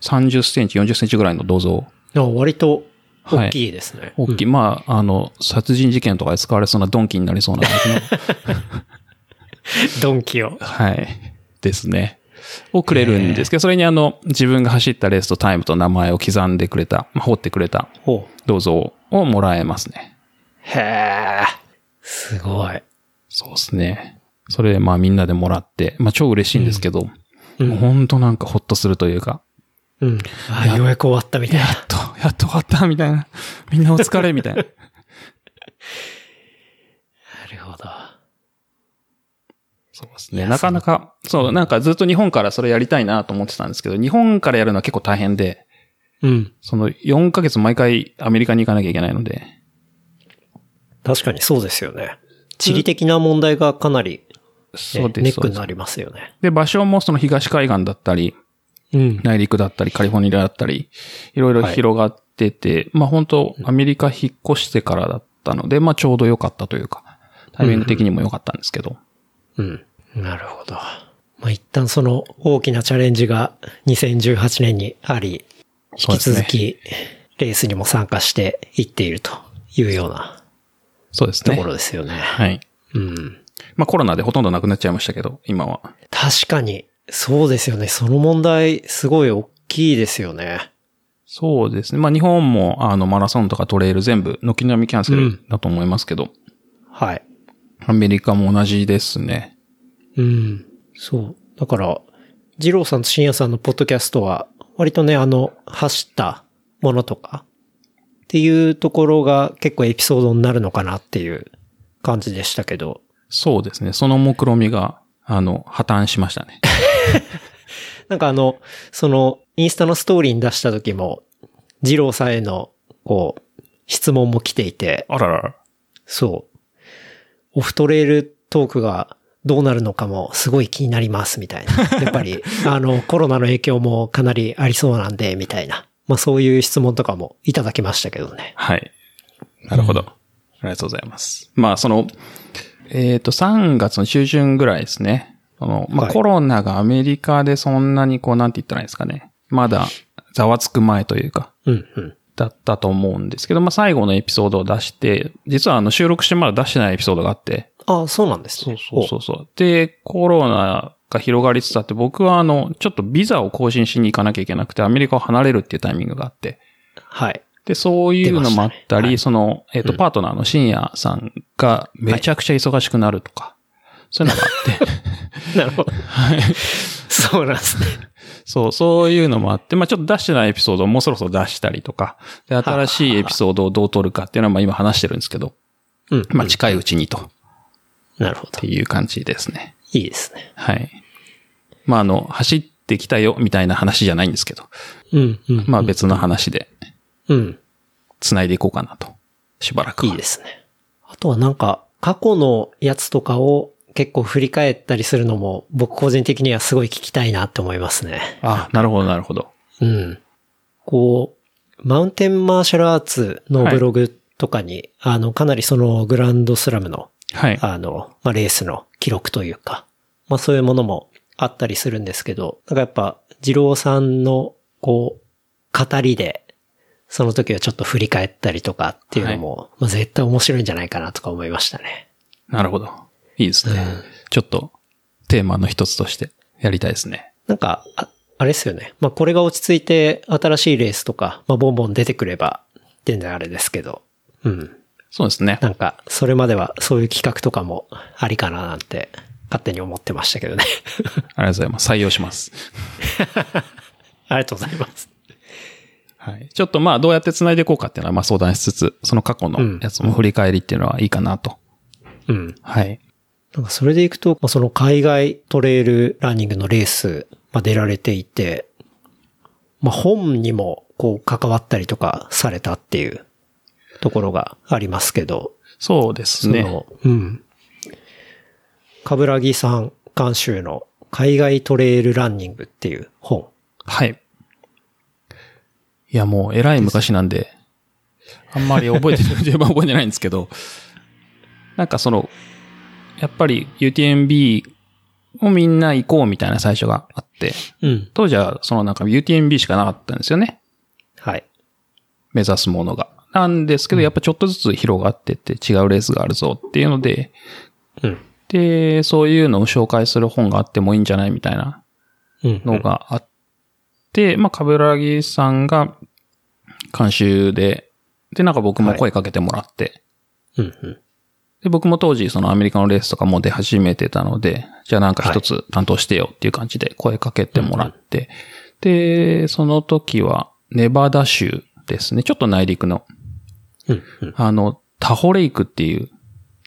C: 30センチ、40センチぐらいの銅像。
B: でも割と
C: はい
B: 大きいですね。
C: 大きい、まあ、あの、殺人事件とかで使われそうな鈍器になりそうな感じの
B: ドンキ を。
C: はい。ですね。をくれるんですけど、それにあの、自分が走ったレースとタイムと名前を刻んでくれた、まあ彫ってくれた
B: ほう。
C: 銅像をもらえますね。
B: へえ。すごい。
C: そうですね。それ、まあみんなでもらって、まあ超嬉しいんですけど、
B: うん
C: もうほんとなんかほっとするというか、
B: うん。あようやく終わったみたい
C: や
B: な。
C: っと、 やっと終わった、みたいな。みんなお疲れ、みたいな。
B: なるほど。
C: そうですね。なかなか、そう、なんかずっと日本からそれやりたいなと思ってたんですけど、日本からやるのは結構大変で、
B: うん。
C: その4ヶ月毎回アメリカに行かなきゃいけないので、
B: 確かにそうですよね。地理的な問題がかなり、ね
C: そうです。
B: ネックにな
C: そうです
B: りますよね。
C: で、場所もその東海岸だったり、
B: うん。
C: 内陸だったり、カリフォルニアだったり、いろいろ広がってて、まあ本当アメリカ引っ越してからだったので、まあちょうど良かったというか、タイミング的にも良かったんですけど。
B: うん。なるほど。まあ、一旦その大きなチャレンジが2018年にあり、
C: そ
B: 引
C: うで
B: き
C: すね
B: 続きレースにも参加していっているというような
C: そうです
B: と
C: ね。
B: ころですよね。
C: はい。
B: うん。
C: まあコロナでほとんどなくなっちゃいましたけど、今は。
B: 確かに、そうですよね。その問題、すごい大きいですよね。
C: そうですね。まあ日本も、あの、マラソンとかトレイル全部、軒並みキャンセルだと思いますけど、
B: はい。
C: アメリカも同じですね。
B: うん。そう。だから、二郎さんと深夜さんのポッドキャストは、割とね、あの、走ったものとか、っていうところが結構エピソードになるのかなっていう感じでしたけど、
C: そうですね。その目論みが、あの、破綻しました ね。
B: なんかあの、その、インスタのストーリーに出した時も、二郎さんへの、こう、質問も来ていて、
C: あららら。
B: そう。オフトレールトークがどうなるのかもすごい気になりますみた いな。やっぱり、あの、コロナの影響もかなりありそうなんで、みたいな。まあそういう質問とかもいただきましたけどね。
C: はい。なるほど。ありがとうございます。まあ、その、えっ、と、3月の中旬ぐらいですね。その、まあ、
B: はい
C: コロナがアメリカでそんなにこう、なんて言ったらいいんですかね。まだ、ざわつく前というか、
B: うんうん。
C: だったと思うんですけど、まあ、最後のエピソードを出して、実はあの、収録してまだ出してないエピソードがあって、
B: ああ、そうなんですね。
C: そうそうそう。で、コロナが広がりつつあって、僕はあの、ちょっとビザを更新しに行かなきゃいけなくて、アメリカを離れるっていうタイミングがあって、
B: おはい。
C: で、そういうのもあっ
B: 出ま
C: た
B: した
C: り、
B: ねはい
C: その、えっ、と、
B: うん
C: パートナーの深夜さんがめちゃくちゃ忙しくなるとか、そういうのがあ って、
B: なるほど。 そうなんですね。
C: そう、そういうのもあって、まあちょっと出してないエピソードをもうそろそろ出したりとか、で、新しいエピソードをどう撮るかっていうのはまあ今話してるんですけど、
B: うん。
C: まあ近いうちにと、っ
B: なるほど
C: て。いう感じですね。
B: いいですね。
C: はい。まああの、走ってきたよみたいな話じゃないんですけど、
B: うんうん。
C: まあ別の話で
B: うん。
C: 繋いでいこうかなと、しばらくは。
B: いいですね。あとはなんか、過去のやつとかを結構振り返ったりするのも、僕個人的にはすごい聞きたいなって思いますね。
C: あ、なるほど、なるほど。
B: うん。こう、マウンテンマーシャルアーツのブログとかに、あの、かなりそのグランドスラムの、
C: はい。
B: あの、まあ、レースの記録というか、まあ、そういうものもあったりするんですけど、なんかやっぱ、二郎さんの、こう、語りで、その時をちょっと振り返ったりとかっていうのも、まあ、絶対面白いんじゃないかなとか思いましたね。
C: なるほど。いいですね。ちょっと、テーマの一つとして。やりたいですね。
B: なんか、ああれですよね。まあ、これが落ち着いて新しいレースとか、まあ、ボンボン出てくれば、全然あれですけど。うん。
C: そうです ね。
B: なんか、それまではそういう企画とかもありかななんて、勝手に思ってましたけどね。
C: ありがとうございます。採用します。
B: ありがとうございます。
C: はい。ちょっとまあ、どうやって繋いでいこうかっていうのは、まあ相談しつつ、その過去のやつも振り返りっていうのはいいかなと。
B: うん。
C: はい。
B: なんかそれでいくと、まあその海外トレイルランニングのレース、まあ、出られていて、まあ、本にもこう関わったりとかされたっていうところがありますけど、
C: そうです
B: その、
C: ね。
B: うん。かぶらぎさん監修の海外トレイルランニングっていう本。
C: はい。いや、もう、えらい昔なんで、あんまり覚えて る、十分覚えてないんですけど、なんかその、やっぱり UTMB をみんな行こうみたいな最初があって、
B: うん。
C: 当時はそのなんか UTMB しかなかったんですよね。
B: はい。
C: 目指すものが。なんですけど、やっぱちょっとずつ広がってって違うレースがあるぞっていうので、
B: うん。
C: で、そういうのを紹介する本があってもいいんじゃないみたいな
B: うん。
C: のがあって、まあ、かぶらぎさんが監修で、で、なんか僕も声かけてもらって、
B: うん。うん。
C: で、僕も当時そのアメリカのレースとかも出始めてたので、じゃあなんか一つ担当してよっていう感じで声かけてもらって、で、その時はネバダ州ですね。ちょっと内陸の、
B: うん。うん。
C: あの、タホレイクっていう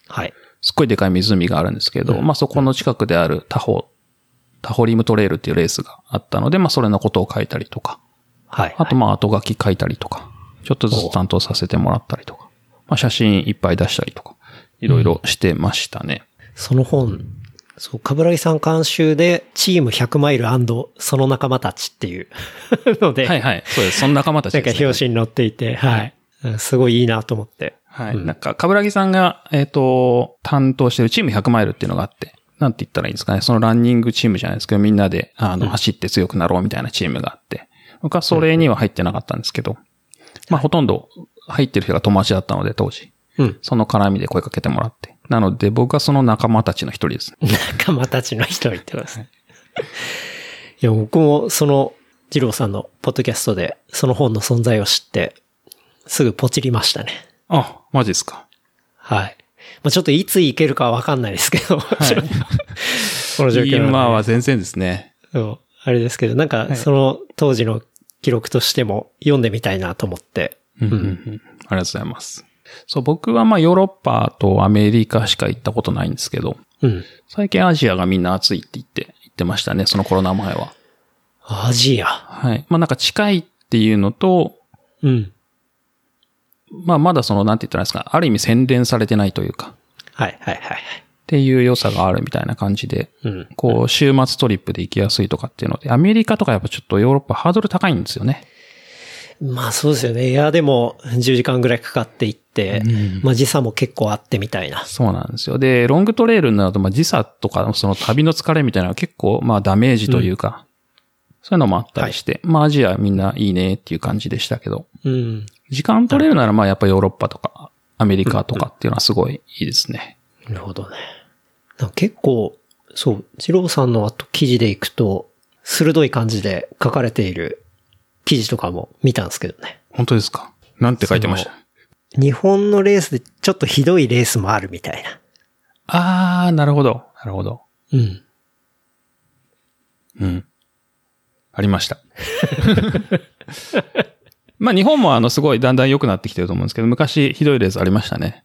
B: はい。
C: すっごいでかい湖があるんですけど、まあそこの近くであるタホ、タホリムトレイルっていうレースがあったので、まあそれのことを書いたりとか、
B: はい。
C: あとまあ後書き書いたりとか、ちょっとずつ担当させてもらったりとか、まあ写真いっぱい出したりとか、いろいろしてましたね。
B: その本、そう、かぶらぎさん監修で、チーム100マイルその仲間たちっていう ので、
C: はいはい。そうです。その仲間たち
B: なんか
C: です、ね。
B: 表紙に載っていて、はい。うんすごいいいなと思って。
C: はい。なんか、かぶらぎさんが、えっ、と、担当してるチーム100マイルっていうのがあって、なんて言ったらいいんですかね。そのランニングチームじゃないですけど、みんなで、あの、走って強くなろうみたいなチームがあって、僕はそれには入ってなかったんですけど、まあ、ほとんど入ってる人が友達だったので、当時。
B: うん。
C: その絡みで声かけてもらって。なので、僕はその仲間たちの一人ですね。
B: 仲間たちの一人ってことですね。いや、僕もその、二郎さんのポッドキャストで、その本の存在を知って、すぐポチりましたね。
C: あ、マジですか。
B: はい。まあちょっといつ行けるかはわかんないですけど、ちょっと この状況なんで
C: 今は全然ですね。
B: そう、あれですけど、なんか、その当時の記録としても読んでみたいなと思って。
C: うんうんうんありがとうございます。そう、僕はまあヨーロッパとアメリカしか行ったことないんですけど、
B: うん。
C: 最近アジアがみんな暑いって言って、言ってましたね、そのコロナ前は。
B: アジア。
C: はい。まあなんか近いっていうのと、
B: うん。
C: まあまだその、なんて言ったらいいですか、ある意味洗練されてないというか、
B: はいはいはいはい。
C: っていう良さがあるみたいな感じで、
B: うん。
C: こう、週末トリップで行きやすいとかっていうので、アメリカとかやっぱちょっとヨーロッパハードル高いんですよね。
B: まあそうですよね。エアでも10時間ぐらいかかっていって、まあ時差も結構あってみたいな。
C: そうなんですよ。で、ロングトレイルになると、まあ時差とか、その旅の疲れみたいなのは結構、まあダメージというか、そういうのもあったりして、まあアジアみんないいねっていう感じでしたけど、
B: うん。
C: 時間取れるならまあやっぱヨーロッパとかアメリカとかっていうのはすごいいいですね。
B: なるほどね。なんか結構、そう、二郎さんの後記事で行くと、鋭い感じで書かれている記事とかも見たんですけどね。
C: 本当ですかなんて書いてました
B: 日本のレースでちょっとひどいレースもあるみたいな。
C: あー、なるほど。なるほど。
B: うん。
C: うん。ありました。 まあ日本もあのすごいだんだん良くなってきてると思うんですけど、昔ひどいレースありましたね。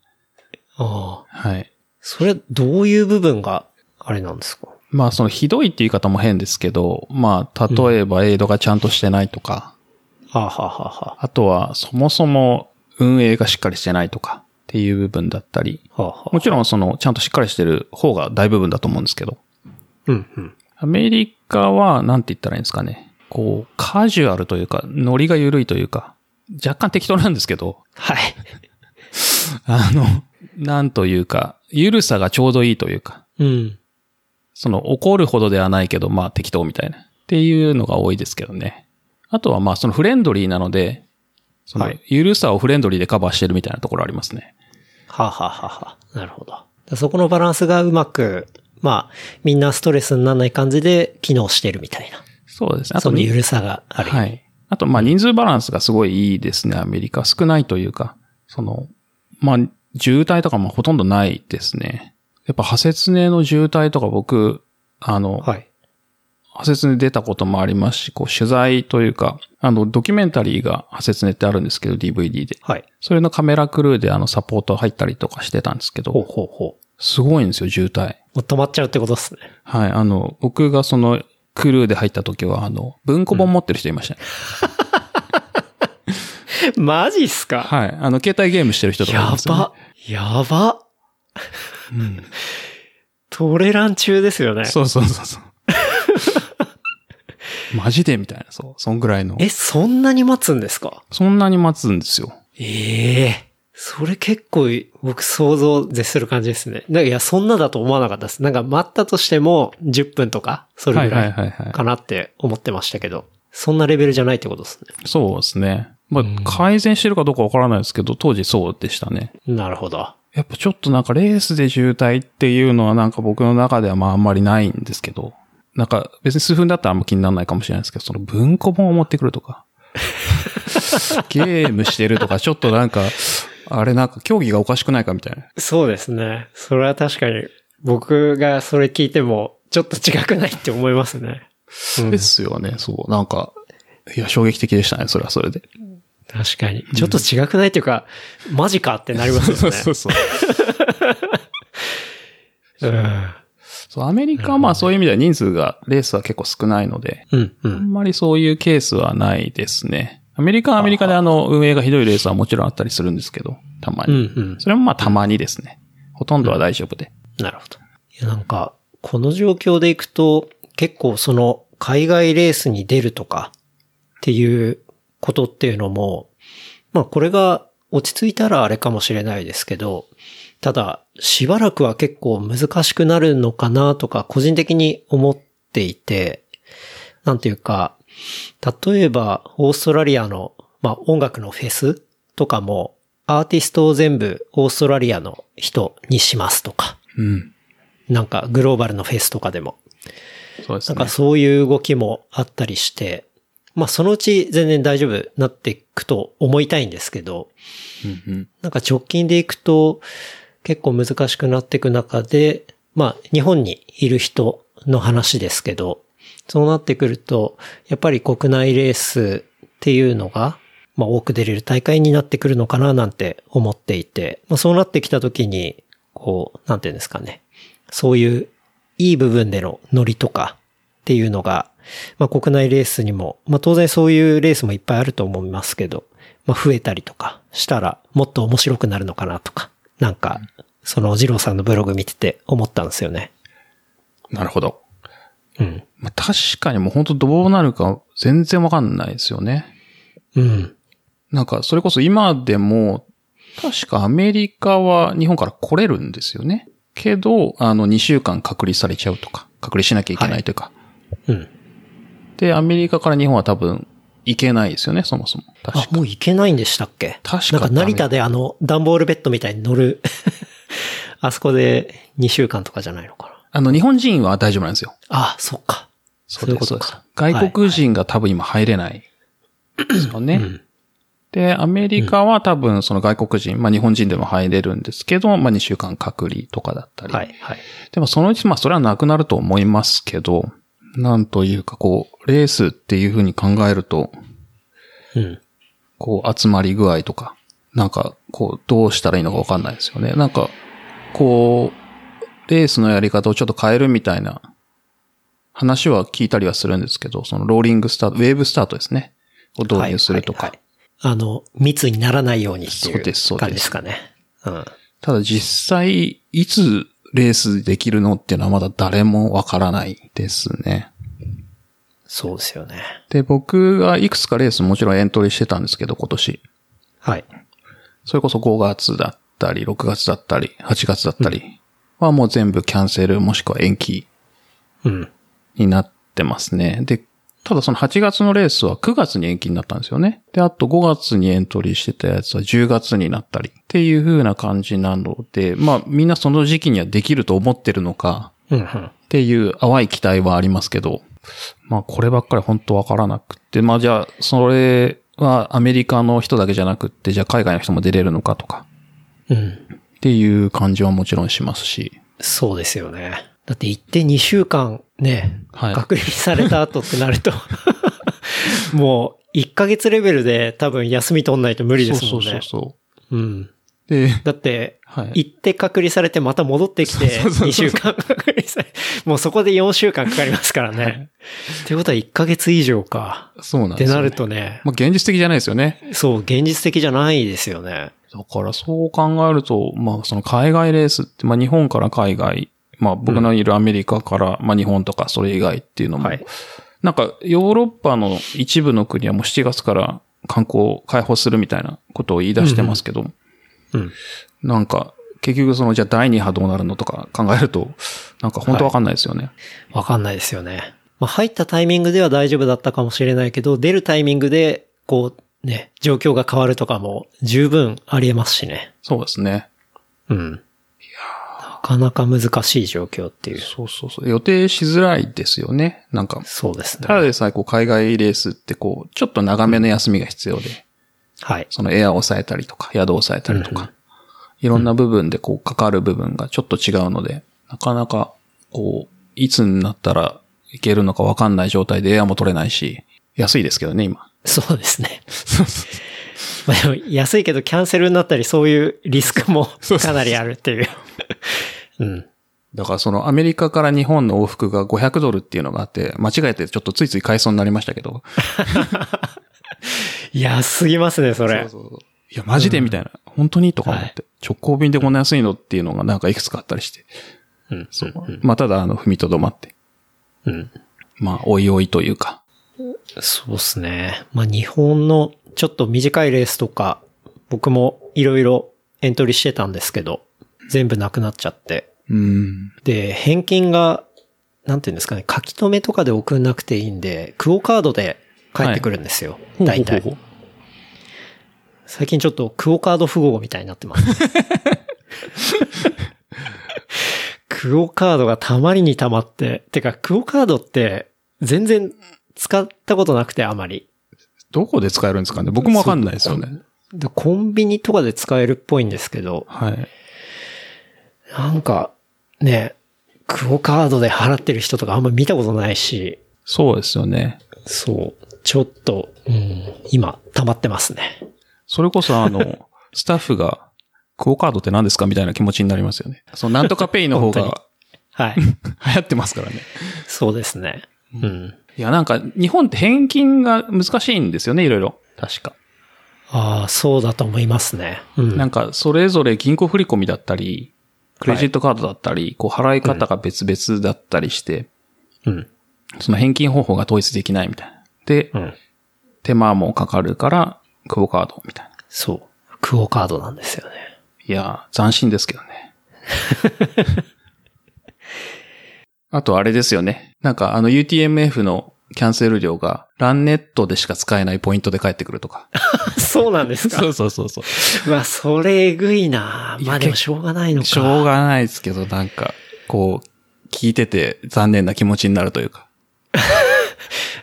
B: ああ。
C: はい。
B: それ、どういう部分が、あれなんですか
C: まあそのひどいって言い方も変ですけど、まあ例えばエイドがちゃんとしてないとか、
B: はあ、はあはあは
C: あとはそもそも運営がしっかりしてないとかっていう部分だったり、
B: あ、はあはあ
C: もちろんそのちゃんとしっかりしてる方が大部分だと思うんですけど、
B: うん、うん。
C: アメリカはなんて言ったらいいんですかね、こうカジュアルというかノリが緩いというか、若干適当なんですけど、
B: はい。
C: あの、なんというか、ゆるさがちょうどいいと いうか、
B: うん。
C: その怒るほどではないけど、まあ適当みたいな。っていうのが多いですけどね。あとはまあそのフレンドリーなので、その
B: はい
C: ゆるさをフレンドリーでカバーしてるみたいなところありますね。
B: はあ、はあはあはあ、なるほど。そこのバランスがうまく、まあ、みんなストレスにならない感じで機能してるみたいな。
C: そうですね。あ
B: そ
C: と
B: の
C: に、
B: 緩さがある。
C: はい。あと、まあ、人数バランスがすごいいいですね、アメリカ。少ないというか、その、まあ、渋滞とかもほとんどないですね。やっぱ、派切ねの渋滞とか僕、あの、
B: はい。
C: 派切ね出たこともありますし、こう、取材というか、あの、ドキュメンタリーが派切ねってあるんですけど、DVD で。
B: はい。
C: それのカメラクルーであの、サポート入ったりとかしてたんですけ
B: ほう
C: ど、
B: ほうほう。
C: すごいんですよ、渋滞。
B: もう止まっちゃうってこと ですね。
C: はい、あの、僕がその、クルーで入った時は、あの、文庫本持ってる人いましたね。
B: マジっすか
C: はい。あの、携帯ゲームしてる人とかい
B: や
C: ますよね
B: ば。やば。
C: うん
B: トレラン中ですよね。
C: そうそ うそうそう。マジでみたいな、そう。そんぐらいの。
B: え、そんなに待つんですか
C: そんなに待つんですよ。
B: ええそれ結構僕想像を絶する感じですね。なんかいや、そんなだと思わなかったです。なんか待ったとしても10分とか、それぐらい
C: はいはい。
B: かなって思ってましたけど、そんなレベルじゃないってことです
C: そうですね。ま
B: うん
C: あ、改善してるかどうかわからないですけど、当時そうでしたね。
B: ね。なるほど。
C: やっぱちょっとなんかレースで渋滞っていうのはなんか僕の中ではまああんまりないんですけど、なんか別に数分だったらあんま気にならないかもしれないですけど、その文庫本を持ってくる とか、ゲームしてるとか、ちょっとなんか、あれなんか競技がおかしくないかみたいな。
B: そうですね。それは確かに僕がそれ聞いてもちょっと違くないって思いますね。うん
C: ですよね、そう。なんか、いや、衝撃的でしたね、それはそれで。
B: 確かに。ちょっと違くないっていうか、マジかってなりますよね。
C: う そう。
B: うん
C: そう、アメリカはまあそういう意味では人数が、レースは結構少ないので、
B: うん、う
C: あ
B: ん。
C: んまりそういうケースはないですね。アメリカはアメリカであの、運営がひどいレースはもちろんあったりするんですけど、たま
B: うん、う
C: に。
B: ん。
C: それもまあたまにですね。ほとんどは大丈夫で。
B: なるほど。いや、なんか、この状況でいくと、結構その、海外レースに出るとか、っていうことっていうのも、まあこれが落ち着いたらあれかもしれないですけど、ただ、しばらくは結構難しくなるのかなとか、個人的に思っていて、なんていうか、例えば、オーストラリアの、まあ、音楽のフェスとかも、アーティストを全部オーストラリアの人にしますとか、
C: うん。
B: なんかグローバルのフェスとかでも。
C: そうです
B: なん
C: ね。
B: かそういう動きもあったりして、まあそのうち全然大丈夫になっていくと思いたいんですけど、
C: うんうん
B: なんか直近でいくと結構難しくなっていく中で、まあ日本にいる人の話ですけど、そうなってくると、やっぱり国内レースっていうのが、まあ多く出れる大会になってくるのかななんて思っていて、まあそうなってきた時に、こう、なんていうんですかね。そういういい部分でのノリとかっていうのが、まあ国内レースにも、まあ当然そういうレースもいっぱいあると思いますけど、まあ増えたりとかしたらもっと面白くなるのかなとか、なんか、その二郎さんのブログ見てて思ったんですよね。
C: なるほど。
B: うん。
C: まあ、確かにもう本当どうなるか全然わかんないですよね。
B: うん。
C: なんか、それこそ今でも、確かアメリカは日本から来れるんですよね。けど、あの、2週間隔離されちゃうとか、隔離しなきゃいけないというか。
B: うん。
C: で、アメリカから日本は多分行けないですよね、そもそも。確
B: あ
C: か、
B: もう行けないんでしたっけ
C: 確か
B: なんか成田であの、段ボールベッドみたいに乗る、 あそこで2週間とかじゃないのかな。
C: あの、日本人は大丈夫なんですよ。
B: ああ、そっか。そういうこと
C: です
B: か。
C: 外国人が多分今入れない。ですよね。
B: うん。
C: で、アメリカは多分その外国人、まあ日本人でも入れるんですけど、まあ2週間隔離とかだったり。
B: はい、はい。
C: でもそのうち、まあそれはなくなると思いますけど、なんというかこう、レースっていうふうに考えると、
B: うん。
C: こう、集まり具合とか、なんか、こう、どうしたらいいのかわかんないですよね。なんか、こう、レースのやり方をちょっと変えるみたいな話は聞いたりはするんですけど、そのローリングスタート、ウェーブスタートですね。を導入すると
B: は
C: か。
B: いはいはいあの、密にならないようにってい
C: そう
B: う
C: ですそうです
B: 感じですかね。うん。
C: ただ実際、いつレースできるのっていうのはまだ誰もわからないですね。
B: そうですよね。
C: で、僕がいくつかレースもちろんエントリーしてたんですけど、今年。
B: はい。
C: それこそ5月だったり、6月だったり、8月だったりはもう全部キャンセルもしくは延期
B: うん。
C: になってますね。で、ただその8月のレースは9月に延期になったんですよね。で、あと5月にエントリーしてたやつは10月になったりっていう風な感じなので、まあみんなその時期にはできると思ってるのか、
B: うんうん。
C: っていう淡い期待はありますけど、まあこればっかり本当わからなくて、まあじゃあそれはアメリカの人だけじゃなくって、じゃあ海外の人も出れるのかとか
B: うん。
C: っていう感じはもちろんしますし、
B: そうですよね。だって行って2週間ね、
C: はい
B: 隔離された後ってなると、 もう1ヶ月レベルで多分休み取んないと無理です
C: そ
B: も
C: うん
B: ね。
C: そうそうそ
B: うん。
C: う。で、
B: だって、
C: はい。
B: 行って隔離されてまた戻ってきて
C: そうそうそう
B: 2週間 隔離され、もうそこで4週間かかりますからね。ってことは1ヶ月以上か。
C: そうなん
B: っ
C: で
B: て
C: すよ、
B: な
C: ね。
B: るとね、
C: まあ現実的じゃないですよね。
B: そう、現実的じゃないですよね。
C: だからそう考えると、まあその海外レースって、まあ日本から海外、まあ僕のいるアメリカから、まあ日本とかそれ以外っていうのも、
B: はい
C: なんかヨーロッパの一部の国はもう7月から観光開放するみたいなことを言い出してますけど、
B: うん。
C: なんか結局そのじゃあ第2波どうなるのとか考えると、なんか本当わかんないですよね。
B: わかんないですよね。まあ、入ったタイミングでは大丈夫だったかもしれないけど、出るタイミングで、こう、ね、状況が変わるとかも十分ありえますしね。
C: そうですね。
B: うん。なかなか難しい状況っていう。
C: そうそうそう。予定しづらいですよね。なんか。
B: そうですね。
C: ただでさえこう海外レースってこう、ちょっと長めの休みが必要で。
B: はい。
C: そのエアを抑えたりとか、宿を抑えたりと
B: うんう
C: か、いろんな部分でこうかかる部分がちょっと違うので、なかなかこう、いつになったらいけるのかわかんない状態でエアも取れないし、安いですけどね、今。
B: そうですね。まあでも安いけどキャンセルになったり そういうリスクもかなりあるっていう。うん。
C: だからそのアメリカから日本の往復が500ドルっていうのがあって、間違えてちょっとついつい買いそうになりましたけど。
B: 安すぎますね、それ。
C: そうそうそういや、マジでみたいな。本当にとか思って。直行便でこんな安いのっていうのがなんかいくつかあったりして。
B: うん。
C: そう。まあただ、あの、踏みとどまって。
B: うん。
C: まあ、おいおいというか。
B: そうですね。まあ日本のちょっと短いレースとか、僕もいろいろエントリーしてたんですけど、全部なくなっちゃって。
C: うん。
B: で、返金が、なんていうんですかね、書き留めとかで送んなくていいんで、クオカードで返ってくるんですよ。大体。最近ちょっとクオカード富豪みたいになってます。クオカードがたまりにたまって、てかクオカードって全然使ったことなくてあまり。
C: どこで使えるんですかね僕もわかんないですよね。
B: でコンビニとかで使えるっぽいんですけど、
C: はい。
B: なんかね、クオカードで払ってる人とかあんま見たことないし、
C: そうですよね。
B: そう、ちょっと、うん、今、溜まってますね。
C: それこそあの、スタッフが、クオカードって何ですかみたいな気持ちになりますよね。そのなんとかペイの方
B: 本
C: が
B: はい。
C: 流行ってますからね。
B: そうですね。うん。
C: いや、なんか、日本って返金が難しいんですよね、いろいろ。確か。
B: ああ、そうだと思いますね。うん。
C: なんか、それぞれ銀行振り込みだったり、クレジットカードだったり、こう、払い方が別々だったりして、
B: うん。
C: その返金方法が統一できないみたいな。で
B: う、ん。
C: 手間もかかるから、クオカードみたいな。
B: そう。クオカードなんですよね。
C: いやー、斬新ですけどね。 あとあれですよね。なんかあの UTMF のキャンセル料がランネットでしか使えないポイントで返ってくるとか。
B: そうなんですか。
C: う そうそうそう。
B: うわ、それえぐいなまあでもしょうがないのか。
C: しょうがないですけど、なんか、こう、聞いてて残念な気持ちになるというか。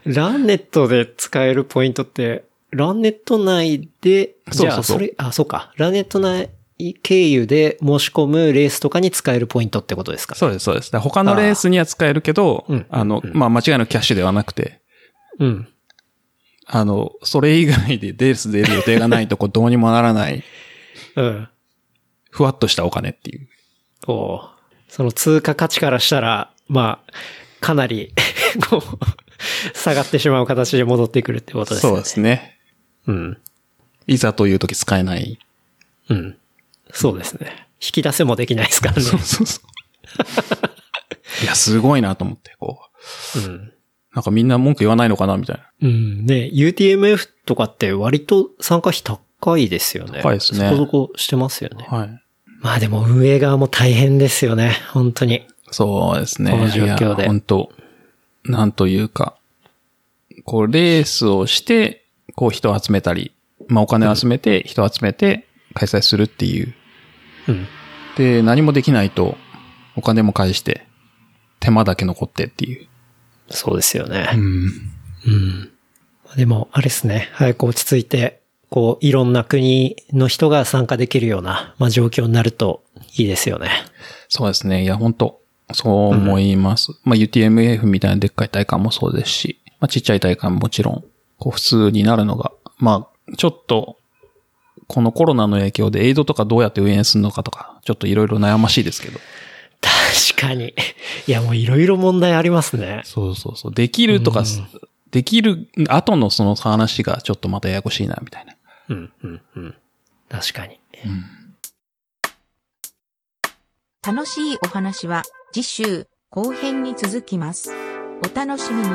B: ランネットで使えるポイントって、ランネット内で、
C: そ
B: じ
C: う
B: ゃ
C: そうそう
B: あそれ、あ、そうか。ランネット内経由で申し込むレースとかに使えるポイントってことですか
C: そうです、そうです。だから他のレースには使えるけど
B: あーうん、
C: あの、まあ、間違いのキャッシュではなくて、
B: うん。
C: あの、それ以外でレース出る予定がないとこうどうにもならない、
B: うん。
C: ふわっとしたお金っていう。
B: おうその通貨価値からしたら、まあ、かなり、 こう、下がってしまう形で戻ってくるってことですよ
C: そう
B: ね。
C: ですね。
B: うん。
C: いざという時使えない。
B: うん。そうですね。引き出せもできないですからね。
C: そうそう。いや、すごいなと思って、こ
B: うん。
C: う。なんかみんな文句言わないのかなみたいな。
B: うん。ね、UTMF とかって割と参加費高いですよね。
C: 高いですね
B: そこそこしてますよね。
C: はい。
B: まあでも運営側も大変ですよね。本当に。
C: そうですね。
B: この状況で
C: いや本当なんというか、こう、レースをして、こう、人を集めたり、まあ、お金を集めて、人を集めて、開催するっていう。
B: うん。
C: で、何もできないと、お金も返して、手間だけ残ってっていう。
B: そうですよ
C: う
B: ね。う
C: ん。
B: ん。でも、あれですね。早く落ち着いて、こう、いろんな国の人が参加できるような、まあ、状況になるといいですよね。
C: そうですね。いや、本当そう思います。まあ、UTMF みたいなでっかい大会もそうですし、まあ、ちっちゃい大会ももちろん、こう、普通になるのが、まあ、ちょっと、このコロナの影響でエイドとかどうやって運営するのかとか、ちょっといろいろ悩ましいですけど。
B: 確かに。いや、もういろいろ問題ありますね。
C: そうそうそう。できるとか、できる後のその話がちょっとまたややこしいな、みたいな。
B: うん、うん、うん。確かに。
D: 楽しいお話は次週後編に続きます。お楽しみに。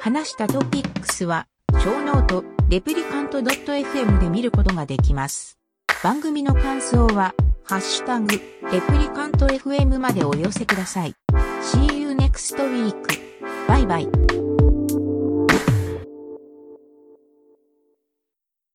D: 話したトピックスは、小ノート、レプリカント .fm で見ることができます。番組の感想は、ハッシュタグ、レプリカント fm までお寄せください。See you next week. バイバイ。